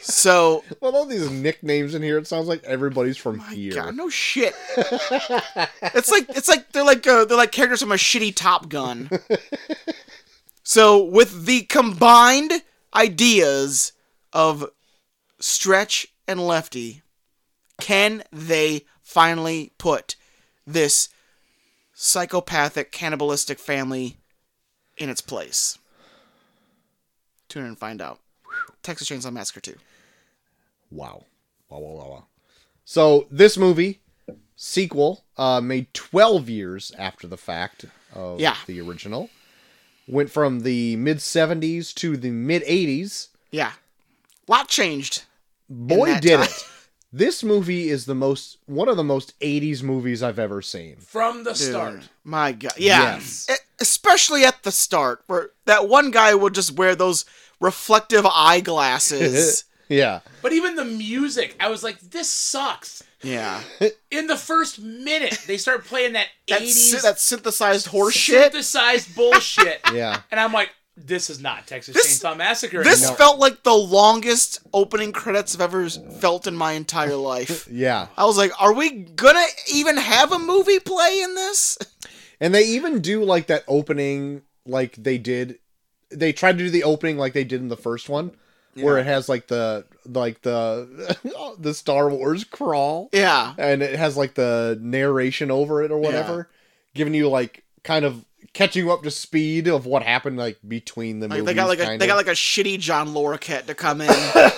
[SPEAKER 1] so
[SPEAKER 3] With all these nicknames in here, it sounds like everybody's from here.
[SPEAKER 1] God, no shit. it's like it's like they're like uh, they're like characters from a shitty Top Gun. so with the combined ideas of Stretch and Lefty, can they finally put this psychopathic cannibalistic family in its place? Tune in and find out. Texas Chainsaw Massacre 2.
[SPEAKER 3] Wow. Wow, wow, wow, wow. So this movie sequel uh, made 12 years after the fact of
[SPEAKER 1] Yeah.
[SPEAKER 3] the original. Went from the mid 70s to the mid 80s.
[SPEAKER 1] Yeah. Lot changed.
[SPEAKER 3] Boy
[SPEAKER 1] that
[SPEAKER 3] did
[SPEAKER 1] time.
[SPEAKER 3] it. This movie is the most one of the most 80s movies I've ever seen.
[SPEAKER 2] From the start.
[SPEAKER 1] Dude, My God, yeah,
[SPEAKER 3] Yes.
[SPEAKER 1] E- especially at the start, where that one guy would just wear those reflective eyeglasses.
[SPEAKER 3] yeah.
[SPEAKER 2] But even the music, I was like, this sucks.
[SPEAKER 1] yeah,
[SPEAKER 2] In the first minute, they start playing that
[SPEAKER 1] that,
[SPEAKER 2] 80s
[SPEAKER 1] sy- that synthesized horse shit.
[SPEAKER 2] synthesized bullshit.
[SPEAKER 3] Yeah.
[SPEAKER 2] And I'm like, this is not Texas
[SPEAKER 1] This-
[SPEAKER 2] Chainsaw Massacre
[SPEAKER 1] This
[SPEAKER 2] anymore.
[SPEAKER 1] felt like the longest opening credits I've ever s- felt in my entire life.
[SPEAKER 3] Yeah.
[SPEAKER 1] I was like, "Are we gonna even have a movie play in this?"
[SPEAKER 3] And they even do like that opening, like they did. They tried to do the opening like they did in the first one, where it has like the like the the Star Wars crawl,
[SPEAKER 1] Yeah,
[SPEAKER 3] and it has like the narration over it or whatever, giving you like kind of catching you up to speed of what happened like between the
[SPEAKER 1] like,
[SPEAKER 3] movies.
[SPEAKER 1] they got like a,
[SPEAKER 3] kind
[SPEAKER 1] they
[SPEAKER 3] of.
[SPEAKER 1] got like a shitty John Loricat to come in.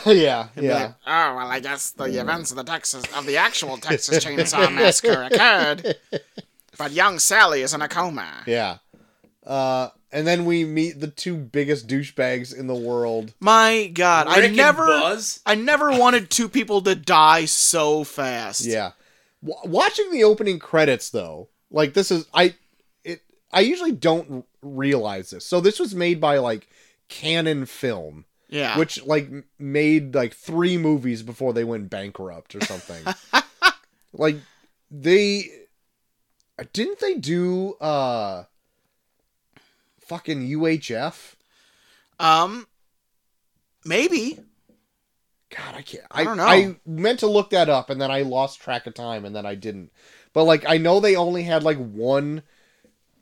[SPEAKER 3] yeah,
[SPEAKER 1] Be
[SPEAKER 3] yeah.
[SPEAKER 1] like, oh well, I guess the events of the Texas of the actual Texas Chainsaw Massacre occurred, but young Sally is in a coma.
[SPEAKER 3] Yeah. Uh, and then we meet the two biggest douchebags in the world.
[SPEAKER 1] My God,
[SPEAKER 2] Rick
[SPEAKER 1] I never,
[SPEAKER 2] and Buzz.
[SPEAKER 1] I never wanted two people to die so fast.
[SPEAKER 3] Yeah. W- watching the opening credits though, like this is I it I usually don't r- realize this. So this was made by like Canon Film,
[SPEAKER 1] yeah.
[SPEAKER 3] which like m- made like 3 movies before they went bankrupt or something. like they didn't they do uh fucking UHF?
[SPEAKER 1] um, maybe
[SPEAKER 3] God, I can't. I,
[SPEAKER 1] I don't know.
[SPEAKER 3] I meant to look that up, and then I lost track of time, and then I didn't. But like, I know they only had like one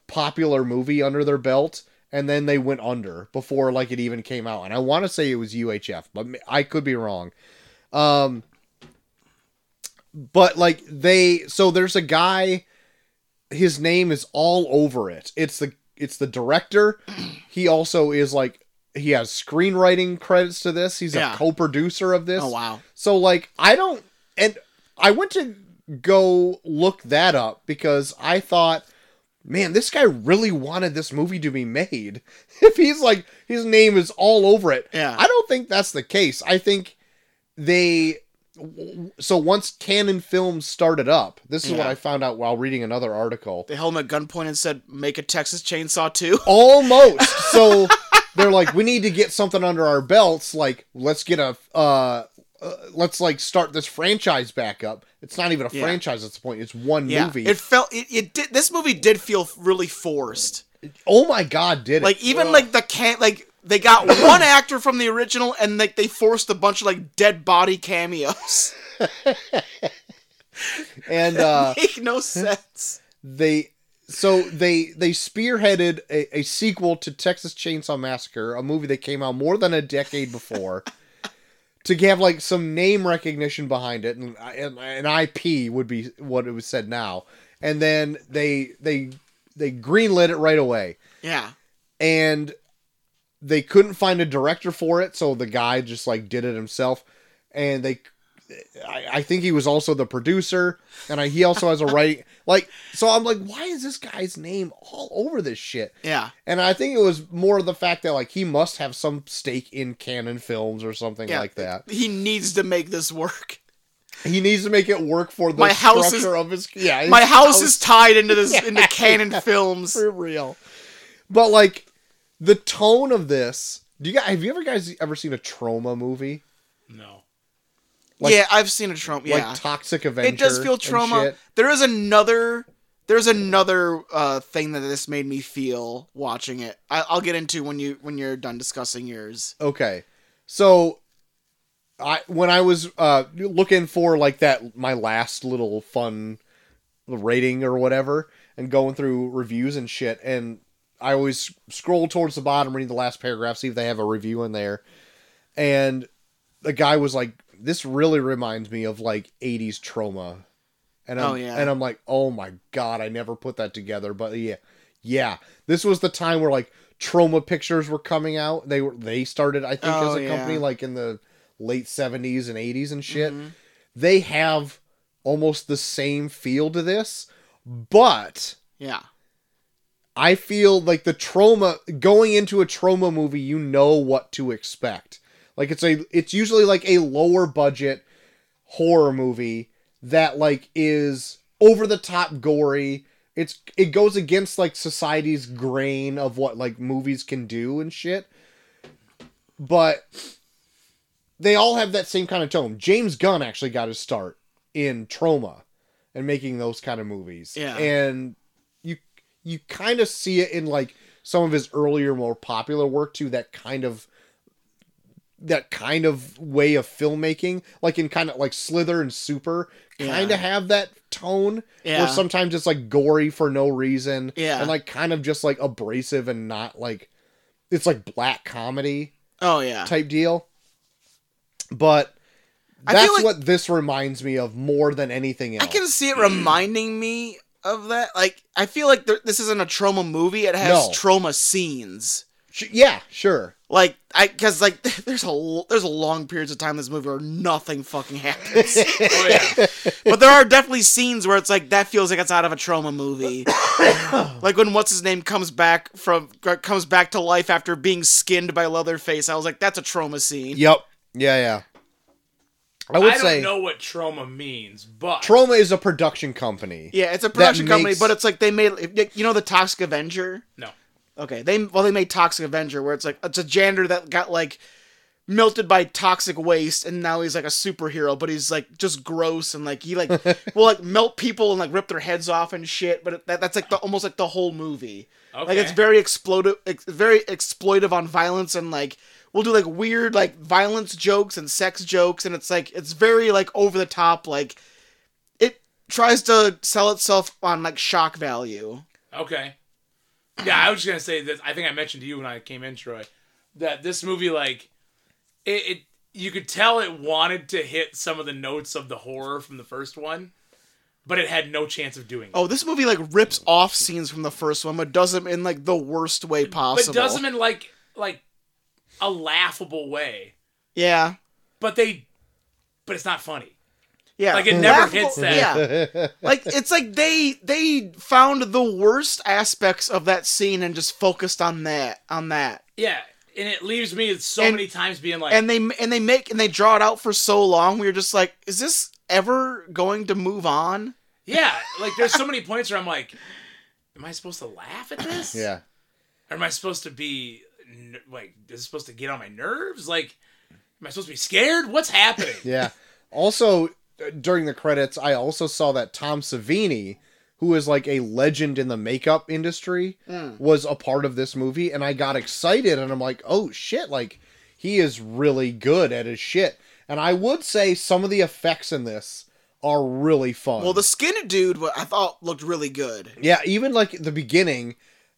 [SPEAKER 3] popular movie under their belt, and then they went under before like it even came out. And I want to say it was UHF, but ma- I could be wrong. Um, but like they, so there's a guy. His name is all over it. It's the it's the director. He also is like he has screenwriting credits to this. He's
[SPEAKER 1] Yeah.
[SPEAKER 3] a co-producer of this.
[SPEAKER 1] Oh, wow.
[SPEAKER 3] So like I don't and I went to go look that up because I thought man, this guy really wanted this movie to be made. If he's like his name is all over it.
[SPEAKER 1] Yeah.
[SPEAKER 3] I don't think that's the case. I think they so once Canon Films started up, this is what
[SPEAKER 1] Yeah.
[SPEAKER 3] I found out while reading another article.
[SPEAKER 1] they held him at gunpoint and said, "Make a Texas Chainsaw 2.
[SPEAKER 3] Almost. So they're like, we need to get something under our belts. Like, let's get a, uh, uh, let's like start this franchise back up. It's not even a
[SPEAKER 1] Yeah.
[SPEAKER 3] franchise at this point. It's one
[SPEAKER 1] Yeah,
[SPEAKER 3] movie.
[SPEAKER 1] it felt it, it did. This movie did feel really forced.
[SPEAKER 3] oh my god, did it?
[SPEAKER 1] Like even like the can like they got one actor from the original and like they forced a bunch of like dead body cameos.
[SPEAKER 3] and uh,
[SPEAKER 1] Make no sense.
[SPEAKER 3] they so they they spearheaded a, a sequel to Texas Chainsaw Massacre, a movie that came out more than a decade before, to have like some name recognition behind it, and and an IP would be what it was said now. And then they they they greenlit it right away,
[SPEAKER 1] Yeah.
[SPEAKER 3] and they couldn't find a director for it, so the guy just like did it himself, and they. I, I think he was also the producer, and I, he also has a writing like. So I'm like, why is this guy's name all over this shit?
[SPEAKER 1] Yeah.
[SPEAKER 3] And I think it was more of the fact that like he must have some stake in canon films or something
[SPEAKER 1] Yeah.
[SPEAKER 3] like that.
[SPEAKER 1] He needs to make this work.
[SPEAKER 3] He needs to make it work for the
[SPEAKER 1] My
[SPEAKER 3] structure
[SPEAKER 1] house is-
[SPEAKER 3] of his yeah. his
[SPEAKER 1] My house is tied into this into canon films.
[SPEAKER 3] for real. But like the tone of this, do you guys have you ever guys ever seen a trauma movie?
[SPEAKER 2] No.
[SPEAKER 3] Like-
[SPEAKER 1] yeah, I've seen a trauma. Yeah.
[SPEAKER 3] Like Toxic Avenger.
[SPEAKER 1] it does feel
[SPEAKER 3] and
[SPEAKER 1] trauma.
[SPEAKER 3] shit?
[SPEAKER 1] There is another There's another uh, thing that this made me feel watching it. I, I'll get into when you when you're done discussing yours.
[SPEAKER 3] Okay. So I when I was uh looking for like that my last little fun rating or whatever and going through reviews and shit and I always scroll towards the bottom reading the last paragraph see if they have a review in there and the guy was like this really reminds me of like 80s trauma and I'm,
[SPEAKER 1] Oh, yeah.
[SPEAKER 3] and I'm like oh my god I never put that together but yeah yeah this was the time where like trauma pictures were coming out they were they started I think
[SPEAKER 1] Oh,
[SPEAKER 3] as a
[SPEAKER 1] yeah. Mm-hmm.
[SPEAKER 3] company like in the late 70s and 80s and shit they have almost the same feel to this but
[SPEAKER 1] Yeah.
[SPEAKER 3] i feel like the trauma going into a trauma movie you know what to expect like it's a it's usually like a lower budget horror movie that like is over the top gory it's it goes against like society's grain of what like movies can do and shit but they all have that same kind of tone. James Gunn actually got his start in trauma and making those kind of movies.
[SPEAKER 1] Yeah.
[SPEAKER 3] And you you kind of see it in like some of his earlier more popular work too that kind of that kind of way of filmmaking like in kind of like Slither and Super kind
[SPEAKER 1] Yeah.
[SPEAKER 3] of have that tone
[SPEAKER 1] Yeah.
[SPEAKER 3] where sometimes it's like gory for no reason
[SPEAKER 1] Yeah.
[SPEAKER 3] and like kind of just like abrasive and not like it's like black comedy
[SPEAKER 1] Oh yeah.
[SPEAKER 3] type deal. But
[SPEAKER 1] I feel
[SPEAKER 3] that's
[SPEAKER 1] like-
[SPEAKER 3] what this reminds me of more than anything else.
[SPEAKER 1] I can see it reminding me of that. Like I feel like there, this isn't a trauma movie. It has
[SPEAKER 3] No.
[SPEAKER 1] trauma scenes.
[SPEAKER 3] Sh- yeah, sure.
[SPEAKER 1] Like I because like there's a l- there's a long periods of time in this movie where nothing fucking happens.
[SPEAKER 2] Oh, yeah.
[SPEAKER 1] but there are definitely scenes where it's like that feels like it's out of a trauma movie. like when what's his name comes back from comes back to life after being skinned by Leatherface. I was like, that's a trauma scene.
[SPEAKER 3] Yep. Yeah, yeah.
[SPEAKER 2] I
[SPEAKER 3] I would
[SPEAKER 2] don't
[SPEAKER 3] say
[SPEAKER 2] know what trauma means, but
[SPEAKER 3] Troma is a production company.
[SPEAKER 1] Yeah, it's a production company,
[SPEAKER 3] makes-
[SPEAKER 1] but it's like they made you know the Toxic Avenger.
[SPEAKER 2] no.
[SPEAKER 1] Okay, they well they made Toxic Avenger where it's like it's a janitor that got like melted by toxic waste and now he's like a superhero, but he's like just gross and like he like will like melt people and like rip their heads off and shit. But it- that, that's like the almost like the whole movie. Like it's
[SPEAKER 2] Okay.
[SPEAKER 1] very exploded, ex- very exploitive on violence and like we'll do like weird like violence jokes and sex jokes and it's like it's very like over the top like it tries to sell itself on like shock value.
[SPEAKER 2] Okay. Yeah, I was just gonna say that. I think I mentioned to you when I came in, Troy, that this movie, like, it, it you could tell it wanted to hit some of the notes of the horror from the first one, but it had no chance of doing it.
[SPEAKER 1] Oh, this movie like rips off scenes from the first one, but does them in like the worst way
[SPEAKER 2] but
[SPEAKER 1] possible.
[SPEAKER 2] does them in like like a laughable way.
[SPEAKER 1] Yeah,
[SPEAKER 2] But they, but it's not funny.
[SPEAKER 1] yeah.
[SPEAKER 2] Like, it
[SPEAKER 3] Hmm.
[SPEAKER 2] never
[SPEAKER 1] Laughable-
[SPEAKER 2] hits that.
[SPEAKER 1] Yeah, like it's like they they found the worst aspects of that scene and just focused on that on that,
[SPEAKER 2] Yeah, and it leaves me so
[SPEAKER 1] And-
[SPEAKER 2] many times being like,
[SPEAKER 1] and they and they make and they draw it out for so long. We were just like, is this ever going to move on?
[SPEAKER 2] yeah, like there's so many points where I'm like, am I supposed to laugh at this?
[SPEAKER 3] Yeah.
[SPEAKER 2] Or am I supposed to be n- like, is it supposed to get on my nerves? Like, am I supposed to be scared? What's happening?
[SPEAKER 3] Yeah. Also, uh, during the credits, I also saw that Tom Savini, who is like a legend in the makeup industry, was a part of this movie, and I got excited, and I'm like, oh shit, like he is really good at his shit. And I would say some of the effects in this are really fun.
[SPEAKER 1] Well, the skinny dude, wa- I thought looked really good.
[SPEAKER 3] Yeah, even like the beginning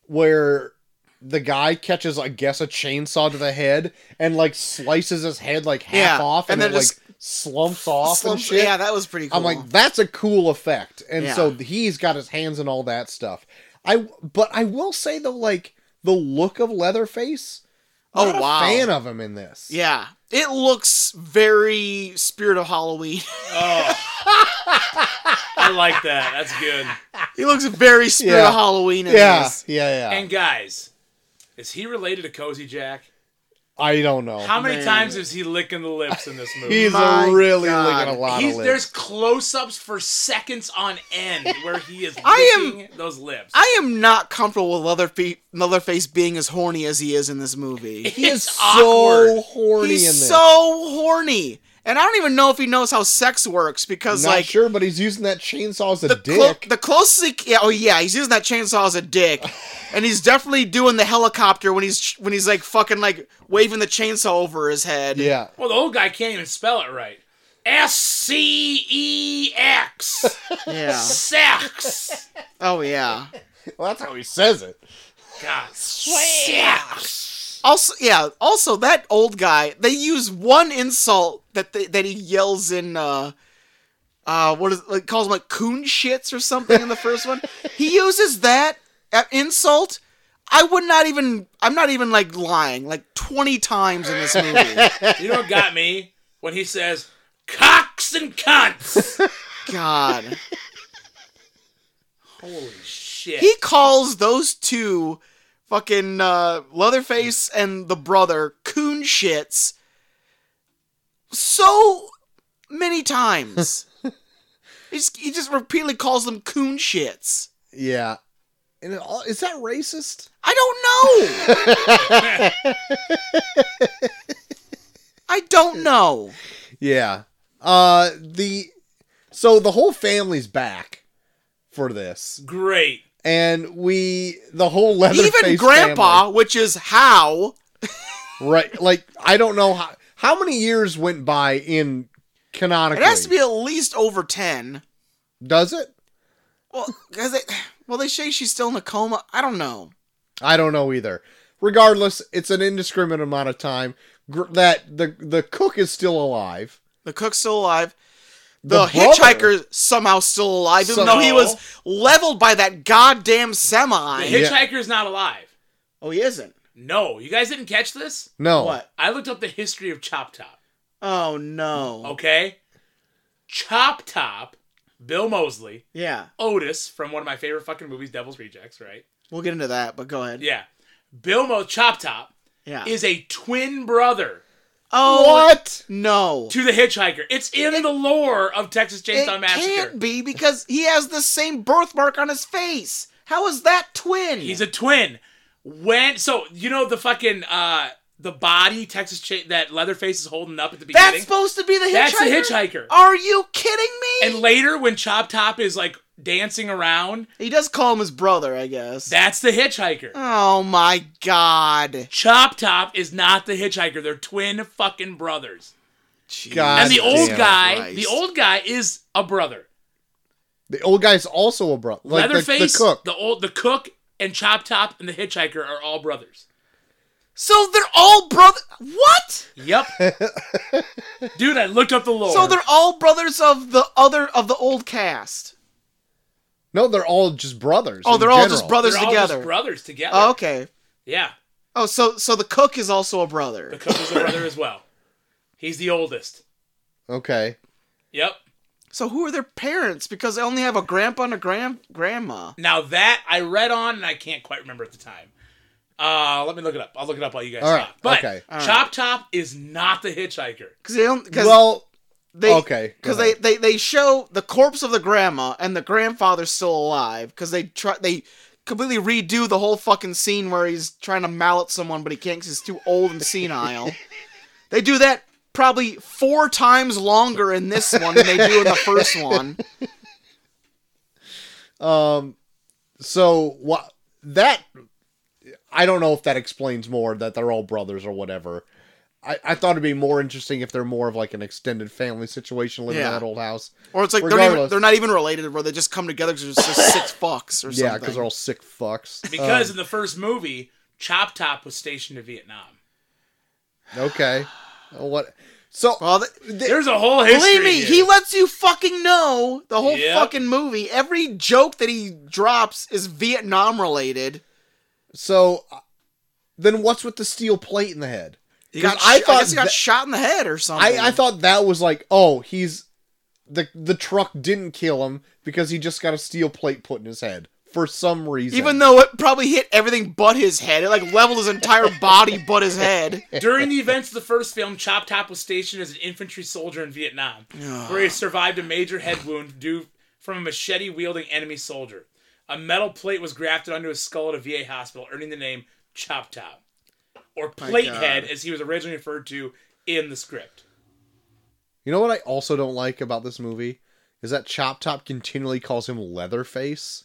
[SPEAKER 3] where the guy catches, I guess, a chainsaw to the head and like slices his head like half
[SPEAKER 1] Yeah,
[SPEAKER 3] off and,
[SPEAKER 1] and
[SPEAKER 3] it
[SPEAKER 1] then just
[SPEAKER 3] like slumps off and
[SPEAKER 1] Slumps-
[SPEAKER 3] shit.
[SPEAKER 1] Yeah, that was pretty cool.
[SPEAKER 3] I'm like, that's a cool effect. And
[SPEAKER 1] Yeah.
[SPEAKER 3] so he's got his hands and all that stuff. I but I will say though, like the look of Leatherface.
[SPEAKER 1] Oh,
[SPEAKER 3] not a
[SPEAKER 1] wow.
[SPEAKER 3] fan of him in this.
[SPEAKER 1] yeah, it looks very Spirit of Halloween.
[SPEAKER 2] I like that. That's good.
[SPEAKER 1] He looks very spirit
[SPEAKER 3] Yeah.
[SPEAKER 1] of Halloween in
[SPEAKER 3] yeah,
[SPEAKER 1] this.
[SPEAKER 3] yeah, yeah.
[SPEAKER 2] And guys, is he related to Cozy Jack?
[SPEAKER 3] I don't know.
[SPEAKER 2] How many
[SPEAKER 1] man.
[SPEAKER 2] times is he licking the lips in this movie?
[SPEAKER 3] Oh, he's
[SPEAKER 1] My
[SPEAKER 3] a really
[SPEAKER 1] God.
[SPEAKER 3] licking a lot
[SPEAKER 2] He's-
[SPEAKER 3] of
[SPEAKER 2] there's
[SPEAKER 3] lips.
[SPEAKER 2] close-ups for seconds on end where he is
[SPEAKER 1] I am-
[SPEAKER 2] licking those lips.
[SPEAKER 1] I am not comfortable with Leatherface, Leatherface being as horny as he is in this movie.
[SPEAKER 3] He is
[SPEAKER 2] It's awkward.
[SPEAKER 3] so horny in
[SPEAKER 1] He's
[SPEAKER 3] this.
[SPEAKER 1] so horny. And I don't even know if he knows how sex works because,
[SPEAKER 3] Not
[SPEAKER 1] like,
[SPEAKER 3] sure, but he's using that chainsaw as a
[SPEAKER 1] the,
[SPEAKER 3] dick.
[SPEAKER 1] clo- the closest he yeah, oh yeah he's using that chainsaw as a dick and he's definitely doing the helicopter when he's when he's like fucking like waving the chainsaw over his head
[SPEAKER 3] yeah.
[SPEAKER 2] Well, the old guy can't even spell it right. S C E X.
[SPEAKER 1] yeah
[SPEAKER 2] Sex.
[SPEAKER 1] oh yeah
[SPEAKER 3] Well, that's how he says it.
[SPEAKER 2] God. Sex.
[SPEAKER 1] also yeah also that old guy they use one insult that they, that he yells in uh uh what is like calls him like coon shits or something in the first one he uses that uh, insult I would not even. I'm not even like lying. Like twenty times in this movie.
[SPEAKER 2] You know what got me? When he says, cocks and cunts.
[SPEAKER 1] God.
[SPEAKER 2] Holy shit.
[SPEAKER 1] he calls those two fucking uh, Leatherface and the brother coon shits so many times. he, just, he just repeatedly calls them coon shits.
[SPEAKER 3] Yeah. And it all, is that racist?
[SPEAKER 1] I don't know. I don't know.
[SPEAKER 3] Yeah. Uh the so the whole family's back for this.
[SPEAKER 2] Great.
[SPEAKER 3] And we the whole leather
[SPEAKER 1] Even grandpa, which is how
[SPEAKER 3] right like I don't know how how many years went by in
[SPEAKER 1] it
[SPEAKER 3] canonically.
[SPEAKER 1] has to be at least over 10.
[SPEAKER 3] Does it?
[SPEAKER 1] Well, cause they, well, they say she's still in a coma. I don't know.
[SPEAKER 3] I don't know either. Regardless, it's an indiscriminate amount of time Gr- that the the cook is still alive.
[SPEAKER 1] The cook's still alive.
[SPEAKER 3] The
[SPEAKER 1] The,
[SPEAKER 3] brother-
[SPEAKER 1] hitchhiker's somehow still alive, even
[SPEAKER 3] Somehow.
[SPEAKER 1] though he was leveled by that goddamn
[SPEAKER 2] The
[SPEAKER 1] semi.
[SPEAKER 3] Yeah.
[SPEAKER 2] hitchhiker's not alive.
[SPEAKER 1] oh, he isn't.
[SPEAKER 2] No, you guys didn't catch this?
[SPEAKER 3] No.
[SPEAKER 1] What?
[SPEAKER 2] I looked up the history of Chop Top.
[SPEAKER 1] Oh no.
[SPEAKER 2] Okay? Chop Top, Bill Mosley,
[SPEAKER 1] Yeah,
[SPEAKER 2] Otis from one of my favorite fucking movies, Devil's Rejects, right?
[SPEAKER 1] we'll get into that, but go ahead.
[SPEAKER 2] Yeah. Bill Mo Chop Top
[SPEAKER 1] Yeah.
[SPEAKER 2] is a twin brother
[SPEAKER 1] oh
[SPEAKER 3] What?
[SPEAKER 1] No.
[SPEAKER 2] to the hitchhiker. It's in the lore of Texas
[SPEAKER 1] It
[SPEAKER 2] Chainsaw Massacre.
[SPEAKER 1] can't be because he has the same birthmark on his face. How is that twin?
[SPEAKER 2] He's a twin. When so you know the fucking uh the body Texas cha- that Leatherface is holding up at the
[SPEAKER 1] That's
[SPEAKER 2] beginning.
[SPEAKER 1] supposed to be the hitchhiker.
[SPEAKER 2] That's the hitchhiker.
[SPEAKER 1] Are you kidding me?
[SPEAKER 2] and later when Chop Top is like dancing around,
[SPEAKER 1] he does call him his brother, I guess.
[SPEAKER 2] that's the hitchhiker.
[SPEAKER 1] oh my god.
[SPEAKER 2] Chop Top is not the hitchhiker. They're twin fucking brothers.
[SPEAKER 3] God
[SPEAKER 2] And the old
[SPEAKER 3] damn
[SPEAKER 2] guy,
[SPEAKER 1] Christ.
[SPEAKER 2] the old guy is a brother.
[SPEAKER 3] The old guy's also a brother. Like the, the
[SPEAKER 2] Leatherface, the,
[SPEAKER 3] cook.
[SPEAKER 2] old, the cook, and Chop Top and the hitchhiker are all brothers.
[SPEAKER 1] So they're all brother. What?
[SPEAKER 2] Yep. Dude, I looked up the lore.
[SPEAKER 1] So they're all brothers of the other of the old cast.
[SPEAKER 3] No, they're all just brothers.
[SPEAKER 1] Oh,
[SPEAKER 3] in
[SPEAKER 1] they're all
[SPEAKER 3] general.
[SPEAKER 1] just brothers
[SPEAKER 2] They're all just
[SPEAKER 1] together.
[SPEAKER 2] brothers together.
[SPEAKER 1] oh, okay.
[SPEAKER 2] Yeah.
[SPEAKER 1] Oh, so so the cook is also a
[SPEAKER 2] The
[SPEAKER 1] brother.
[SPEAKER 2] cook is a brother as well. He's the oldest.
[SPEAKER 3] Okay.
[SPEAKER 2] Yep.
[SPEAKER 1] So who are their parents? Because they only have a grandpa and a grand grandma.
[SPEAKER 2] Now that I read on and I can't quite remember at the time. Uh, let me look it up. I'll look it up while you guys
[SPEAKER 3] All right.
[SPEAKER 2] talk. But
[SPEAKER 3] Okay.
[SPEAKER 1] All right.
[SPEAKER 2] Chop Top is not the hitchhiker.
[SPEAKER 1] Because they don't. Cause
[SPEAKER 3] Well,
[SPEAKER 1] they,
[SPEAKER 3] okay, go
[SPEAKER 1] Because they,
[SPEAKER 3] ahead.
[SPEAKER 1] they they show the corpse of the grandma and the grandfather's still alive. Because they try they completely redo the whole fucking scene where he's trying to mallet someone, but he can't 'cause he's too old and senile. they do that probably four times longer in this one than they do in the first one.
[SPEAKER 3] so what that I don't know if that explains more that they're all brothers or whatever. I, I thought it'd be more interesting if they're more of like an extended family situation living in
[SPEAKER 1] Yeah.
[SPEAKER 3] that old house.
[SPEAKER 1] Or it's like they're, not even,
[SPEAKER 3] Regardless.
[SPEAKER 1] they're not even related, where they just come together because there's just six fucks or
[SPEAKER 3] Yeah, because
[SPEAKER 1] something.
[SPEAKER 3] they're all sick fucks.
[SPEAKER 1] Oh.
[SPEAKER 2] Because in the first movie, Chop Top was stationed in Vietnam.
[SPEAKER 3] Um, okay, Uh, what? So
[SPEAKER 1] well, they,
[SPEAKER 2] There's a whole history.
[SPEAKER 1] Believe me,
[SPEAKER 2] here.
[SPEAKER 1] he lets you fucking know the whole
[SPEAKER 2] Yep.
[SPEAKER 1] fucking movie. Every joke that he drops is Vietnam related.
[SPEAKER 3] so uh, then what's with the steel plate in the head?
[SPEAKER 1] He got,
[SPEAKER 3] 'Cause I
[SPEAKER 1] sh-
[SPEAKER 3] thought
[SPEAKER 1] I guess he got
[SPEAKER 3] that-
[SPEAKER 1] shot in the head or something.
[SPEAKER 3] I, I thought that was like oh he's the the truck didn't kill him because he just got a steel plate put in his head for some reason.
[SPEAKER 1] even though it probably hit everything but his head, it like leveled his entire body but his head.
[SPEAKER 2] During the events of the first film, Chop Top was stationed as an infantry soldier in Vietnam, where he survived a major head wound due from a machete wielding enemy soldier. A metal plate was grafted onto his skull at a VA hospital, earning the name Chop Top, or
[SPEAKER 1] My
[SPEAKER 2] Plate
[SPEAKER 1] God.
[SPEAKER 2] Head, as he was originally referred to in the script.
[SPEAKER 3] You know what I also don't like about this movie is that Chop Top continually calls him Leatherface,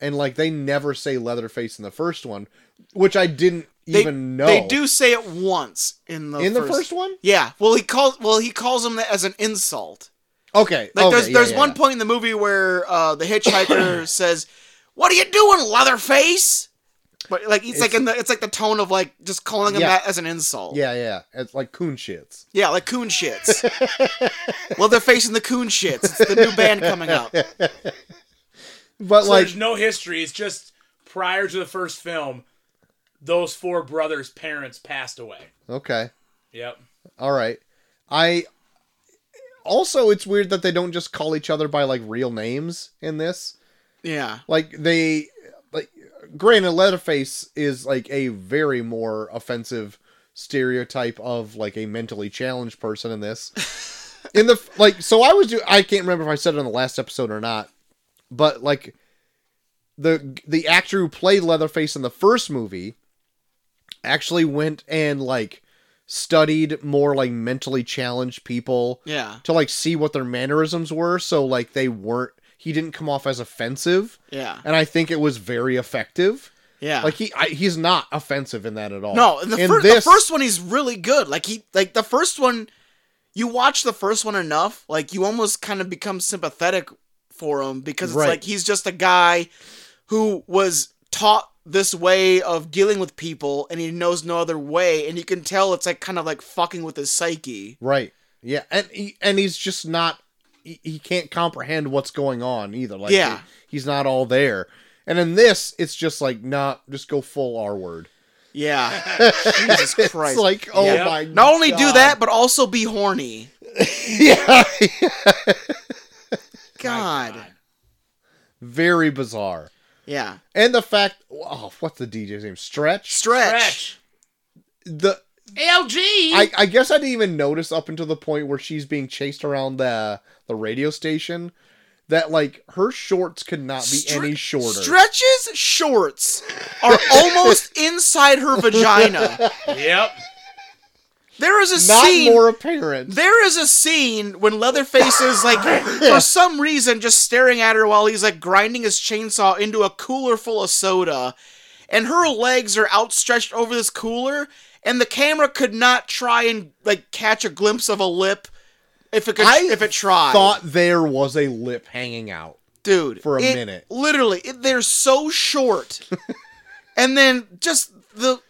[SPEAKER 3] and like they never say Leatherface in the first one, which I didn't
[SPEAKER 1] They,
[SPEAKER 3] even know.
[SPEAKER 1] they do say it once in the
[SPEAKER 3] in
[SPEAKER 1] first,
[SPEAKER 3] the first one.
[SPEAKER 1] Yeah. Well, he calls well he calls him that as an insult.
[SPEAKER 3] Okay,
[SPEAKER 1] Like
[SPEAKER 3] okay,
[SPEAKER 1] there's
[SPEAKER 3] yeah,
[SPEAKER 1] there's
[SPEAKER 3] yeah,
[SPEAKER 1] one
[SPEAKER 3] yeah.
[SPEAKER 1] point in the movie where uh, the hitchhiker says, "What are you doing, Leatherface?" But like it's, like
[SPEAKER 3] It's-
[SPEAKER 1] in the it's like the tone of like just calling him
[SPEAKER 3] Yeah.
[SPEAKER 1] that as an insult.
[SPEAKER 3] Yeah, yeah, it's like coon shits.
[SPEAKER 1] Yeah, like coon shits. Leatherface and the coon shits. It's the new band coming out.
[SPEAKER 3] But
[SPEAKER 2] So
[SPEAKER 3] like,
[SPEAKER 2] there's no history. It's just prior to the first film, those four brothers' parents passed away.
[SPEAKER 3] okay,
[SPEAKER 2] Yep.
[SPEAKER 3] all right. I also it's weird that they don't just call each other by like real names in this.
[SPEAKER 1] Yeah.
[SPEAKER 3] like they like granted leatherface is like a very more offensive stereotype of like a mentally challenged person in this in the like so i was do i can't remember if i said it on the last episode or not but like the the actor who played leatherface in the first movie actually went and like studied more like mentally challenged people
[SPEAKER 1] Yeah.
[SPEAKER 3] to like see what their mannerisms were so like they weren't he didn't come off as offensive
[SPEAKER 1] Yeah.
[SPEAKER 3] and I think it was very effective.
[SPEAKER 1] Yeah.
[SPEAKER 3] Like he, I, he's not offensive in that at all.
[SPEAKER 1] no, and the,
[SPEAKER 3] In
[SPEAKER 1] fir-
[SPEAKER 3] this-
[SPEAKER 1] the first one he's really good. Like he like the first one you watch the first one enough, like you almost kind of become sympathetic for him because it's
[SPEAKER 3] Right.
[SPEAKER 1] like he's just a guy who was taught this way of dealing with people and he knows no other way and you can tell it's like kind of like fucking with his psyche.
[SPEAKER 3] right? Yeah, and he, and he's just not. He, he can't comprehend what's going on either. Like,
[SPEAKER 1] Yeah.
[SPEAKER 3] he- he's not all there. And in this, it's just like, nah, just go full R word.
[SPEAKER 1] Yeah. Jesus Christ.
[SPEAKER 3] It's like, oh
[SPEAKER 2] Yeah.
[SPEAKER 3] my.
[SPEAKER 1] Not only do
[SPEAKER 3] God.
[SPEAKER 1] that, but also be horny.
[SPEAKER 3] yeah,
[SPEAKER 1] God.
[SPEAKER 3] very bizarre.
[SPEAKER 1] Yeah.
[SPEAKER 3] And the fact, oh, what's the DJ's name? Stretch.
[SPEAKER 1] Stretch.
[SPEAKER 2] Stretch.
[SPEAKER 3] The
[SPEAKER 2] ALG.
[SPEAKER 3] I, I guess I didn't even notice up until the point where she's being chased around the the radio station that like her shorts could not be
[SPEAKER 1] Stre-
[SPEAKER 3] any shorter.
[SPEAKER 1] Stretch's shorts are almost inside her vagina.
[SPEAKER 2] Yep.
[SPEAKER 1] There is a
[SPEAKER 3] not
[SPEAKER 1] scene.
[SPEAKER 3] more apparent.
[SPEAKER 1] there is a scene when Leatherface is like, for some reason, just staring at her while he's like grinding his chainsaw into a cooler full of soda, and her legs are outstretched over this cooler, and the camera could not try and like catch a glimpse of a lip if it could,
[SPEAKER 3] I
[SPEAKER 1] if it tried.
[SPEAKER 3] Thought there was a lip hanging out.
[SPEAKER 1] dude
[SPEAKER 3] for a
[SPEAKER 1] it-
[SPEAKER 3] minute.
[SPEAKER 1] literally it, they're so short and then just the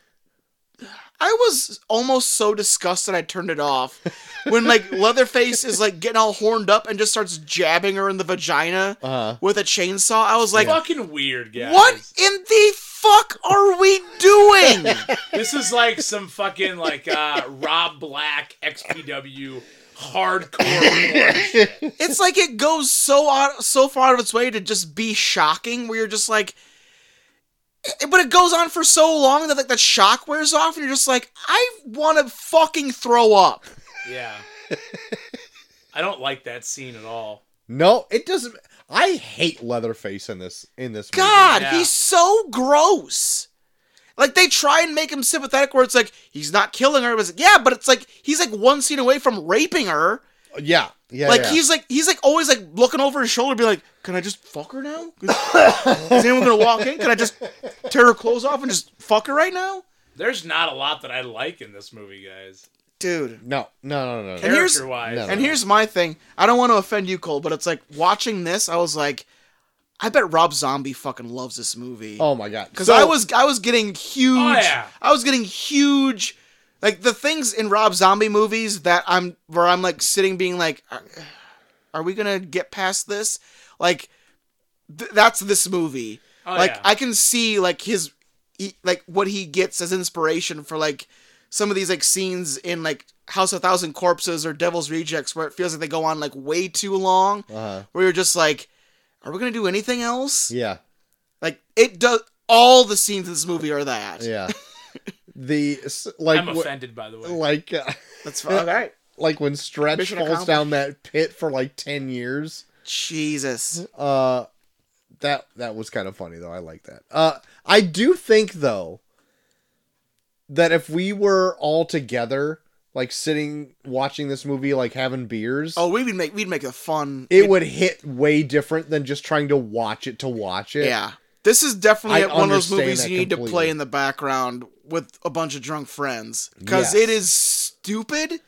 [SPEAKER 1] i was almost so disgusted i turned it off when like leatherface is like getting all horned up and just starts jabbing her in the vagina
[SPEAKER 3] Uh-huh.
[SPEAKER 1] with a chainsaw i was like
[SPEAKER 2] Fucking weird, guys.
[SPEAKER 1] what in the fuck are we doing
[SPEAKER 2] This is like some fucking like uh Rob Black XPW hardcore porn shit.
[SPEAKER 1] it's like it goes so out, so far out of its way to just be shocking where you're just like but it goes on for so long that like the shock wears off and you're just like i want to fucking throw up
[SPEAKER 2] Yeah. I don't like that scene at all.
[SPEAKER 3] No, it doesn't. I hate Leatherface in this in this. movie.
[SPEAKER 1] god
[SPEAKER 2] Yeah.
[SPEAKER 1] he's so gross like they try and make him sympathetic where it's like he's not killing her but it's like, yeah but it's like he's like one scene away from raping her
[SPEAKER 3] Yeah, yeah.
[SPEAKER 1] like
[SPEAKER 3] yeah.
[SPEAKER 1] he's like he's like always like looking over his shoulder, be like, "Can I just fuck her now? Is anyone gonna walk in? Can I just tear her clothes off and just fuck her right now,
[SPEAKER 2] There's not a lot that I like in this movie, guys.
[SPEAKER 1] dude?"
[SPEAKER 3] no, no, no, no.
[SPEAKER 1] And
[SPEAKER 3] no.
[SPEAKER 1] here's-
[SPEAKER 2] Character wise.
[SPEAKER 3] No.
[SPEAKER 1] And here's my thing: I don't want to offend you, Cole, but it's like watching this, I was like, I bet Rob Zombie fucking loves this movie.
[SPEAKER 3] Oh my god,
[SPEAKER 1] because
[SPEAKER 3] So-
[SPEAKER 1] I was I was getting huge.
[SPEAKER 2] Oh, yeah.
[SPEAKER 1] I was getting huge. Like the things in Rob Zombie movies that I'm where I'm like sitting being like, are, are we gonna get past this? Like, th- that's this movie.
[SPEAKER 2] Oh,
[SPEAKER 1] like
[SPEAKER 2] yeah.
[SPEAKER 1] I can see like his, he, like what he gets as inspiration for like some of these like scenes in like House of Thousand Corpses or Devil's Rejects where it feels like they go on like way too long.
[SPEAKER 3] Uh-huh.
[SPEAKER 1] Where you're just like, are we gonna do anything else?
[SPEAKER 3] Yeah,
[SPEAKER 1] Like it does. All the scenes in this movie are that.
[SPEAKER 3] yeah. the s- like
[SPEAKER 2] I'm
[SPEAKER 3] wh-
[SPEAKER 2] offended by the way.
[SPEAKER 3] like uh,
[SPEAKER 1] That's fine.
[SPEAKER 2] right.
[SPEAKER 3] like when Stretch
[SPEAKER 1] Mission
[SPEAKER 3] falls down that pit for like ten years.
[SPEAKER 1] Jesus.
[SPEAKER 3] Uh, that that was kind of funny though. I like that. Uh, I do think though that if we were all together, like sitting watching this movie, like having beers,
[SPEAKER 1] Oh, we'd make we'd make a fun.
[SPEAKER 3] it would hit way different than just trying to watch it to watch it.
[SPEAKER 1] Yeah, this is definitely
[SPEAKER 3] I
[SPEAKER 1] one of those
[SPEAKER 3] understand
[SPEAKER 1] movies
[SPEAKER 3] that
[SPEAKER 1] you need to
[SPEAKER 3] completely.
[SPEAKER 1] play in the background with a bunch of drunk friends because
[SPEAKER 3] Yes.
[SPEAKER 1] it is stupid,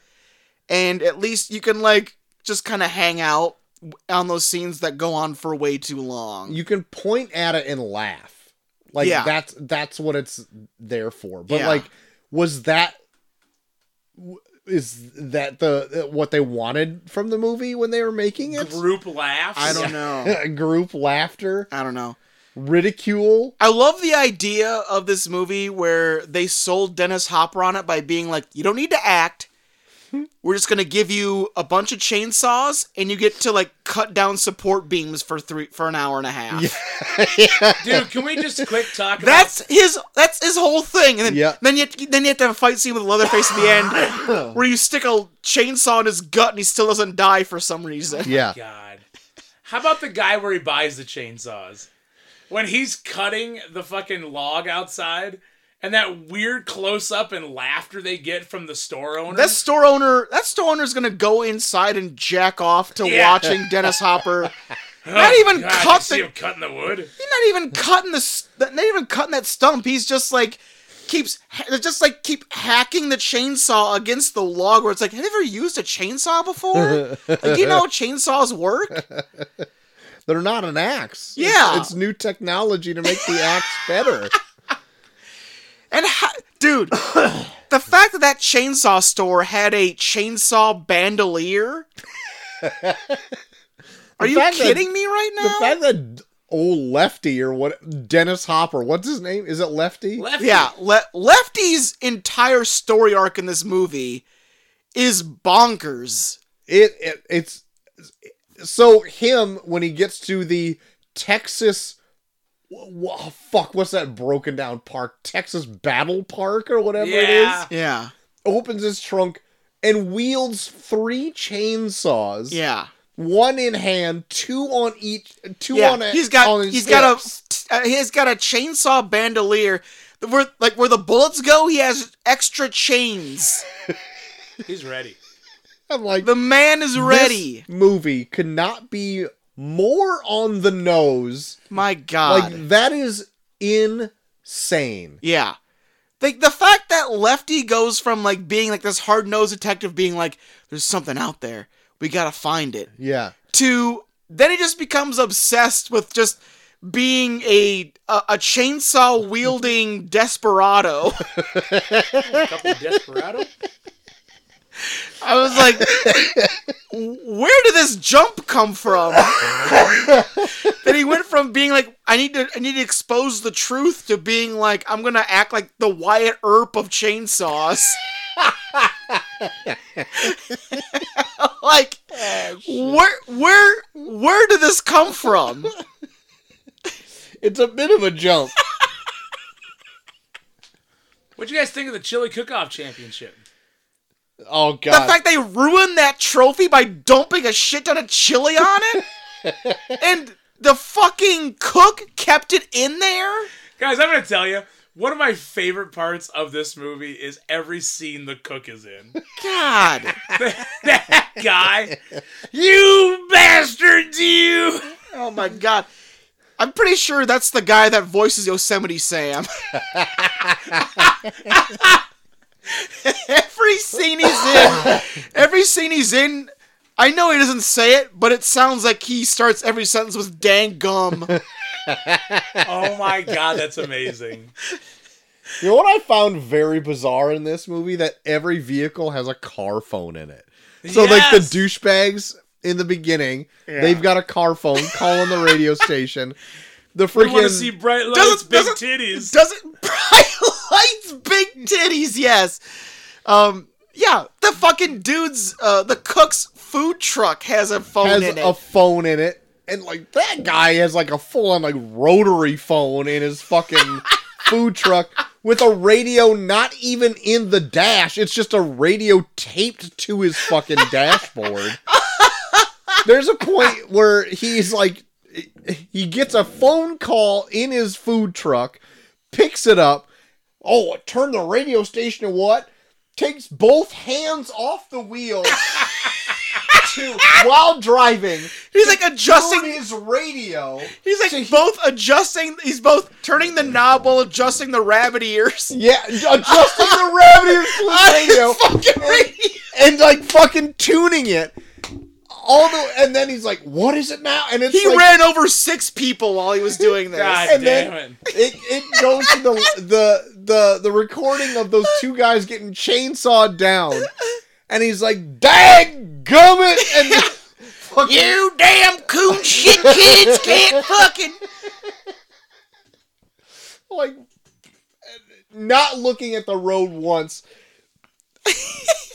[SPEAKER 1] and at least you can like just kind of hang out on those scenes that go on for way too long.
[SPEAKER 3] you can point at it and laugh. Like
[SPEAKER 1] Yeah.
[SPEAKER 3] that's that's what it's there for. But
[SPEAKER 1] Yeah.
[SPEAKER 3] like, was that w- is that the what they wanted from the movie when they were making it?
[SPEAKER 2] Group laughs.
[SPEAKER 1] I don't know.
[SPEAKER 3] Group laughter,
[SPEAKER 1] I don't know.
[SPEAKER 3] ridicule.
[SPEAKER 1] I love the idea of this movie where they sold Dennis Hopper on it by being like, you don't need to act. We're just gonna give you a bunch of chainsaws, and you get to like cut down support beams for three for an hour and a half.
[SPEAKER 2] Dude, can we just quick talk
[SPEAKER 1] That's his. That's his whole thing. And then,
[SPEAKER 3] Yeah.
[SPEAKER 1] then you then you have to have a fight scene with Leatherface at the end, where you stick a chainsaw in his gut and he still doesn't die for some reason.
[SPEAKER 3] Yeah,
[SPEAKER 2] about God? How about the guy where he buys the chainsaws? When he's cutting the fucking log outside and that weird close up and laughter they get from the store owner.
[SPEAKER 1] That store owner. That store owner's gonna go inside and jack off to
[SPEAKER 2] Yeah.
[SPEAKER 1] watching Dennis Hopper.
[SPEAKER 2] Oh,
[SPEAKER 1] not even
[SPEAKER 2] God,
[SPEAKER 1] cut
[SPEAKER 2] you see
[SPEAKER 1] the-
[SPEAKER 2] him cutting the wood.
[SPEAKER 1] He's not even cutting the. s- Not even cutting that stump. He's just like keeps ha- just like keep hacking the chainsaw against the log. Where it's like, have you ever used a chainsaw before? like, do you know how chainsaws work?
[SPEAKER 3] they're not an axe. It's-
[SPEAKER 1] Yeah.
[SPEAKER 3] it's, new technology to make the axe better.
[SPEAKER 1] And ha- dude, the fact that that chainsaw store had a chainsaw bandolier. Are you
[SPEAKER 3] fact that-
[SPEAKER 1] kidding me right
[SPEAKER 3] The
[SPEAKER 1] now?
[SPEAKER 3] fact that old Lefty or what Dennis Hopper, what's his name? Is it Lefty?
[SPEAKER 2] Lefty.
[SPEAKER 1] yeah, Le- Lefty's entire story arc in this movie is bonkers.
[SPEAKER 3] it, it it's so him when he gets to the Texas wh- wh- fuck what's that broken down park Texas Battle Park or whatever it
[SPEAKER 2] Yeah.
[SPEAKER 3] is
[SPEAKER 1] Yeah,
[SPEAKER 3] opens his trunk and wields three chainsaws
[SPEAKER 1] yeah,
[SPEAKER 3] one in hand two on each two
[SPEAKER 1] yeah.
[SPEAKER 3] on a,
[SPEAKER 1] he's got
[SPEAKER 3] on his
[SPEAKER 1] he's got a
[SPEAKER 3] hips.
[SPEAKER 1] t- uh, he's got a chainsaw bandolier. Where like where the bullets go, he has extra chains.
[SPEAKER 2] He's ready.
[SPEAKER 3] I'm like
[SPEAKER 1] The man is ready.
[SPEAKER 3] this movie could not be more on the nose
[SPEAKER 1] My God.
[SPEAKER 3] like that is insane
[SPEAKER 1] Yeah. Like the fact that Lefty goes from like being like this hard nosed detective being like, there's something out there. We gotta find it.
[SPEAKER 3] yeah
[SPEAKER 1] To then he just becomes obsessed with just being a a, a chainsaw wielding desperado.
[SPEAKER 2] A couple desperado.
[SPEAKER 1] I was like where did this jump come from? that he went from being like, I need to I need to expose the truth to being like, I'm gonna act like the Wyatt Earp of chainsaws. like where where where did this come from?
[SPEAKER 3] it's a bit of a jump
[SPEAKER 2] What'd you guys think of the chili cook-off championship?
[SPEAKER 3] Oh
[SPEAKER 1] The
[SPEAKER 3] god.
[SPEAKER 1] fact they ruined that trophy by dumping a shit ton of chili on it? and the fucking cook kept it in there?
[SPEAKER 2] Guys, I'm gonna tell you, one of my favorite parts of this movie is every scene the cook is in.
[SPEAKER 1] God.
[SPEAKER 2] that guy, you bastards, you!
[SPEAKER 1] Oh my god. I'm pretty sure that's the guy that voices Yosemite Sam. every scene he's in, every scene he's in, I know he doesn't say it, but it sounds like he starts every sentence with dang gum.
[SPEAKER 2] Oh my god, that's amazing.
[SPEAKER 3] you know what I found very bizarre in this movie that every vehicle has a car phone in it. So like the
[SPEAKER 2] Yes!
[SPEAKER 3] douchebags in the beginning, they've got a car phone calling the radio station. The
[SPEAKER 2] I want to
[SPEAKER 3] freaking
[SPEAKER 2] see bright lights,
[SPEAKER 1] Doesn't-
[SPEAKER 2] big
[SPEAKER 1] doesn't-
[SPEAKER 2] titties.
[SPEAKER 1] Doesn't bright lights, big titties, yes. Um yeah, the fucking dude's uh the cook's food truck has a phone
[SPEAKER 3] has
[SPEAKER 1] in it.
[SPEAKER 3] a phone in it. And like that guy has like a full on like rotary phone in his fucking food truck with a radio not even in the dash. It's just a radio taped to his fucking dashboard. There's a point where he's like he gets a phone call in his food truck, picks it up. Oh, turn the radio station to what? takes both hands off the wheel to while driving.
[SPEAKER 1] He's like
[SPEAKER 3] Adjusting
[SPEAKER 1] adjusting.
[SPEAKER 3] his radio.
[SPEAKER 1] He's
[SPEAKER 3] to-
[SPEAKER 1] like both adjusting. He's both turning the knob while adjusting the rabbit ears.
[SPEAKER 3] yeah, adjusting the revenue to
[SPEAKER 1] I
[SPEAKER 3] his radio.
[SPEAKER 1] fucking radio.
[SPEAKER 3] and like fucking tuning it. All the and then he's like, "What is it now?" And it's
[SPEAKER 1] He
[SPEAKER 3] like,
[SPEAKER 1] ran over six people while he was doing this.
[SPEAKER 2] God
[SPEAKER 3] and
[SPEAKER 2] damn
[SPEAKER 3] then-
[SPEAKER 2] it.
[SPEAKER 3] it it goes to the the the the recording of those two guys getting chainsawed down, and he's like, "Dag gummit!" And fucking,
[SPEAKER 1] You damn coon shit kids can't fucking.
[SPEAKER 3] like not looking at the road once.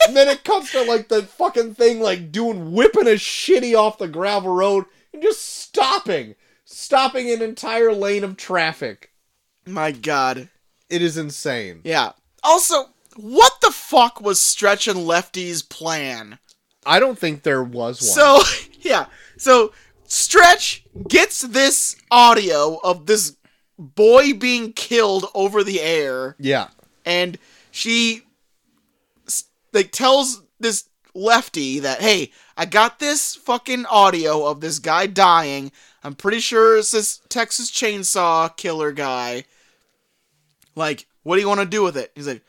[SPEAKER 3] and then it comes to like the fucking thing like doing whipping a shitty off the gravel road and just stopping. Stopping an entire lane of traffic.
[SPEAKER 1] My God.
[SPEAKER 3] It is insane.
[SPEAKER 1] Yeah. Also, what the fuck was Stretch and Lefty's plan?
[SPEAKER 3] I don't think there was one.
[SPEAKER 1] So, yeah. So, Stretch gets this audio of this boy being killed over the air,
[SPEAKER 3] yeah.
[SPEAKER 1] and she s- like tells this lefty that, "Hey, I got this fucking audio of this guy dying. I'm pretty sure it's this Texas chainsaw killer guy. Like, what do you want to do with it?" He's like,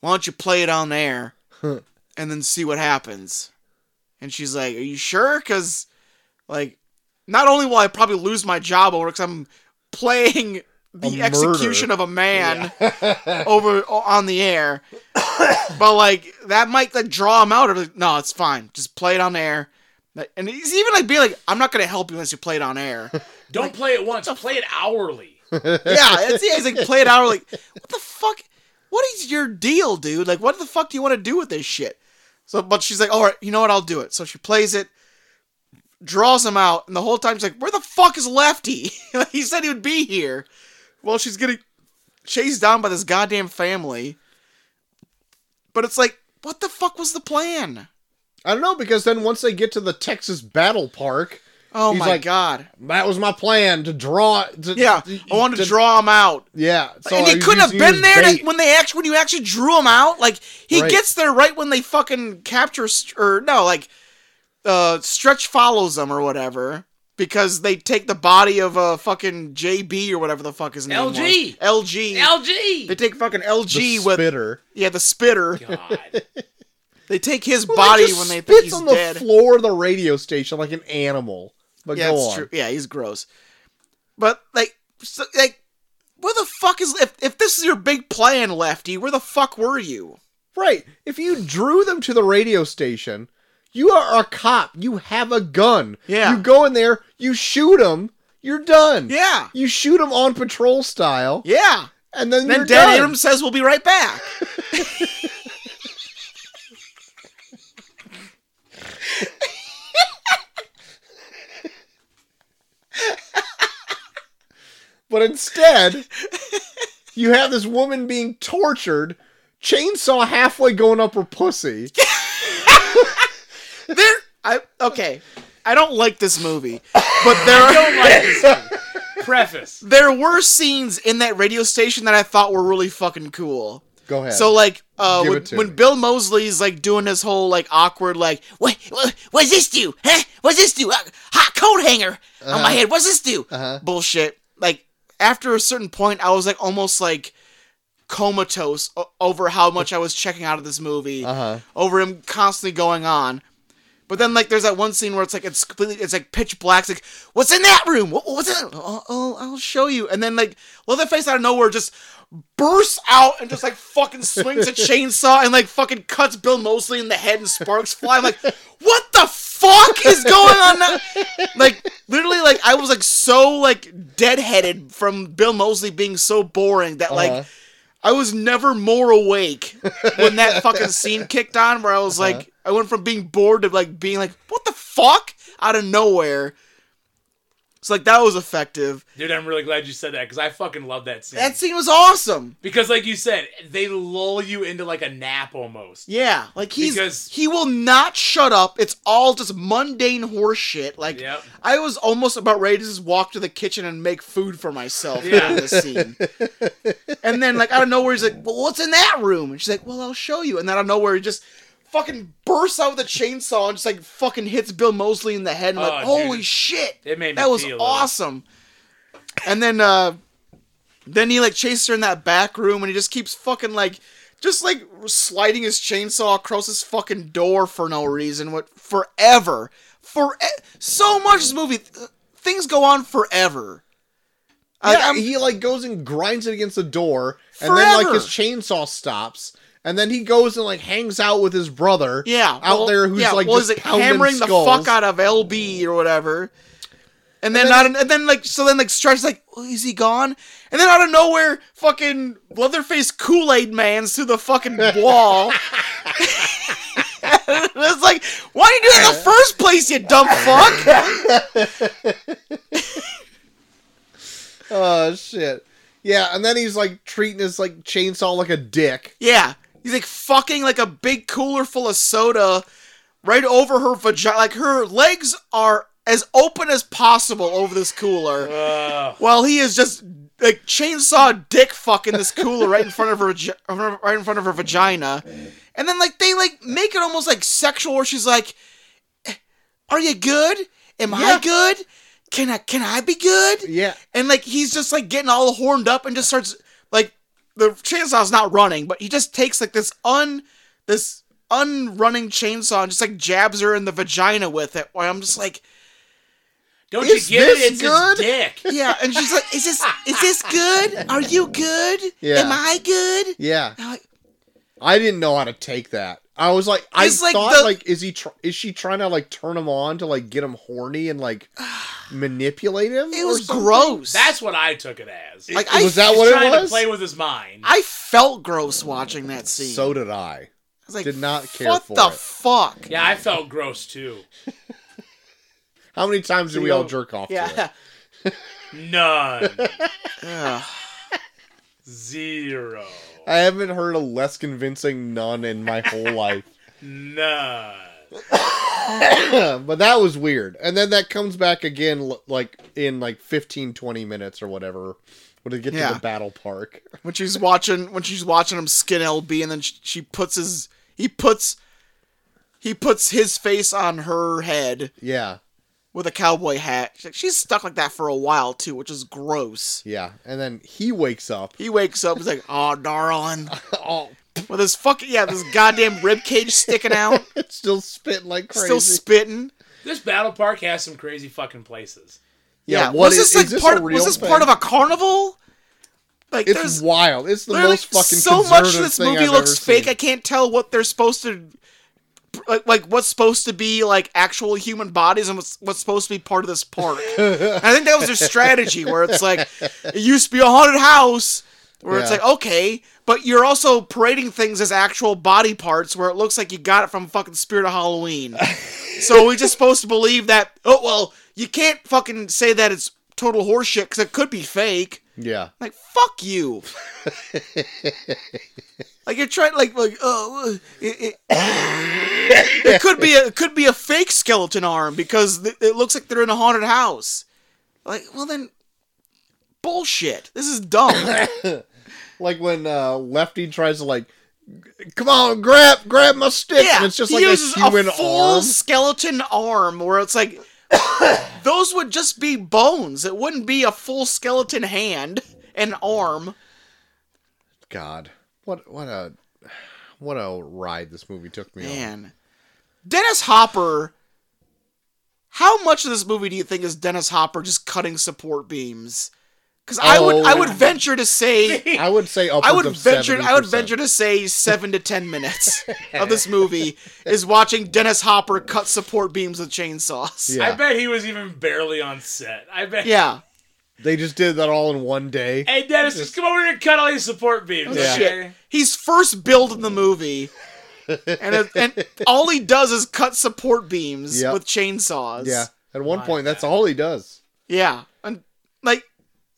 [SPEAKER 1] "Why don't you play it on air and then see what happens?" And she's like, "Are you sure? Because, like, not only will I probably lose my job over because I'm playing the
[SPEAKER 3] murder.
[SPEAKER 1] execution of a man over o- on the air, but like that might like draw him out." Or like, no, it's fine. Just play it on air. Like, And he's even like being like, "I'm not gonna help you unless you play it on air."
[SPEAKER 2] Don't play it once. Play it hourly.
[SPEAKER 1] yeah, it's, yeah, he's like, "Play it out." Like, what the fuck? What is your deal, dude? Like, what the fuck do you want to do with this shit? So, but she's like, all right, you know what? I'll do it. So she plays it, draws him out, and the whole time she's like, where the fuck is Lefty? Like, he said he would be here. Well, she's getting chased down by this goddamn family. But it's like, what the fuck was the plan?
[SPEAKER 3] I don't know because then once they get to the Texas Battle Park,
[SPEAKER 1] Oh
[SPEAKER 3] He's
[SPEAKER 1] my
[SPEAKER 3] like-
[SPEAKER 1] god!
[SPEAKER 3] that was my plan to draw. To,
[SPEAKER 1] Yeah, I wanted to draw him out.
[SPEAKER 3] Yeah, so
[SPEAKER 1] and
[SPEAKER 3] I
[SPEAKER 1] he
[SPEAKER 3] was
[SPEAKER 1] couldn't have
[SPEAKER 3] using you
[SPEAKER 1] been
[SPEAKER 3] as
[SPEAKER 1] there
[SPEAKER 3] bait.
[SPEAKER 1] to, when they actually when you actually drew him out. Like he
[SPEAKER 3] Right.
[SPEAKER 1] gets there right when they fucking capture St- or no, like uh Stretch follows them or whatever because they take the body of uh, fucking JB or whatever the fuck his name
[SPEAKER 2] LG.
[SPEAKER 1] was. LG. They
[SPEAKER 2] LG.
[SPEAKER 1] take fucking LG
[SPEAKER 3] the
[SPEAKER 1] with
[SPEAKER 3] spitter.
[SPEAKER 1] yeah the spitter.
[SPEAKER 2] God.
[SPEAKER 1] They take his
[SPEAKER 3] Well,
[SPEAKER 1] body
[SPEAKER 3] it just
[SPEAKER 1] when they
[SPEAKER 3] spits
[SPEAKER 1] think he's
[SPEAKER 3] on
[SPEAKER 1] dead.
[SPEAKER 3] the floor of the radio station like an animal. But
[SPEAKER 1] yeah,
[SPEAKER 3] go
[SPEAKER 1] it's
[SPEAKER 3] on.
[SPEAKER 1] true. Yeah, he's gross. But like, so, like, where the fuck is if if this is your big plan, Lefty? Where the fuck were you?
[SPEAKER 3] Right. If you drew them to the radio station, you are a cop. You have a gun.
[SPEAKER 1] Yeah.
[SPEAKER 3] You go in there, you shoot them, you're done.
[SPEAKER 1] Yeah.
[SPEAKER 3] You shoot them on patrol style,
[SPEAKER 1] Yeah.
[SPEAKER 3] and then,
[SPEAKER 1] Then
[SPEAKER 3] you're
[SPEAKER 1] Dan
[SPEAKER 3] done.
[SPEAKER 1] Abrams says we'll be right back.
[SPEAKER 3] But instead, you have this woman being tortured, chainsaw halfway going up her pussy.
[SPEAKER 1] There I okay. I don't like this movie. But there are,
[SPEAKER 2] Preface.
[SPEAKER 1] there were scenes in that radio station that I thought were really fucking cool.
[SPEAKER 3] Go ahead.
[SPEAKER 1] So like uh,
[SPEAKER 3] Give
[SPEAKER 1] when,
[SPEAKER 3] it to
[SPEAKER 1] when
[SPEAKER 3] me.
[SPEAKER 1] Bill Mosley's like doing his whole like awkward like what what what's this do huh what's this do uh, hot coat hanger on my head what's this do
[SPEAKER 3] Uh-huh.
[SPEAKER 1] bullshit like after a certain point I was like almost like comatose o- over how much I was checking out of this movie
[SPEAKER 3] Uh-huh.
[SPEAKER 1] over him constantly going on. But then, like, there's that one scene where it's like it's completely, it's like pitch black. It's like, what's in that room? What, what's in? Oh, oh, I'll show you. And then, like, Leatherface out of nowhere just bursts out and just like fucking swings a chainsaw and like fucking cuts Bill Mosley in the head and sparks fly. I'm like, what the fuck is going on? Now? Like, literally, like I was like so like deadheaded from Bill Mosley being so boring that like
[SPEAKER 3] Uh-huh.
[SPEAKER 1] I was never more awake when that fucking scene kicked on where I was like I went from being bored to like being like what the fuck out of nowhere. So like that was effective.
[SPEAKER 2] Dude, I'm really glad you said that because I fucking love that scene.
[SPEAKER 1] That scene was awesome.
[SPEAKER 2] because, like you said, they lull you into like a nap almost.
[SPEAKER 1] Yeah, like he's
[SPEAKER 2] Because-
[SPEAKER 1] he will not shut up. It's all just mundane horse shit. Like
[SPEAKER 2] Yep.
[SPEAKER 1] I was almost about ready to just walk to the kitchen and make food for myself
[SPEAKER 2] Yeah.
[SPEAKER 1] yeah. this scene. and then like out of nowhere he's like, "Well, what's in that room?" And she's like, "Well, I'll show you." And then out of nowhere he just fucking bursts out with a chainsaw and just like fucking hits Bill Mosley in the head. And I'm like,
[SPEAKER 2] Oh, dude.
[SPEAKER 1] holy shit!
[SPEAKER 2] It made me
[SPEAKER 1] that was
[SPEAKER 2] feel it.
[SPEAKER 1] awesome. And then uh then he like chases her in that back room and he just keeps fucking like just like sliding his chainsaw across his fucking door for no reason. What forever. For so much of this movie th- things go on forever. Like,
[SPEAKER 3] yeah,
[SPEAKER 1] I'm-
[SPEAKER 3] he like goes and grinds it against the door, and then like
[SPEAKER 1] Forever.
[SPEAKER 3] his chainsaw stops, and then he goes and like hangs out with his brother.
[SPEAKER 1] yeah,
[SPEAKER 3] out
[SPEAKER 1] well,
[SPEAKER 3] there who's
[SPEAKER 1] yeah,
[SPEAKER 3] like
[SPEAKER 1] well,
[SPEAKER 3] just
[SPEAKER 1] he's, like,
[SPEAKER 3] pounding
[SPEAKER 1] hammering
[SPEAKER 3] skulls.
[SPEAKER 1] the fuck out of LB or whatever. And then,
[SPEAKER 3] then-
[SPEAKER 1] out of, and then like so then like Stretch's like "Oh, is he gone? And then out of nowhere, fucking Leatherface Kool Aid man's through the fucking wall. it's like, why did you do that in the first place, you dumb fuck?
[SPEAKER 3] Oh shit! Yeah, and then he's like treating his like chainsaw like a dick.
[SPEAKER 1] Yeah, he's like fucking like a big cooler full of soda right over her vagina. Like her legs are as open as possible over this cooler.
[SPEAKER 2] Ugh.
[SPEAKER 1] While he is just like chainsaw dick fucking this cooler right in front of her, vagi- right in front of her vagina, and then like they like make it almost like sexual, where she's like, "Eh, "Are you good? Am
[SPEAKER 3] Yeah.
[SPEAKER 1] I good? Can I can I be good?"
[SPEAKER 3] Yeah,
[SPEAKER 1] And like he's just like getting all horned up and just starts like the chainsaw's not running, but he just takes like this un this unrunning chainsaw and just like jabs her in the vagina with it. Where I'm just like.
[SPEAKER 2] Don't you
[SPEAKER 3] Is
[SPEAKER 2] get
[SPEAKER 3] this
[SPEAKER 2] it? It's
[SPEAKER 3] good?
[SPEAKER 2] his dick.
[SPEAKER 1] Yeah, and she's like, "Is this is this good? Are you good?
[SPEAKER 3] Yeah.
[SPEAKER 1] Am I good?"
[SPEAKER 3] yeah.
[SPEAKER 1] I'm like,
[SPEAKER 3] I didn't know how to take that. I was like, I
[SPEAKER 1] It's like
[SPEAKER 3] thought
[SPEAKER 1] the-
[SPEAKER 3] like, is he tr- is she trying to like turn him on to like get him horny and like manipulate him?
[SPEAKER 1] It
[SPEAKER 3] or
[SPEAKER 1] was
[SPEAKER 3] something?
[SPEAKER 1] gross.
[SPEAKER 2] That's what I took it as.
[SPEAKER 1] like
[SPEAKER 3] Was
[SPEAKER 1] I,
[SPEAKER 3] that
[SPEAKER 2] He's
[SPEAKER 3] what it
[SPEAKER 2] trying
[SPEAKER 3] was?
[SPEAKER 2] to play with his mind.
[SPEAKER 1] I felt gross watching that scene.
[SPEAKER 3] so did I.
[SPEAKER 1] I was like,
[SPEAKER 3] did not care
[SPEAKER 1] What
[SPEAKER 3] for
[SPEAKER 1] the
[SPEAKER 3] it."
[SPEAKER 1] fuck?
[SPEAKER 2] yeah, I felt gross too.
[SPEAKER 3] How many times did we all jerk off? To it?
[SPEAKER 2] None.
[SPEAKER 1] Ugh.
[SPEAKER 2] Zero.
[SPEAKER 3] I haven't heard a less convincing none in my whole life.
[SPEAKER 2] None.
[SPEAKER 3] but that was weird. And then that comes back again, l- like in like 15, 20 minutes or whatever, when they get to
[SPEAKER 1] Yeah.
[SPEAKER 3] the battle park.
[SPEAKER 1] when she's watching when she's watching him skin LB, and then she, she puts his he puts he puts his face on her head
[SPEAKER 3] Yeah,
[SPEAKER 1] with a cowboy hat. She's, like, she's stuck like that for a while too, which is gross.
[SPEAKER 3] yeah. And then he wakes up.
[SPEAKER 1] He wakes up, he's like, "Oh, darling."
[SPEAKER 3] Oh,
[SPEAKER 1] with his fucking yeah, this goddamn rib cage sticking out,
[SPEAKER 3] it's still spitting like crazy.
[SPEAKER 1] still spitting.
[SPEAKER 2] This battle park has some crazy fucking places.
[SPEAKER 1] Yeah,
[SPEAKER 3] what
[SPEAKER 1] was
[SPEAKER 3] is-
[SPEAKER 1] this like
[SPEAKER 3] is this
[SPEAKER 1] part?
[SPEAKER 3] a real
[SPEAKER 1] was this
[SPEAKER 3] thing?
[SPEAKER 1] part of a carnival? Like
[SPEAKER 3] It's
[SPEAKER 1] there's
[SPEAKER 3] wild. It's the
[SPEAKER 1] literally
[SPEAKER 3] most fucking
[SPEAKER 1] so much.
[SPEAKER 3] conservative
[SPEAKER 1] This
[SPEAKER 3] thing
[SPEAKER 1] movie
[SPEAKER 3] I've
[SPEAKER 1] looks
[SPEAKER 3] ever
[SPEAKER 1] fake.
[SPEAKER 3] seen.
[SPEAKER 1] I can't tell what they're supposed to. Like, like what's supposed to be like actual human bodies and what's what's supposed to be part of this park. And I think that was their strategy, where it's like it used to be a haunted house, where it's
[SPEAKER 3] Yeah.
[SPEAKER 1] like okay, but you're also parading things as actual body parts, where it looks like you got it from fucking Spirit of Halloween. So are we just supposed to believe that? Oh well, you can't fucking say that it's total horseshit because it could be fake.
[SPEAKER 3] Yeah,
[SPEAKER 1] Like fuck you. like you're trying like like oh uh, it, it, it could be a it could be a fake skeleton arm because th- it looks like they're in a haunted house. Like well then bullshit. This is dumb.
[SPEAKER 3] like when uh, Lefty tries to like, come on, grab, grab my stick,
[SPEAKER 1] yeah,
[SPEAKER 3] and it's just
[SPEAKER 1] he
[SPEAKER 3] like a
[SPEAKER 1] uses
[SPEAKER 3] human
[SPEAKER 1] full
[SPEAKER 3] arm.
[SPEAKER 1] skeleton arm where it's like those would just be bones. It wouldn't be a full skeleton hand and arm.
[SPEAKER 3] God, what, what a, what a ride this movie took me on.
[SPEAKER 1] Man. Dennis Hopper. How much of this movie do you think is Dennis Hopper just cutting support beams? Because I would I would
[SPEAKER 3] Oh.
[SPEAKER 1] venture to say
[SPEAKER 3] I would say upwards
[SPEAKER 1] I would
[SPEAKER 3] of
[SPEAKER 1] venture I would
[SPEAKER 3] 70%.
[SPEAKER 1] venture to say seven to ten minutes of this movie is watching Dennis Hopper cut support beams with chainsaws.
[SPEAKER 3] Yeah.
[SPEAKER 2] I bet he was even barely on set. I bet.
[SPEAKER 1] Yeah.
[SPEAKER 3] They just did that all in one day.
[SPEAKER 2] Hey Dennis, just come over here and cut all these support beams.
[SPEAKER 3] Yeah.
[SPEAKER 2] Okay?
[SPEAKER 1] Oh, Shit. He's first build in the movie. and, it, and all he does is cut support beams
[SPEAKER 3] Yep.
[SPEAKER 1] with chainsaws.
[SPEAKER 3] yeah. At one
[SPEAKER 2] My
[SPEAKER 3] point, that's
[SPEAKER 2] God.
[SPEAKER 3] all he does.
[SPEAKER 1] Yeah, and like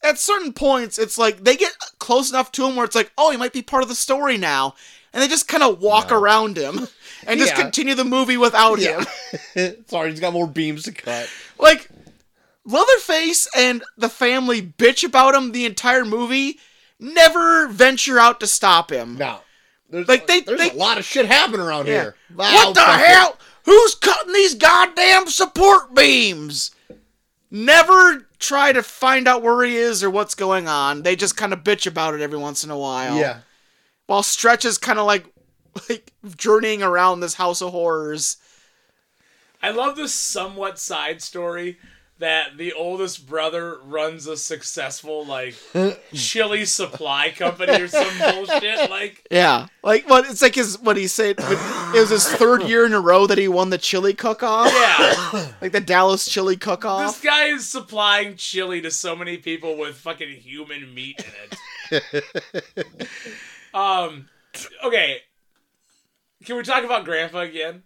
[SPEAKER 1] at certain points, it's like they get close enough to him where it's like, oh, he might be part of the story now, and they just kind of walk around him and just
[SPEAKER 3] Yeah.
[SPEAKER 1] continue the movie without him.
[SPEAKER 3] Sorry, he's got more beams to cut.
[SPEAKER 1] Like Leatherface and the family bitch about him the entire movie. Never venture out to stop him.
[SPEAKER 3] Now, there's,
[SPEAKER 1] Like, they-
[SPEAKER 3] there's
[SPEAKER 1] they-
[SPEAKER 3] a lot of shit happening around here. Wow,
[SPEAKER 1] What the
[SPEAKER 3] fuck it.
[SPEAKER 1] hell? Who's cutting these goddamn support beams? Never try to find out where he is or what's going on. They just kind of bitch about it every once in a while.
[SPEAKER 3] Yeah.
[SPEAKER 1] While Stretch is kind of like, like journeying around this house of horrors.
[SPEAKER 2] I love this somewhat side story that the oldest brother runs a successful like chili supply company or some bullshit. Like
[SPEAKER 1] Yeah. Like what? It's like his what he said. It was his third year in a row that he won the chili cook-off,
[SPEAKER 2] yeah,
[SPEAKER 1] like the Dallas chili
[SPEAKER 2] this
[SPEAKER 1] cook-off.
[SPEAKER 2] guy is supplying chili to so many people with fucking human meat in it. um, okay, can we talk about Grandpa again?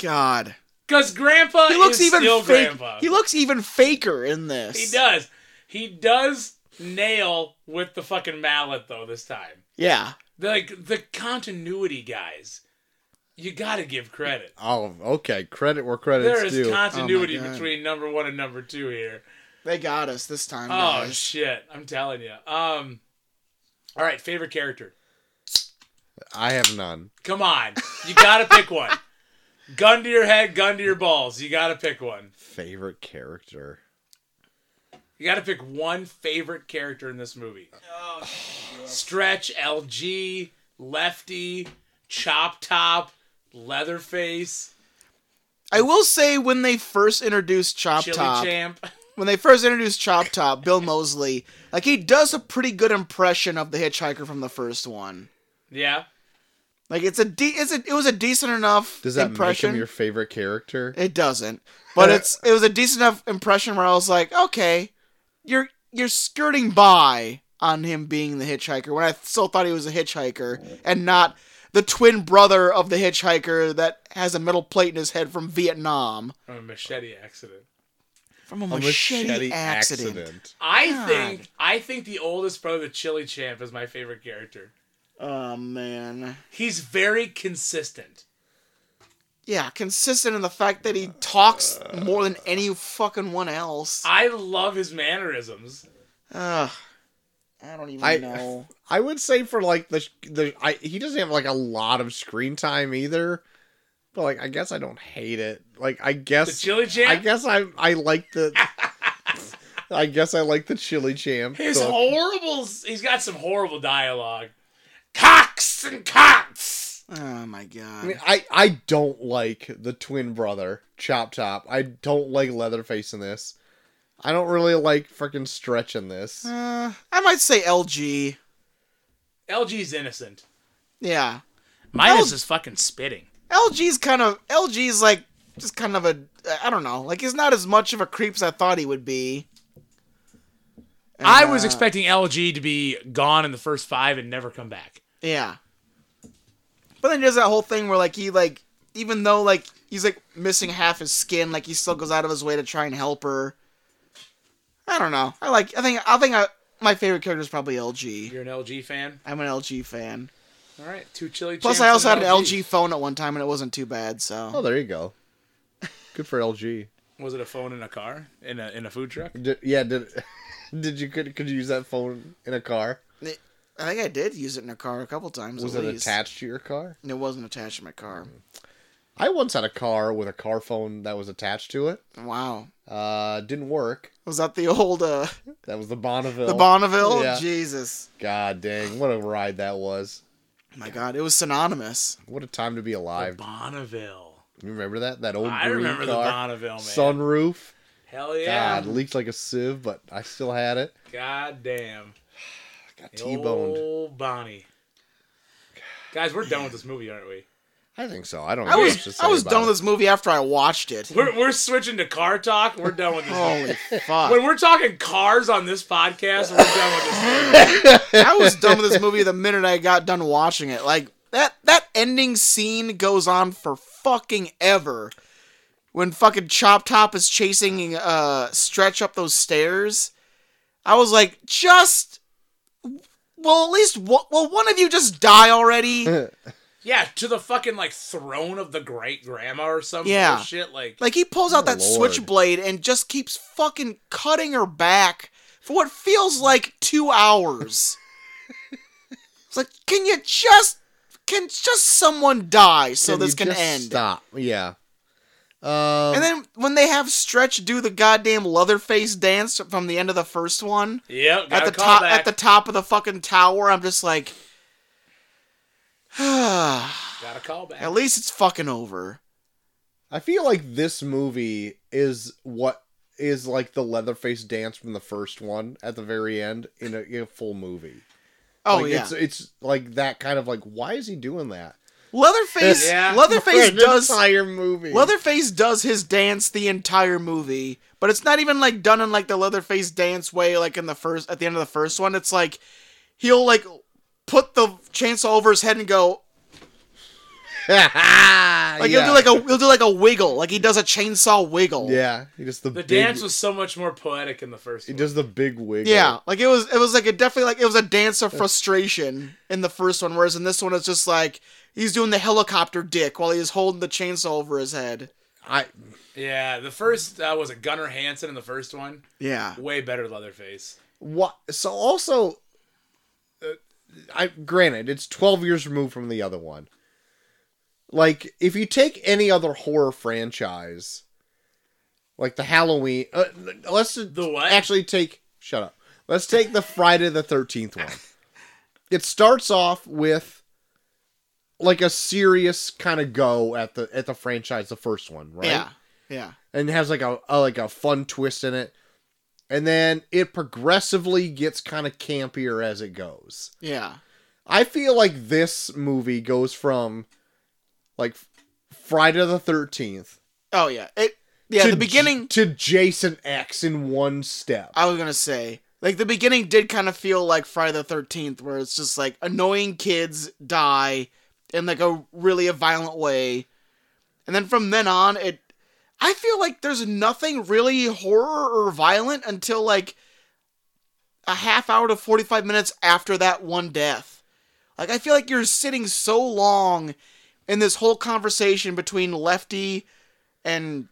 [SPEAKER 1] God,
[SPEAKER 2] Because Grandpa
[SPEAKER 1] he looks
[SPEAKER 2] is
[SPEAKER 1] even
[SPEAKER 2] still
[SPEAKER 1] fake.
[SPEAKER 2] Grandpa.
[SPEAKER 1] He looks even faker in this.
[SPEAKER 2] He does. He does nail with the fucking mallet though this time.
[SPEAKER 1] Yeah.
[SPEAKER 2] Like the continuity guys. You gotta give credit.
[SPEAKER 3] Oh, okay. Credit where credit's
[SPEAKER 2] There is
[SPEAKER 3] due.
[SPEAKER 2] continuity
[SPEAKER 1] Oh my God.
[SPEAKER 2] between number one and number two here.
[SPEAKER 1] They got us this time.
[SPEAKER 2] Oh
[SPEAKER 1] guys.
[SPEAKER 2] shit! I'm telling you. Um, all right, favorite character.
[SPEAKER 3] I have none.
[SPEAKER 2] Come on, you gotta pick one. Gun to your head, gun to your balls. You gotta pick one.
[SPEAKER 3] Favorite character.
[SPEAKER 2] You gotta pick one favorite character in this movie. Stretch, LG, Lefty, Chop Top, Leatherface,
[SPEAKER 1] I will say when they first introduced Chop
[SPEAKER 2] Chili
[SPEAKER 1] Top,
[SPEAKER 2] Champ.
[SPEAKER 1] when they first introduced Chop Top, Bill Mosley, like he does a pretty good impression of the hitchhiker from the first one.
[SPEAKER 2] Yeah.
[SPEAKER 1] Like it's a de- it's a, it was a decent enough
[SPEAKER 3] Does that
[SPEAKER 1] impression.
[SPEAKER 3] make him your Uh, favorite character?
[SPEAKER 1] It doesn't, but it's it was a decent enough impression where I was like, okay, you're you're skirting by on him being the hitchhiker when I still thought he was a hitchhiker and not the twin brother of the hitchhiker that has a metal plate in his head from Vietnam.
[SPEAKER 2] From a machete accident.
[SPEAKER 1] From a,
[SPEAKER 3] A
[SPEAKER 1] machete, accident.
[SPEAKER 2] I
[SPEAKER 1] God.
[SPEAKER 2] think I think the oldest brother, the Chili Champ, is my favorite character.
[SPEAKER 1] Oh man.
[SPEAKER 2] He's very consistent.
[SPEAKER 1] Yeah, consistent in the fact that he talks more than any fucking one else.
[SPEAKER 2] I love his mannerisms.
[SPEAKER 1] Ugh. I don't even
[SPEAKER 3] I-
[SPEAKER 1] know.
[SPEAKER 3] I would say for like the the I, he doesn't have like a lot of screen time either, but like I guess I don't hate it. Like I
[SPEAKER 2] The
[SPEAKER 3] guess
[SPEAKER 2] Chili Champ,
[SPEAKER 3] I guess I I like the I guess I like the chili champ.
[SPEAKER 2] his
[SPEAKER 3] cook.
[SPEAKER 2] horrible. He's got some horrible dialogue. Cocks and cocks.
[SPEAKER 1] Oh my god.
[SPEAKER 3] I mean, I I don't like the twin brother Chop Top. I don't like Leatherface in this. I don't really like freaking Stretch in this.
[SPEAKER 1] uh, I might say LG.
[SPEAKER 2] LG's innocent.
[SPEAKER 1] Yeah.
[SPEAKER 2] Minus
[SPEAKER 1] L-
[SPEAKER 2] is fucking spitting.
[SPEAKER 1] LG's kind of LG's like just kind of a I don't know. Like he's not as much of a creep as I thought he would be. And,
[SPEAKER 2] I was
[SPEAKER 1] uh,
[SPEAKER 2] expecting LG to be gone in the first five and never come back.
[SPEAKER 1] Yeah. But then there's that whole thing where like he like even though like he's like missing half his skin, like he still goes out of his way to try and help her. I don't know. I like I think I think I, my favorite character is probably LG.
[SPEAKER 2] You're an LG fan.
[SPEAKER 1] I'm an LG fan.
[SPEAKER 2] All right, two Chili.
[SPEAKER 1] Plus
[SPEAKER 2] Champs
[SPEAKER 1] I also had
[SPEAKER 2] and
[SPEAKER 1] an LG phone at one time and it wasn't too bad,
[SPEAKER 3] Oh,
[SPEAKER 1] so
[SPEAKER 3] there you go. Good for LG.
[SPEAKER 2] Was it a phone in a car in a in a food truck?
[SPEAKER 3] Did, yeah, did did you could could you use that phone in a car?
[SPEAKER 1] I think I did use it in a car a couple times
[SPEAKER 3] Was
[SPEAKER 1] at
[SPEAKER 3] it
[SPEAKER 1] least.
[SPEAKER 3] attached to your car?
[SPEAKER 1] It wasn't attached to my car.
[SPEAKER 3] I once had a car with a car phone that was attached to it.
[SPEAKER 1] Wow.
[SPEAKER 3] Uh, didn't work.
[SPEAKER 1] Was that the old uh
[SPEAKER 3] That was the Bonneville.
[SPEAKER 1] the Bonneville?
[SPEAKER 3] Oh. Yeah.
[SPEAKER 1] Jesus.
[SPEAKER 3] God dang, what a ride that was.
[SPEAKER 1] My god, it was synonymous.
[SPEAKER 3] What a time to be alive.
[SPEAKER 2] Bonneville.
[SPEAKER 3] You remember that? That old
[SPEAKER 2] I
[SPEAKER 3] green
[SPEAKER 2] remember the
[SPEAKER 3] car.
[SPEAKER 2] Bonneville man.
[SPEAKER 3] Sunroof.
[SPEAKER 2] Hell yeah.
[SPEAKER 3] God, leaked like a sieve, but I still had it.
[SPEAKER 2] God damn.
[SPEAKER 3] Got T-boned.
[SPEAKER 2] Old Bonnie. Guys, we're done with this movie, aren't we?
[SPEAKER 3] I think so. I don't know.
[SPEAKER 1] I
[SPEAKER 3] what else to
[SPEAKER 1] was
[SPEAKER 3] say
[SPEAKER 1] I was
[SPEAKER 3] about
[SPEAKER 1] done
[SPEAKER 3] it.
[SPEAKER 1] with this movie after I watched it.
[SPEAKER 2] We're, we're switching to car talk. We're done with this.
[SPEAKER 1] Holy fuck.
[SPEAKER 2] When we're talking cars on this podcast, we're done with this. Movie.
[SPEAKER 1] I was done with this movie the minute I got done watching it. Like that that ending scene goes on for fucking ever. when fucking Chop Top is chasing uh Stretch up those stairs, I was like, just well, at least wo- will one of you just die already?
[SPEAKER 2] Yeah, to the fucking like throne of the great grandma or some
[SPEAKER 1] Yeah.
[SPEAKER 2] shit. Like,
[SPEAKER 1] Like he pulls out
[SPEAKER 3] Oh,
[SPEAKER 1] that
[SPEAKER 3] Lord.
[SPEAKER 1] switchblade and just keeps fucking cutting her back for what feels like two hours. it's like, can you just can just someone die so
[SPEAKER 3] Can
[SPEAKER 1] this
[SPEAKER 3] you
[SPEAKER 1] can
[SPEAKER 3] just
[SPEAKER 1] end?
[SPEAKER 3] Stop. Yeah. Um,
[SPEAKER 1] And then when they have Stretch do the goddamn Leatherface dance from the end of the first one
[SPEAKER 2] yep,
[SPEAKER 1] at
[SPEAKER 2] got
[SPEAKER 1] the
[SPEAKER 2] a call
[SPEAKER 1] top
[SPEAKER 2] back.
[SPEAKER 1] at the top of the fucking tower, I'm just like, at
[SPEAKER 2] got a call back.
[SPEAKER 1] least it's fucking over.
[SPEAKER 3] I feel like this movie is what is like the Leatherface dance from the first one at the very end in a, in a full movie.
[SPEAKER 1] Oh
[SPEAKER 3] like,
[SPEAKER 1] yeah,
[SPEAKER 3] it's it's like that kind of like why is he doing that?
[SPEAKER 1] Leatherface.
[SPEAKER 2] Yeah.
[SPEAKER 1] Leatherface
[SPEAKER 3] For an
[SPEAKER 1] does
[SPEAKER 3] entire movie.
[SPEAKER 1] Leatherface does his dance the entire movie, but it's not even like done in like the Leatherface dance way, like in the first at the end of the first one. It's like he'll like put the chainsaw over his head and go
[SPEAKER 3] like
[SPEAKER 1] like he'll do like a he'll do like a wiggle, like he does a chainsaw wiggle.
[SPEAKER 3] yeah, he does the,
[SPEAKER 2] The
[SPEAKER 3] big,
[SPEAKER 2] dance was so much more poetic in the first
[SPEAKER 3] he
[SPEAKER 2] one.
[SPEAKER 3] does the big wig.
[SPEAKER 1] Yeah, like it was, it was like a definitely like it was a dance of frustration in the first one, whereas in this one it's just like he's doing the helicopter dick while he's holding the chainsaw over his head.
[SPEAKER 3] I
[SPEAKER 2] yeah, the first uh, was a Gunnar Hansen in the first one.
[SPEAKER 1] Yeah,
[SPEAKER 2] Way better Leatherface.
[SPEAKER 3] what so also. uh, I granted it's twelve years removed from the other one. Like if you take any other horror franchise, like the Halloween, uh, let's
[SPEAKER 2] The what?
[SPEAKER 3] actually take shut up. Let's take the Friday the Thirteenth one. it starts off with like a serious kind of go at the at the franchise, the first one, right?
[SPEAKER 1] yeah, yeah.
[SPEAKER 3] and has like a, a like a fun twist in it and then it progressively gets kind of campier as it goes
[SPEAKER 1] Yeah.
[SPEAKER 3] i feel like this movie goes from like friday the 13th
[SPEAKER 1] Oh yeah. It yeah.
[SPEAKER 3] to
[SPEAKER 1] The
[SPEAKER 3] J-
[SPEAKER 1] beginning. Ah,
[SPEAKER 3] to jason x in one step
[SPEAKER 1] I was gonna say like the beginning did kind of feel like Friday the Thirteenth, where it's just like annoying kids die in like a really a violent way, and then from then on it. I feel like there's nothing really horror or violent until like a half hour to 45 minutes after that one death. Like I feel like you're sitting so long in this whole conversation between Lefty and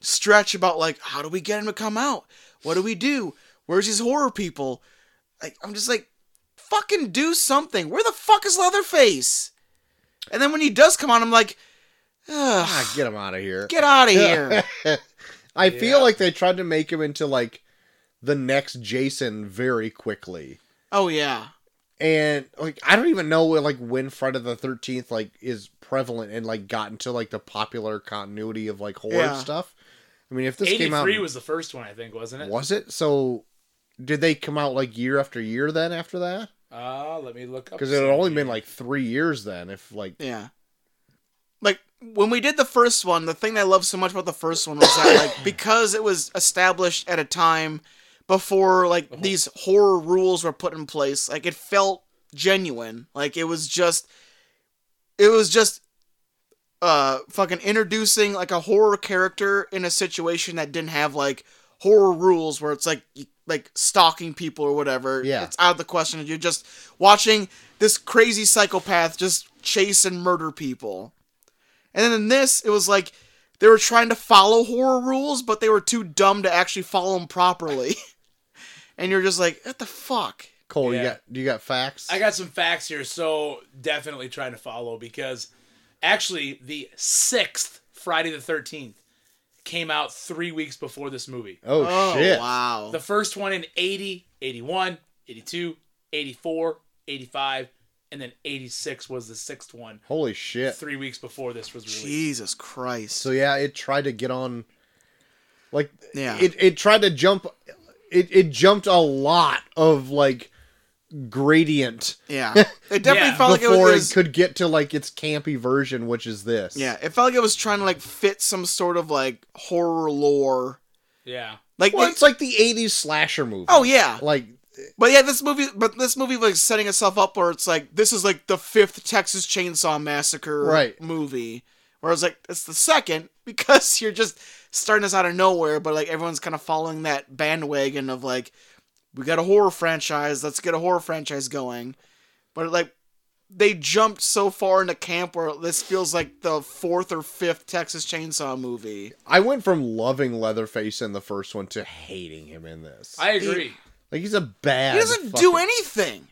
[SPEAKER 1] Stretch about like how do we get him to come out? What do we do? Where's these horror people? Like I'm just like fucking do something. Where the fuck is Leatherface? And then when he does come out, I'm like, Ugh,
[SPEAKER 3] ah, get him out of here
[SPEAKER 1] get out of here.
[SPEAKER 3] i
[SPEAKER 2] Yeah.
[SPEAKER 3] feel like they tried to make him into like the next jason very quickly
[SPEAKER 1] oh yeah.
[SPEAKER 3] and like I don't even know like when Friday the Thirteenth like is prevalent and like got into like the popular continuity of like horror
[SPEAKER 1] Yeah.
[SPEAKER 3] stuff. I mean, if this came out,
[SPEAKER 2] 83 was the first one, I think, wasn't it?
[SPEAKER 3] was it? So did they come out like year after year then after that?
[SPEAKER 2] Uh, let me look up.
[SPEAKER 3] Because it had only been
[SPEAKER 2] something.
[SPEAKER 3] like three years then. If like
[SPEAKER 1] Yeah. Like when we did the first one, the thing that I love so much about the first one was that like because it was established at a time before like these horror rules were put in place, like it felt genuine. Like it was just it was just uh fucking introducing like a horror character in a situation that didn't have like horror rules where it's like y- like stalking people or whatever.
[SPEAKER 3] Yeah.
[SPEAKER 1] It's out of the question. You're just watching this crazy psychopath just chase and murder people. And then in this, it was like they were trying to follow horror rules, but they were too dumb to actually follow them properly. and you're just like, what the fuck?
[SPEAKER 3] Cole,
[SPEAKER 2] Yeah.
[SPEAKER 3] you got you got facts?
[SPEAKER 2] I got some facts here, so definitely trying to follow because actually the sixth Friday the 13th came out three weeks before this movie.
[SPEAKER 3] oh, shit!
[SPEAKER 1] wow.
[SPEAKER 2] The first one in 80, 81, 82, 84, 85, and then 86 was the sixth one
[SPEAKER 3] Holy shit!
[SPEAKER 2] three weeks before this was released.
[SPEAKER 1] Jesus Christ.
[SPEAKER 3] So yeah, it tried to get on. Like
[SPEAKER 1] Yeah.
[SPEAKER 3] it it tried to jump. It it jumped a lot of like gradient
[SPEAKER 1] yeah. It definitely
[SPEAKER 2] Yeah.
[SPEAKER 1] felt like it was.
[SPEAKER 3] before
[SPEAKER 1] it
[SPEAKER 3] it,
[SPEAKER 1] was-
[SPEAKER 3] could get to like its campy version, which is this.
[SPEAKER 1] yeah, it felt like it was trying to like fit some sort of like horror lore.
[SPEAKER 2] Yeah.
[SPEAKER 1] Like,
[SPEAKER 3] Well,
[SPEAKER 1] it-
[SPEAKER 3] it's like the '80s slasher movie.
[SPEAKER 1] oh yeah,
[SPEAKER 3] like
[SPEAKER 1] But yeah, this movie, but this movie like setting itself up where it's like this is like the fifth Texas Chainsaw Massacre
[SPEAKER 3] Right.
[SPEAKER 1] movie, Where I was like, it's the second because you're just starting us out of nowhere, but like everyone's kind of following that bandwagon of like, we got a horror franchise, let's get a horror franchise going. But like, they jumped so far into camp where this feels like the fourth or fifth Texas Chainsaw movie.
[SPEAKER 3] I went from loving Leatherface in the first one to hating him in this.
[SPEAKER 2] I agree.
[SPEAKER 3] like he's a bad.
[SPEAKER 1] He doesn't
[SPEAKER 3] fucking-
[SPEAKER 1] do anything.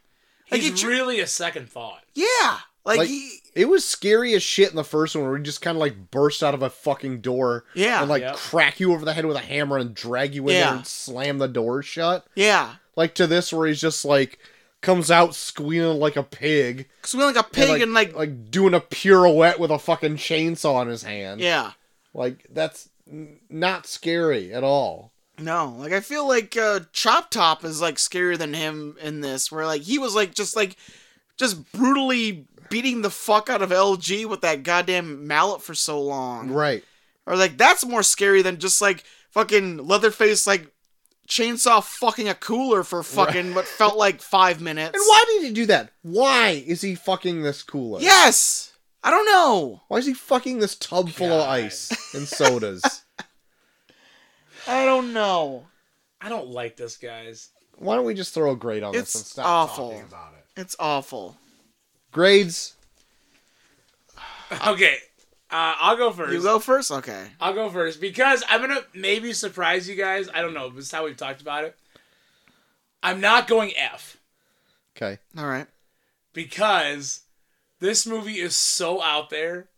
[SPEAKER 1] Like,
[SPEAKER 2] He's
[SPEAKER 1] it-
[SPEAKER 2] really a second thought.
[SPEAKER 1] Yeah. Like,
[SPEAKER 3] Like-
[SPEAKER 1] he,
[SPEAKER 3] It was scary as shit in the first one, where he just kind of like burst out of a fucking door
[SPEAKER 1] Yeah.
[SPEAKER 3] and like
[SPEAKER 2] Yep.
[SPEAKER 3] crack you over the head with a hammer and drag you in
[SPEAKER 1] Yeah.
[SPEAKER 3] there and slam the door shut.
[SPEAKER 1] yeah.
[SPEAKER 3] Like to this, where he's just like comes out squealing like a pig,
[SPEAKER 1] Cause we like a pig and like,
[SPEAKER 3] like doing a pirouette with a fucking chainsaw in his hand.
[SPEAKER 1] yeah.
[SPEAKER 3] like that's n- not scary at all.
[SPEAKER 1] No, like I feel like uh, Chop Top is like scarier than him in this, where like he was like just like just brutally beating the fuck out of LG with that goddamn mallet for so long,
[SPEAKER 3] Right.
[SPEAKER 1] or like that's more scary than just like fucking Leatherface like chainsaw fucking a cooler for fucking what felt like five minutes.
[SPEAKER 3] And why did he do that? Why is he fucking this cooler?
[SPEAKER 1] Yes, I don't know.
[SPEAKER 3] Why is he fucking this tub full of ice and sodas?
[SPEAKER 1] I don't know.
[SPEAKER 2] I don't like this, guys.
[SPEAKER 3] Why don't we just throw a grade on
[SPEAKER 1] It's
[SPEAKER 3] this and stop
[SPEAKER 1] awful.
[SPEAKER 3] talking about it?
[SPEAKER 1] It's awful.
[SPEAKER 3] Grades.
[SPEAKER 2] Okay, uh, I'll go first.
[SPEAKER 1] You go first, okay?
[SPEAKER 2] I'll go first because I'm gonna maybe surprise you guys. I don't know. This is how we've talked about it. I'm not going F
[SPEAKER 3] Okay.
[SPEAKER 1] All right.
[SPEAKER 2] because this movie is so out there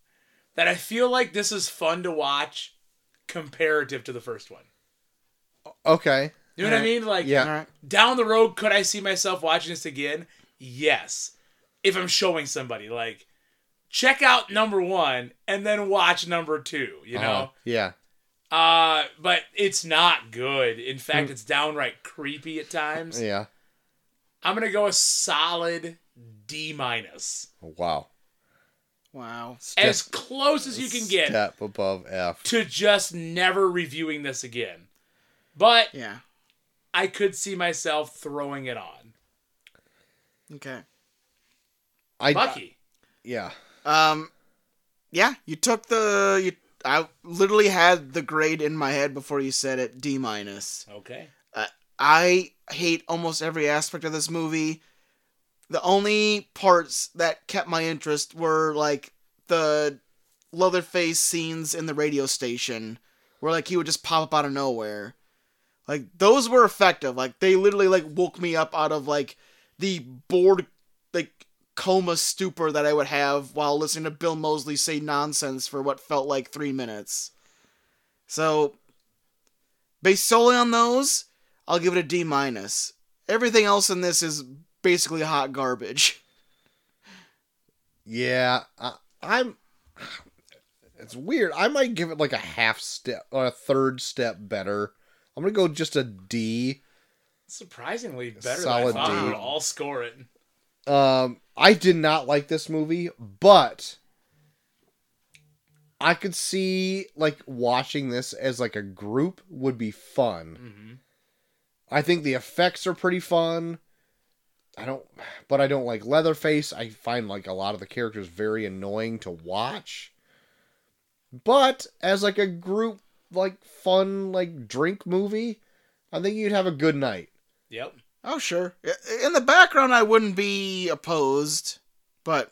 [SPEAKER 2] that I feel like this is fun to watch comparative to the first one.
[SPEAKER 3] Okay.
[SPEAKER 2] You know what I mean? Like
[SPEAKER 3] Yeah.
[SPEAKER 1] All right.
[SPEAKER 2] down the road, could I see myself watching this again? Yes. If I'm showing somebody, like, check out number one and then watch number two, you
[SPEAKER 3] Uh,
[SPEAKER 2] know?
[SPEAKER 3] yeah. Uh-huh.
[SPEAKER 2] Uh, but it's not good. In fact, it's downright creepy at times.
[SPEAKER 3] Hmm. Yeah.
[SPEAKER 2] I'm gonna go a solid D minus.
[SPEAKER 3] Wow.
[SPEAKER 1] Wow.
[SPEAKER 2] As close as you can get
[SPEAKER 3] Step above F.
[SPEAKER 2] to just never reviewing this again. But
[SPEAKER 1] Yeah.
[SPEAKER 2] I could see myself throwing it on.
[SPEAKER 1] Okay.
[SPEAKER 3] I
[SPEAKER 2] Bucky.
[SPEAKER 3] yeah.
[SPEAKER 1] Um, yeah, you took the you. I literally had the grade in my head before you said it. D minus.
[SPEAKER 2] Okay.
[SPEAKER 1] I hate almost every aspect of this movie. The only parts that kept my interest were like the Leatherface scenes in the radio station, where like he would just pop up out of nowhere. Like those were effective. Like they literally like woke me up out of like the bored like coma stupor that I would have while listening to Bill Mosley say nonsense for what felt like three minutes. So based solely on those, I'll give it a D minus. Everything else in this is basically hot garbage.
[SPEAKER 3] Yeah. I, I'm. It's weird. I might give it like a half step or a third step better. I'm gonna go just a D.
[SPEAKER 2] Surprisingly better
[SPEAKER 3] Solid
[SPEAKER 2] than I thought
[SPEAKER 3] D.
[SPEAKER 2] we would all score it.
[SPEAKER 3] Um, I did not like this movie, but I could see like watching this as like a group would be fun.
[SPEAKER 2] Mm-hmm.
[SPEAKER 3] I think the effects are pretty fun. I don't, but I don't like Leatherface. I find like a lot of the characters very annoying to watch. But as like a group, like fun, like drink movie, I think you'd have a good night.
[SPEAKER 2] Yep.
[SPEAKER 1] Oh, sure. I- In the background, I wouldn't be opposed, but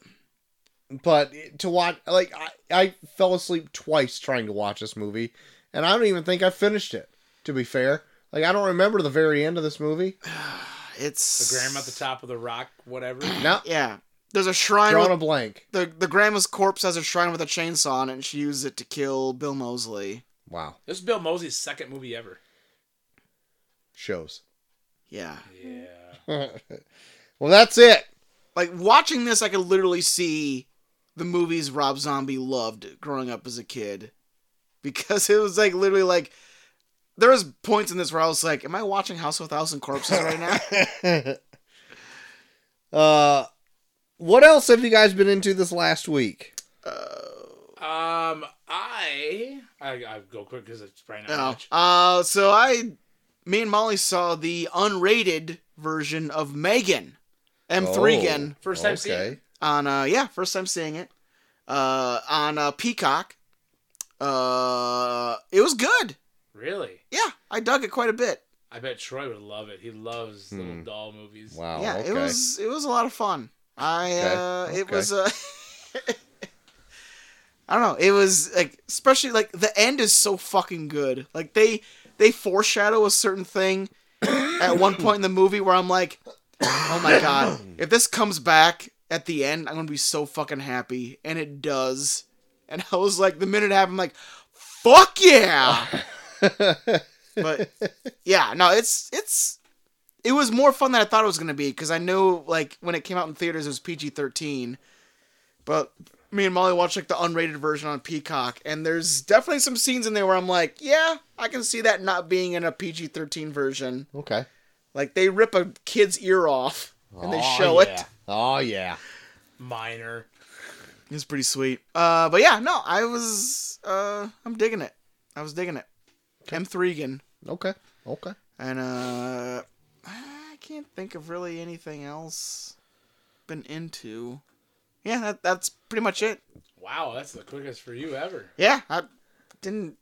[SPEAKER 3] but to watch like I, I fell asleep twice trying to watch this movie and i don't even think i finished it to be fair like i don't remember the very end of this movie
[SPEAKER 2] The
[SPEAKER 1] it's
[SPEAKER 2] grandma at the top of the rock, whatever.
[SPEAKER 3] now
[SPEAKER 1] Yeah, there's a shrine.
[SPEAKER 3] drawing a
[SPEAKER 1] With,
[SPEAKER 3] blank
[SPEAKER 1] the the grandma's corpse has a shrine with a chainsaw on it, and she used it to kill Bill Mosley.
[SPEAKER 3] wow
[SPEAKER 2] This is Bill Mosey's second movie ever.
[SPEAKER 3] shows
[SPEAKER 1] Yeah.
[SPEAKER 2] Yeah.
[SPEAKER 3] well that's it
[SPEAKER 1] like watching this i could literally see the movies rob zombie loved growing up as a kid because it was like literally like there was points in this where i was like am i watching house of a thousand corpses right now
[SPEAKER 3] uh what else have you guys been into this last week
[SPEAKER 2] Um, I I I go quick because it's probably not
[SPEAKER 1] no.
[SPEAKER 2] much.
[SPEAKER 1] uh so i me and molly saw the unrated version of megan m3
[SPEAKER 3] Oh,
[SPEAKER 1] gan
[SPEAKER 2] First time seeing it.
[SPEAKER 1] on uh yeah first time seeing it uh, on uh, Peacock. Uh, it was good.
[SPEAKER 2] Really?
[SPEAKER 1] Yeah, I dug it quite a bit.
[SPEAKER 2] I bet Troy would love it. He loves little doll movies.
[SPEAKER 3] Hmm. Wow.
[SPEAKER 1] yeah,
[SPEAKER 3] okay.
[SPEAKER 1] it was it was a lot of fun. I uh,
[SPEAKER 3] Okay,
[SPEAKER 1] it
[SPEAKER 3] okay.
[SPEAKER 1] was uh, I don't know. It was like especially like the end is so fucking good. Like they they foreshadow a certain thing at one point in the movie where I'm like, oh my god, if this comes back at the end, I'm gonna be so fucking happy, and it does. And I was like, the minute it happened, I'm like, fuck yeah. but yeah, no, it's it's it was more fun than I thought it was gonna be because I knew like when it came out in theaters it was PG thirteen, but me and Molly watched like the unrated version on Peacock, and there's definitely some scenes in there where I'm like, yeah, I can see that not being in a PG thirteen version.
[SPEAKER 3] Okay.
[SPEAKER 1] Like they rip a kid's ear off and they
[SPEAKER 3] Aw,
[SPEAKER 1] show
[SPEAKER 2] yeah.
[SPEAKER 1] it.
[SPEAKER 3] Oh yeah.
[SPEAKER 2] Minor.
[SPEAKER 1] It's pretty sweet. Uh, but yeah, no, I was uh, I'm digging it. I was digging it. M three again,
[SPEAKER 3] Okay. Okay.
[SPEAKER 1] and uh, I can't think of really anything else been into. Yeah, that, that's pretty much it.
[SPEAKER 2] Wow, that's the quickest for you ever.
[SPEAKER 1] Yeah, I didn't.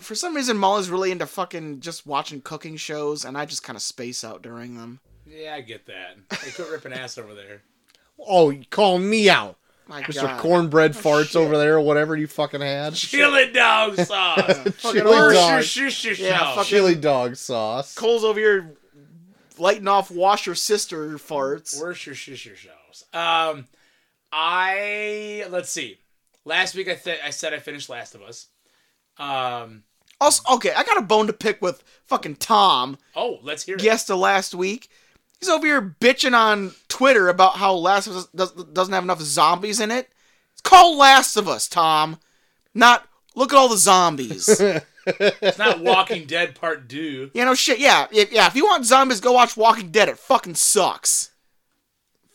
[SPEAKER 1] For some reason, Molly's really into fucking just watching cooking shows, and I just kind of space out during them.
[SPEAKER 2] Yeah, I get that. Hey, quit ripping ass over there.
[SPEAKER 3] Oh, you calling me out,
[SPEAKER 1] My
[SPEAKER 3] Mister
[SPEAKER 1] God. Oh,
[SPEAKER 3] Cornbread Farts over there, or whatever you fucking had.
[SPEAKER 2] Chili dog sauce.
[SPEAKER 3] Chili
[SPEAKER 1] orange
[SPEAKER 3] dog,
[SPEAKER 1] Yeah, fuck
[SPEAKER 3] chili dog sauce.
[SPEAKER 1] Cole's over here lighting off washer sister farts.
[SPEAKER 2] Worcester Worcestershire shows. Um, I let's see. Last week I th- I said I finished Last of Us. Um,
[SPEAKER 1] Also, okay, I got a bone to pick with fucking Tom.
[SPEAKER 2] oh, let's hear it.
[SPEAKER 1] Guest to last week. He's over here bitching on Twitter about how Last of Us does, doesn't have enough zombies in it. It's called Last of Us, Tom. Not look at all the zombies.
[SPEAKER 2] It's not Walking Dead Part Two.
[SPEAKER 1] You know, shit. Yeah, if, yeah. If you want zombies, go watch Walking Dead. It fucking sucks.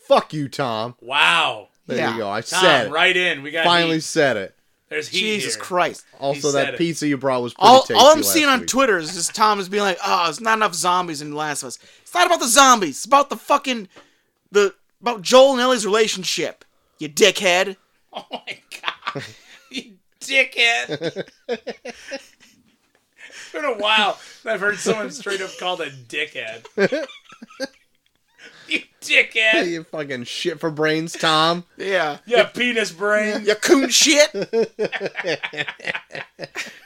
[SPEAKER 3] Fuck you, Tom.
[SPEAKER 2] Wow,
[SPEAKER 3] There
[SPEAKER 1] Yeah.
[SPEAKER 3] you go. I
[SPEAKER 2] Tom,
[SPEAKER 3] said it.
[SPEAKER 2] right in. We got
[SPEAKER 3] Finally
[SPEAKER 2] heat.
[SPEAKER 3] said it.
[SPEAKER 2] There's heat
[SPEAKER 1] Jesus
[SPEAKER 2] here.
[SPEAKER 1] Christ.
[SPEAKER 3] Also,
[SPEAKER 2] said
[SPEAKER 3] that
[SPEAKER 2] it.
[SPEAKER 3] pizza you brought was pretty
[SPEAKER 1] All,
[SPEAKER 3] tasty.
[SPEAKER 1] all I'm
[SPEAKER 3] last
[SPEAKER 1] seeing on
[SPEAKER 3] week.
[SPEAKER 1] Twitter is just Tom is being like, "Oh, it's not enough zombies in The Last of Us. It's not about the zombies. It's about the fucking the about Joel and Ellie's relationship. You dickhead.
[SPEAKER 2] Oh my god, you dickhead! it's been a while. that I've heard someone straight up called a dickhead. you dickhead!
[SPEAKER 3] You fucking shit for brains, Tom.
[SPEAKER 1] Yeah,
[SPEAKER 2] You penis brain.
[SPEAKER 1] you coon shit.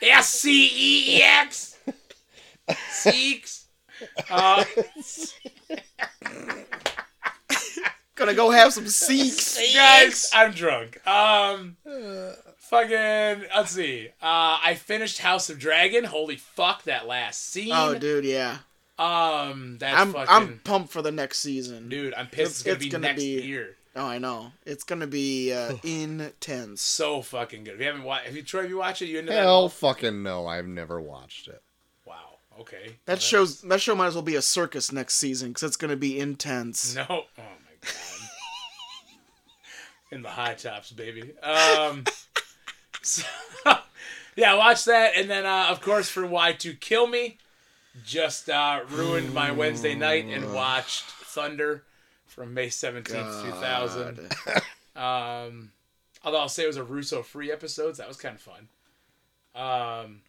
[SPEAKER 2] S C E E X. Seeks. Uh,
[SPEAKER 1] Gonna go have some seeks.
[SPEAKER 2] guys, I'm drunk. Um, fucking. Let's see. Uh, I finished House of Dragon. Holy fuck, that last scene.
[SPEAKER 1] Oh, dude, yeah.
[SPEAKER 2] Um, that's
[SPEAKER 1] I'm
[SPEAKER 2] fucking.
[SPEAKER 1] I'm pumped for the next season.
[SPEAKER 2] dude, I'm pissed. It's, gonna
[SPEAKER 1] it's
[SPEAKER 2] be
[SPEAKER 1] gonna
[SPEAKER 2] next
[SPEAKER 1] be-
[SPEAKER 2] year.
[SPEAKER 1] Oh, I know. It's gonna be uh, intense.
[SPEAKER 2] So fucking good. If you haven't watched, if you Troy, have you watched it? You into
[SPEAKER 3] Hell fucking no. I've never watched it.
[SPEAKER 2] that? Wow. Okay.
[SPEAKER 1] That shows that show might as well be a circus next season because it's gonna be intense.
[SPEAKER 2] No. Oh my god. In the high tops, baby. Um. So, yeah, watch that, and then uh, of course for Why to Kill Me, just uh, ruined my Wednesday night and watched Thunder from May seventeenth, two thousand. Um, although I'll say it was a Russo-free episode, so that was kind of fun. Um,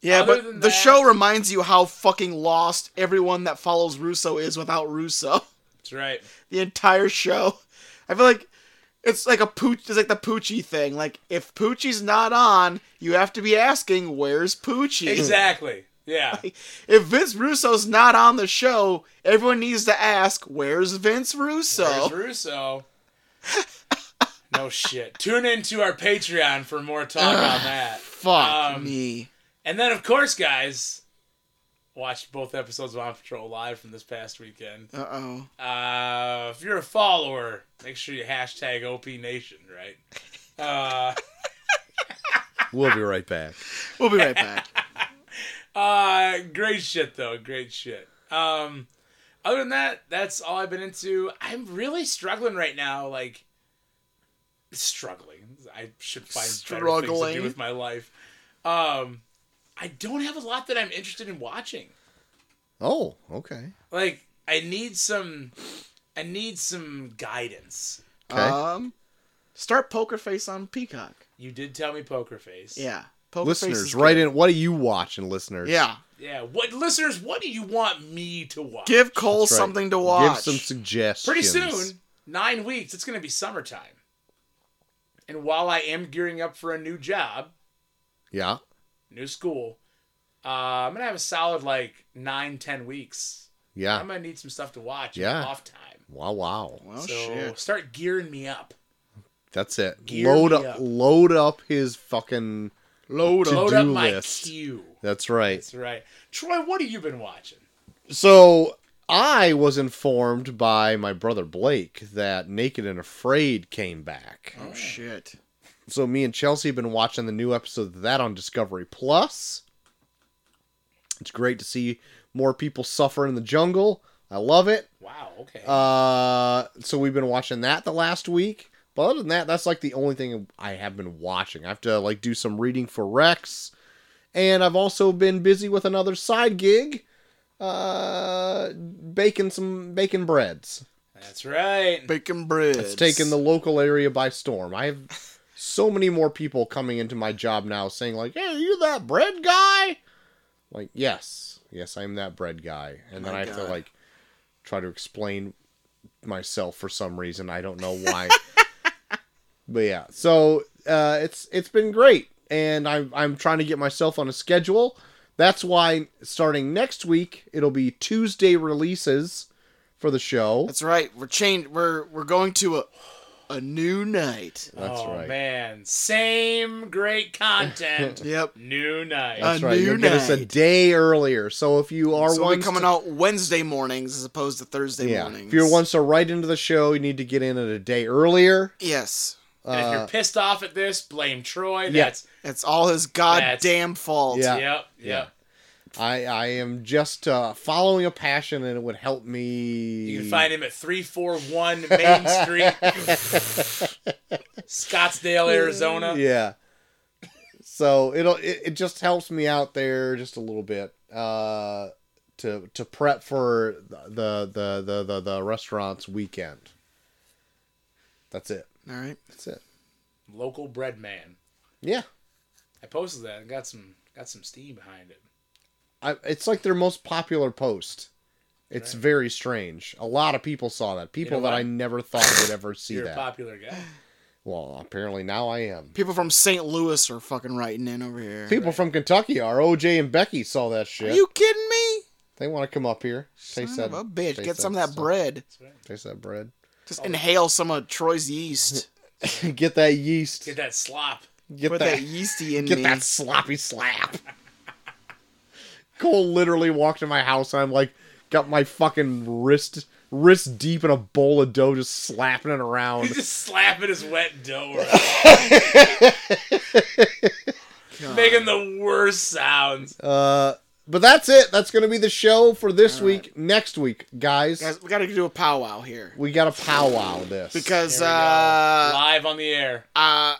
[SPEAKER 1] Yeah,
[SPEAKER 2] Other
[SPEAKER 1] but
[SPEAKER 2] than
[SPEAKER 1] the
[SPEAKER 2] that-
[SPEAKER 1] show reminds you how fucking lost everyone that follows Russo is without Russo.
[SPEAKER 2] that's right.
[SPEAKER 1] The entire show. I feel like it's like a pooch it's like the Poochie thing. Like if Poochie's not on, you have to be asking, where's Poochie?
[SPEAKER 2] Exactly. Yeah.
[SPEAKER 1] If Vince Russo's not on the show, everyone needs to ask, where's Vince Russo?
[SPEAKER 2] There's Russo. No shit. Tune into our Patreon for more talk on that.
[SPEAKER 1] Fuck
[SPEAKER 2] Um,
[SPEAKER 1] me.
[SPEAKER 2] And then, of course, guys, watched both episodes of On Patrol live from this past weekend.
[SPEAKER 1] Uh oh.
[SPEAKER 2] Uh, if you're a follower, make sure you hashtag OP Nation, right? Uh,
[SPEAKER 3] We'll be right back.
[SPEAKER 1] We'll be right back.
[SPEAKER 2] uh, great shit, though. Great shit. Um, other than that, that's all I've been into. I'm really struggling right now. Like, struggling. I should find better things to do
[SPEAKER 1] Struggling.
[SPEAKER 2] with my life. Um, I don't have a lot that I'm interested in watching.
[SPEAKER 3] Oh, okay.
[SPEAKER 2] Like, I need some. I need some guidance.
[SPEAKER 3] Okay.
[SPEAKER 1] Um Start Poker Face on Peacock.
[SPEAKER 2] You did tell me Poker Face.
[SPEAKER 1] Yeah. Poker Face
[SPEAKER 3] listeners,
[SPEAKER 1] is
[SPEAKER 3] write
[SPEAKER 1] good.
[SPEAKER 3] in. What are you watching, listeners?
[SPEAKER 1] Yeah.
[SPEAKER 2] Yeah. What listeners? What do you want me to watch?
[SPEAKER 1] Give Cole
[SPEAKER 3] That's right.
[SPEAKER 1] something to watch.
[SPEAKER 3] Give some suggestions.
[SPEAKER 2] Pretty soon, nine weeks. It's going to be summertime. And while I am gearing up for a new job,
[SPEAKER 3] Yeah.
[SPEAKER 2] new school, uh, I'm gonna have a solid like nine, ten weeks.
[SPEAKER 3] Yeah.
[SPEAKER 2] I'm gonna need some stuff to watch.
[SPEAKER 3] Yeah. Oh,
[SPEAKER 2] in off time.
[SPEAKER 3] wow. Wow.
[SPEAKER 1] well,
[SPEAKER 2] so
[SPEAKER 1] Oh, shit.
[SPEAKER 2] start gearing me up.
[SPEAKER 3] That's it.
[SPEAKER 2] Gear
[SPEAKER 3] load
[SPEAKER 2] me
[SPEAKER 3] up,
[SPEAKER 2] up.
[SPEAKER 3] Load up his fucking.
[SPEAKER 1] Load
[SPEAKER 3] to-
[SPEAKER 1] up.
[SPEAKER 2] Load
[SPEAKER 3] Do
[SPEAKER 2] up my
[SPEAKER 3] list.
[SPEAKER 2] queue.
[SPEAKER 3] That's right.
[SPEAKER 2] That's right. Troy, what have you been watching?
[SPEAKER 3] So I was informed by my brother Blake that Naked and Afraid came back.
[SPEAKER 1] Oh, shit.
[SPEAKER 3] So me and Chelsea have been watching the new episode of that on Discovery Plus. It's great to see more people suffer in the jungle. I love it.
[SPEAKER 2] Wow. Okay.
[SPEAKER 3] Uh, so we've been watching that the last week. But other than that, that's like the only thing I have been watching. I have to like do some reading for Rex, and I've also been busy with another side gig, uh, baking some baking breads.
[SPEAKER 2] That's right.
[SPEAKER 1] Bacon bread.
[SPEAKER 3] It's taken the local area by storm. I have so many more people coming into my job now saying like, "Hey, are you that bread guy?" Like, yes, yes, I'm that bread guy, and then
[SPEAKER 1] My
[SPEAKER 3] I have to
[SPEAKER 1] God.
[SPEAKER 3] like try to explain myself for some reason. I don't know why, but yeah. So uh, it's it's been great, and I'm I'm trying to get myself on a schedule. That's why starting next week it'll be Tuesday releases for the show.
[SPEAKER 1] That's right. We're chained. We're we're going to a a new night.
[SPEAKER 3] That's
[SPEAKER 2] oh
[SPEAKER 3] right.
[SPEAKER 2] man, same great content.
[SPEAKER 1] Yep.
[SPEAKER 2] New night.
[SPEAKER 1] Uh,
[SPEAKER 3] That's
[SPEAKER 1] a
[SPEAKER 3] right.
[SPEAKER 1] new
[SPEAKER 3] You'll get us a
[SPEAKER 1] night.
[SPEAKER 3] day earlier. So if you are
[SPEAKER 1] so we'll
[SPEAKER 3] one
[SPEAKER 1] be coming out Wednesday mornings as opposed to Thursday
[SPEAKER 3] yeah,
[SPEAKER 1] mornings.
[SPEAKER 3] if you're wants to write into the show, you need to get in at a day earlier.
[SPEAKER 1] Yes.
[SPEAKER 2] and if you're pissed off at this, blame Troy.
[SPEAKER 3] Yeah.
[SPEAKER 2] That's
[SPEAKER 1] It's all his goddamn fault.
[SPEAKER 3] Yeah.
[SPEAKER 2] yep, yep.
[SPEAKER 3] I I am just uh, following a passion, and it would help me.
[SPEAKER 2] You can find him at 341 Main Street, Scottsdale, Arizona.
[SPEAKER 3] Yeah. So it'll it, it just helps me out there just a little bit uh, to to prep for the the the the, the restaurant's weekend. That's it.
[SPEAKER 1] All right.
[SPEAKER 3] That's it.
[SPEAKER 2] Local bread man.
[SPEAKER 3] Yeah.
[SPEAKER 2] I posted that and got some got some steam behind it.
[SPEAKER 3] I, it's like their most popular post. It's very strange. A lot of people saw that. People
[SPEAKER 2] know
[SPEAKER 3] that
[SPEAKER 2] what?
[SPEAKER 3] I never thought would ever see
[SPEAKER 2] You're
[SPEAKER 3] that.
[SPEAKER 2] a popular guy.
[SPEAKER 3] well, apparently now I am.
[SPEAKER 1] People from St. Louis are fucking writing in over here.
[SPEAKER 3] People from Kentucky, our OJ and Becky, saw that shit.
[SPEAKER 1] are you kidding me?
[SPEAKER 3] They want to come up here. Taste
[SPEAKER 1] Son
[SPEAKER 3] that.
[SPEAKER 1] of a bitch.
[SPEAKER 3] taste
[SPEAKER 1] Get some of that
[SPEAKER 3] stuff.
[SPEAKER 1] bread.
[SPEAKER 3] Taste that bread.
[SPEAKER 2] Oh.
[SPEAKER 1] Just inhale some of Troy's yeast.
[SPEAKER 3] Get that yeast.
[SPEAKER 2] Get that slop.
[SPEAKER 3] Get
[SPEAKER 1] Put that,
[SPEAKER 3] that.
[SPEAKER 1] yeasty in
[SPEAKER 3] get
[SPEAKER 1] me.
[SPEAKER 3] that sloppy slap. Cole literally walked in my house and I'm like, got my fucking wrist wrist deep in a bowl of dough, just slapping it around.
[SPEAKER 2] He's just slapping his wet dough around. Making the worst sounds.
[SPEAKER 3] Uh, But that's it. That's going to be the show for this week. Next week, guys,
[SPEAKER 1] Guys, we gotta do a powwow here.
[SPEAKER 3] we got to powwow this.
[SPEAKER 1] Because
[SPEAKER 2] Here we go.
[SPEAKER 1] uh,
[SPEAKER 2] Live on the air.
[SPEAKER 1] uh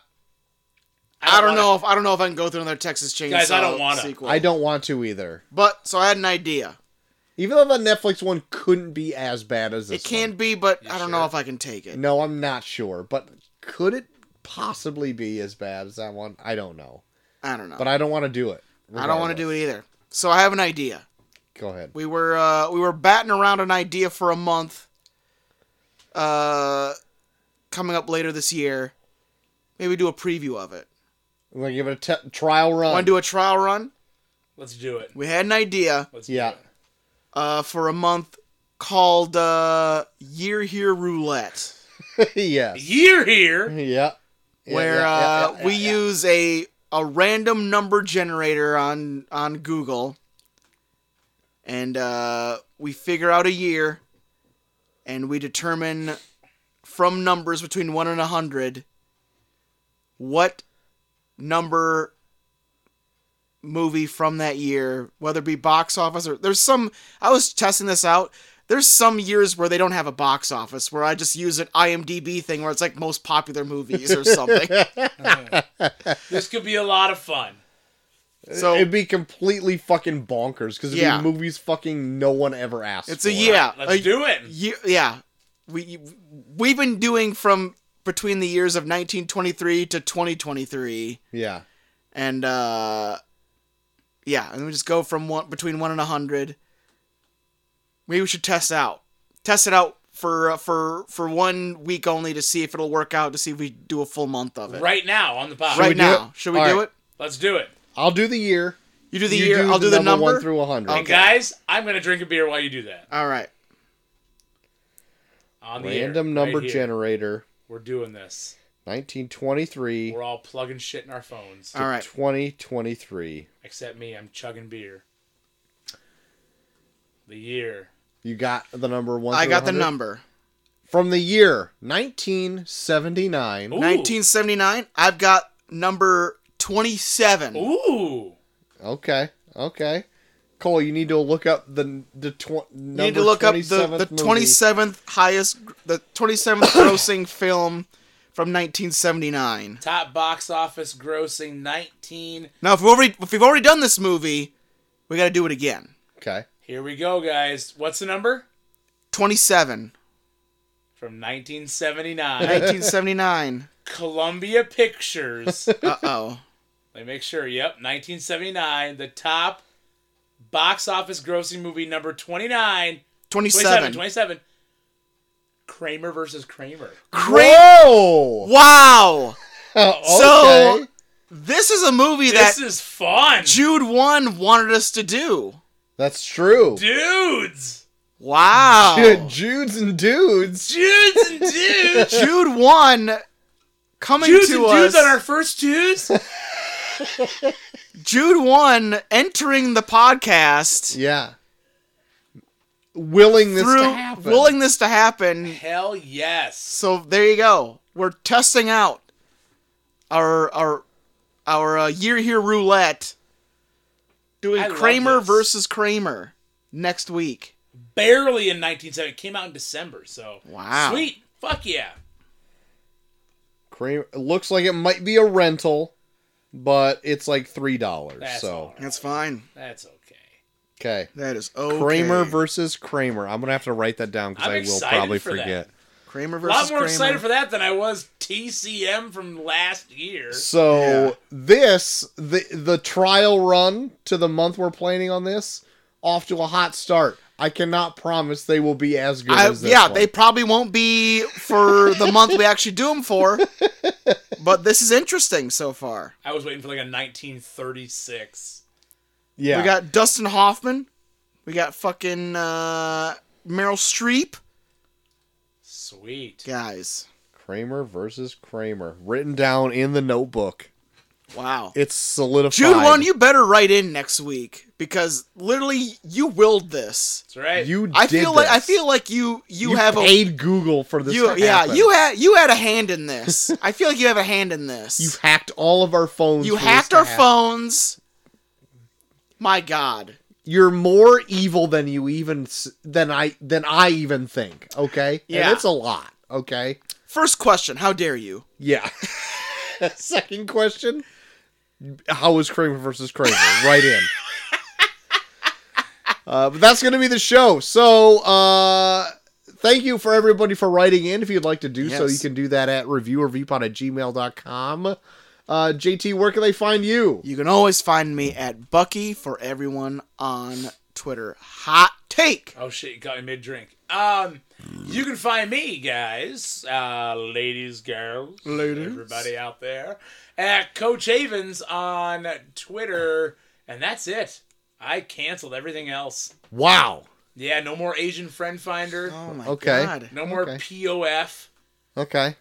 [SPEAKER 2] don't
[SPEAKER 1] I don't
[SPEAKER 2] wanna-
[SPEAKER 1] know if I don't know if I can go through another Texas Chainsaw
[SPEAKER 2] Guys, I don't wanna.
[SPEAKER 1] sequel.
[SPEAKER 3] I don't want to either.
[SPEAKER 1] But so I had an idea.
[SPEAKER 3] Even though the Netflix one couldn't be as bad as this
[SPEAKER 1] it can
[SPEAKER 3] one.
[SPEAKER 1] be, but I don't know if I can take it.
[SPEAKER 3] No, I'm not sure. But could it possibly be as bad as that one? I don't know.
[SPEAKER 1] I don't know.
[SPEAKER 3] But I don't want to do it.
[SPEAKER 1] I don't want to do it either. So I have an idea.
[SPEAKER 3] Go ahead.
[SPEAKER 1] We were uh, we were batting around an idea for a month. Uh, coming up later this year, maybe do a preview of it.
[SPEAKER 3] We're going to give it a t- trial run.
[SPEAKER 1] Want to do a trial run?
[SPEAKER 2] Let's do it.
[SPEAKER 1] We had an idea
[SPEAKER 2] Let's
[SPEAKER 3] yeah.
[SPEAKER 2] do it.
[SPEAKER 1] uh, for a month called uh, Year Here Roulette,
[SPEAKER 3] yes.
[SPEAKER 2] Year
[SPEAKER 1] Mm-hmm.
[SPEAKER 2] here.
[SPEAKER 3] Yeah. Yeah,
[SPEAKER 1] where
[SPEAKER 3] yeah, yeah,
[SPEAKER 1] uh,
[SPEAKER 3] yeah,
[SPEAKER 1] we
[SPEAKER 3] yeah.
[SPEAKER 1] use a a random number generator on on Google, and uh, we figure out a year, and we determine from numbers between one and a hundred what number movie from that year, whether it be box office or there's some. I was testing this out. There's some years where they don't have a box office, where I just use an IMDb thing where it's like most popular movies or something.
[SPEAKER 2] This could be a lot of fun.
[SPEAKER 1] uh, So
[SPEAKER 3] It'd be completely fucking bonkers because it'd
[SPEAKER 1] Yeah.
[SPEAKER 3] be movies fucking no one ever asked.
[SPEAKER 1] it's a
[SPEAKER 3] for.
[SPEAKER 1] yeah,
[SPEAKER 2] Let's
[SPEAKER 1] a
[SPEAKER 2] do it.
[SPEAKER 1] year, yeah. We we've been doing from between the years of 1923 to 2023,
[SPEAKER 3] Yeah.
[SPEAKER 1] and uh, yeah, and we just go from one between one and a hundred. Maybe we should test out, test it out for uh, for for one week only to see if it'll work out, to see if we do a full month of it.
[SPEAKER 2] Right now on the pod.
[SPEAKER 1] Right
[SPEAKER 3] we do
[SPEAKER 1] now,
[SPEAKER 3] it?
[SPEAKER 1] should we
[SPEAKER 3] All
[SPEAKER 1] do
[SPEAKER 3] right.
[SPEAKER 1] it?
[SPEAKER 2] Let's do it.
[SPEAKER 3] I'll do the year.
[SPEAKER 1] You do the
[SPEAKER 3] You
[SPEAKER 1] year. I'll do the number.
[SPEAKER 3] one through a hundred.
[SPEAKER 1] Okay.
[SPEAKER 2] Guys, I'm going to drink a beer while you do that.
[SPEAKER 1] All right.
[SPEAKER 2] On the air,
[SPEAKER 3] Random number
[SPEAKER 2] right here.
[SPEAKER 3] generator.
[SPEAKER 2] We're doing this.
[SPEAKER 3] 1923
[SPEAKER 2] We're all plugging shit in our phones.
[SPEAKER 1] All right.
[SPEAKER 3] 2023.
[SPEAKER 2] Except me, I'm chugging beer. The year.
[SPEAKER 3] You got the number one.
[SPEAKER 1] I
[SPEAKER 3] through
[SPEAKER 1] got the
[SPEAKER 3] 100?
[SPEAKER 1] number.
[SPEAKER 3] from the year 1979.
[SPEAKER 2] Ooh.
[SPEAKER 1] 1979. I've got number 27.
[SPEAKER 2] Ooh.
[SPEAKER 3] Okay, okay. Cole, you need to look up the the tw- number
[SPEAKER 1] You need to look up the,
[SPEAKER 3] 27th
[SPEAKER 1] the
[SPEAKER 3] movie.
[SPEAKER 1] 27th highest, the 27th grossing film from 1979.
[SPEAKER 2] Top box office grossing 19.
[SPEAKER 1] Now, if we've already, if we've already done this movie, we got to do it again.
[SPEAKER 3] Okay,
[SPEAKER 2] Here we go, guys. What's the number?
[SPEAKER 1] 27,
[SPEAKER 2] From 1979.
[SPEAKER 1] 1979.
[SPEAKER 2] Columbia Pictures.
[SPEAKER 1] Uh oh.
[SPEAKER 2] Let me make sure. Yep, 1979. The top box office grossing movie number 29.
[SPEAKER 1] 27.
[SPEAKER 2] 27. 27. Kramer versus Kramer.
[SPEAKER 3] Whoa!
[SPEAKER 1] Wow!
[SPEAKER 3] Oh, okay.
[SPEAKER 1] This is a movie
[SPEAKER 2] This
[SPEAKER 1] that
[SPEAKER 2] is fun.
[SPEAKER 1] Jude 1 wanted us to do.
[SPEAKER 3] that's true.
[SPEAKER 2] Dudes.
[SPEAKER 1] Wow.
[SPEAKER 3] Dude, Judes and dudes.
[SPEAKER 2] Dudes and dudes.
[SPEAKER 1] Jude 1 coming
[SPEAKER 2] Dudes
[SPEAKER 1] to
[SPEAKER 2] and
[SPEAKER 1] us.
[SPEAKER 2] dudes on our first dudes.
[SPEAKER 1] Jude 1 entering the podcast
[SPEAKER 3] Yeah, willing this to
[SPEAKER 1] through
[SPEAKER 3] happen.
[SPEAKER 1] willing this to happen.
[SPEAKER 2] Hell yes.
[SPEAKER 1] So there you go. We're testing out our our our uh, year here roulette doing
[SPEAKER 2] I love
[SPEAKER 1] Kramer
[SPEAKER 2] this.
[SPEAKER 1] versus Kramer next week.
[SPEAKER 2] Barely in 1970. It came out in December, so.
[SPEAKER 1] Wow.
[SPEAKER 2] Sweet. Fuck yeah.
[SPEAKER 3] Kramer, it looks like it might be a rental, but it's like three dollars.
[SPEAKER 2] That's all
[SPEAKER 3] So
[SPEAKER 2] right.
[SPEAKER 1] That's fine.
[SPEAKER 2] That's okay.
[SPEAKER 3] okay.
[SPEAKER 1] That is okay.
[SPEAKER 3] Kramer versus Kramer. I'm gonna have to write that down because
[SPEAKER 2] I'm
[SPEAKER 3] I will
[SPEAKER 2] excited
[SPEAKER 3] probably
[SPEAKER 2] for that.
[SPEAKER 3] forget.
[SPEAKER 1] Kramer
[SPEAKER 2] A
[SPEAKER 1] versus
[SPEAKER 2] lot more
[SPEAKER 1] Kramer.
[SPEAKER 2] excited for that than I was TCM from last year.
[SPEAKER 3] So
[SPEAKER 1] Yeah.
[SPEAKER 3] this the the trial run to the month we're planning on this off to a hot start. I cannot promise they will be as good
[SPEAKER 1] I,
[SPEAKER 3] as this.
[SPEAKER 1] yeah,
[SPEAKER 3] one.
[SPEAKER 1] they probably won't be for the month we actually do them for, but this is interesting so far.
[SPEAKER 2] I was waiting for like a 1936.
[SPEAKER 3] yeah.
[SPEAKER 1] We got Dustin Hoffman. We got fucking uh, Meryl Streep.
[SPEAKER 2] Sweet.
[SPEAKER 1] Guys,
[SPEAKER 3] Kramer versus Kramer written down in the notebook.
[SPEAKER 1] wow.
[SPEAKER 3] It's solidified.
[SPEAKER 1] Jude one, you better write in next week because literally you willed this.
[SPEAKER 2] That's right.
[SPEAKER 3] you
[SPEAKER 1] I
[SPEAKER 3] did
[SPEAKER 1] feel like I
[SPEAKER 3] this.
[SPEAKER 1] feel like you you,
[SPEAKER 3] you
[SPEAKER 1] have a
[SPEAKER 3] paid Google for this.
[SPEAKER 1] you
[SPEAKER 3] to
[SPEAKER 1] yeah
[SPEAKER 3] happen.
[SPEAKER 1] you had you had a hand in this. I feel like you have a hand in this.
[SPEAKER 3] you hacked all of our phones.
[SPEAKER 1] You
[SPEAKER 3] for this
[SPEAKER 1] hacked
[SPEAKER 3] to
[SPEAKER 1] our
[SPEAKER 3] happen.
[SPEAKER 1] phones. My God.
[SPEAKER 3] You're more evil than you even s- than I than I even think. Okay,
[SPEAKER 1] Yeah.
[SPEAKER 3] and it's a lot. Okay,
[SPEAKER 1] First question: How dare you?
[SPEAKER 3] Yeah. Second question. How was Kramer versus Kramer? right in. Uh, but that's going to be the show. So uh, thank you for everybody for writing in. If you'd like to do so,
[SPEAKER 1] Yes.
[SPEAKER 3] you can do that at reviewervpod at gmail.com. Uh, JT, where can they find you?
[SPEAKER 1] You can always find me at Bucky for everyone on Twitter. Hot take.
[SPEAKER 2] Oh shit, you got me mid drink. Um, you can find me, guys, uh, ladies, girls,
[SPEAKER 1] Ladies.
[SPEAKER 2] everybody out there, at Coach Havens on Twitter, and that's it. I canceled everything else.
[SPEAKER 3] Wow.
[SPEAKER 2] Yeah, no more Asian Friend Finder,
[SPEAKER 1] Oh my
[SPEAKER 3] Okay.
[SPEAKER 1] God.
[SPEAKER 2] no more
[SPEAKER 3] okay.
[SPEAKER 2] POF,
[SPEAKER 3] Okay.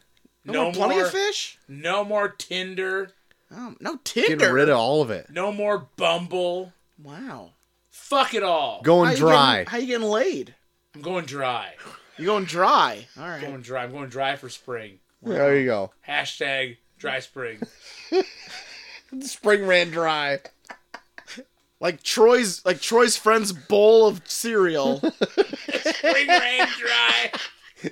[SPEAKER 1] No,
[SPEAKER 2] no,
[SPEAKER 1] more plenty of fish.
[SPEAKER 2] no more Tinder,
[SPEAKER 1] Oh, no
[SPEAKER 3] Getting
[SPEAKER 1] Tinder.
[SPEAKER 3] rid of all of it.
[SPEAKER 2] no more Bumble.
[SPEAKER 1] wow.
[SPEAKER 2] Fuck it all.
[SPEAKER 1] How
[SPEAKER 3] Going
[SPEAKER 1] you
[SPEAKER 3] dry.
[SPEAKER 1] getting- how you getting laid?
[SPEAKER 2] I'm going dry.
[SPEAKER 1] You going dry? All right.
[SPEAKER 2] going dry. I'm going dry for spring.
[SPEAKER 3] There you go.
[SPEAKER 2] Hashtag dry spring.
[SPEAKER 3] Spring ran dry.
[SPEAKER 1] Like Troy's, like Troy's friend's bowl of cereal,
[SPEAKER 2] spring rain dry.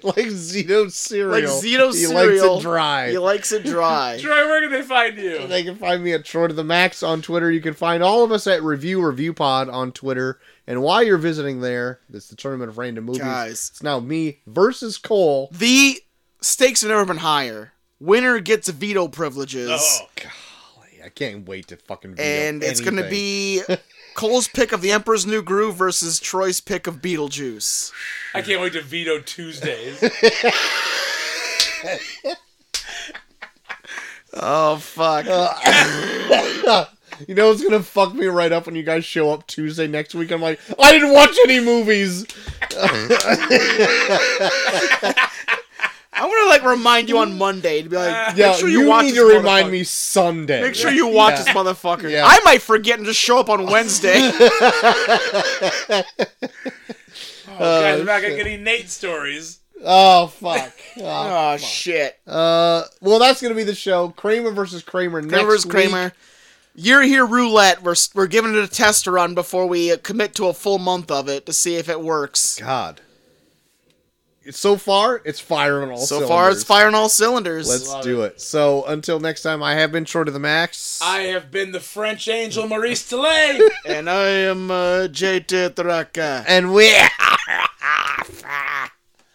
[SPEAKER 3] like Zito cereal.
[SPEAKER 1] like Zito
[SPEAKER 3] he
[SPEAKER 1] cereal.
[SPEAKER 3] likes it dry.
[SPEAKER 1] He likes it dry.
[SPEAKER 2] Troy, where can they find you?
[SPEAKER 3] They can find me at Short of the Max on Twitter. You can find all of us at Review Review Pod on Twitter. And while you're visiting there, it's the Tournament of Random Movies.
[SPEAKER 1] Guys.
[SPEAKER 3] It's now me versus Cole.
[SPEAKER 1] the stakes have never been higher. Winner gets veto privileges,
[SPEAKER 2] Oh,
[SPEAKER 3] I can't wait to fucking. Veto
[SPEAKER 1] and it's going to
[SPEAKER 3] anything.
[SPEAKER 1] be Cole's pick of The Emperor's New Groove versus Troy's pick of Beetlejuice.
[SPEAKER 2] I can't wait to veto Tuesdays.
[SPEAKER 1] Oh fuck!
[SPEAKER 3] Uh, You know it's gonna fuck me right up when you guys show up Tuesday next week. I'm like, I didn't watch any movies.
[SPEAKER 1] I want to like remind you on Monday to be like,
[SPEAKER 3] Yeah,
[SPEAKER 1] make sure
[SPEAKER 3] you,
[SPEAKER 1] Uh, you, watch
[SPEAKER 3] need
[SPEAKER 1] this
[SPEAKER 3] to remind
[SPEAKER 1] motherfucker.
[SPEAKER 3] me Sunday.
[SPEAKER 1] Make sure you watch this motherfucker. I might forget and just show up on Wednesday.
[SPEAKER 2] Oh, guys, we're not gonna get any Nate stories.
[SPEAKER 3] Oh fuck.
[SPEAKER 1] oh shit!
[SPEAKER 3] Uh, well, that's gonna be the show. Kramer versus Kramer. next
[SPEAKER 1] Kramer's
[SPEAKER 3] week.
[SPEAKER 1] Kramer. You're here roulette. We're we're giving it a test run before we uh, commit to a full month of it to see if it works.
[SPEAKER 3] God. It's so far, it's firing all.
[SPEAKER 1] so far, it's
[SPEAKER 3] cylinders.
[SPEAKER 1] firing all cylinders.
[SPEAKER 3] Let's
[SPEAKER 2] Love
[SPEAKER 3] do it. So until next time, I have been short of the max.
[SPEAKER 2] I have been the French angel Maurice Delay.
[SPEAKER 1] and I am uh, J. Tetraka.
[SPEAKER 3] and we.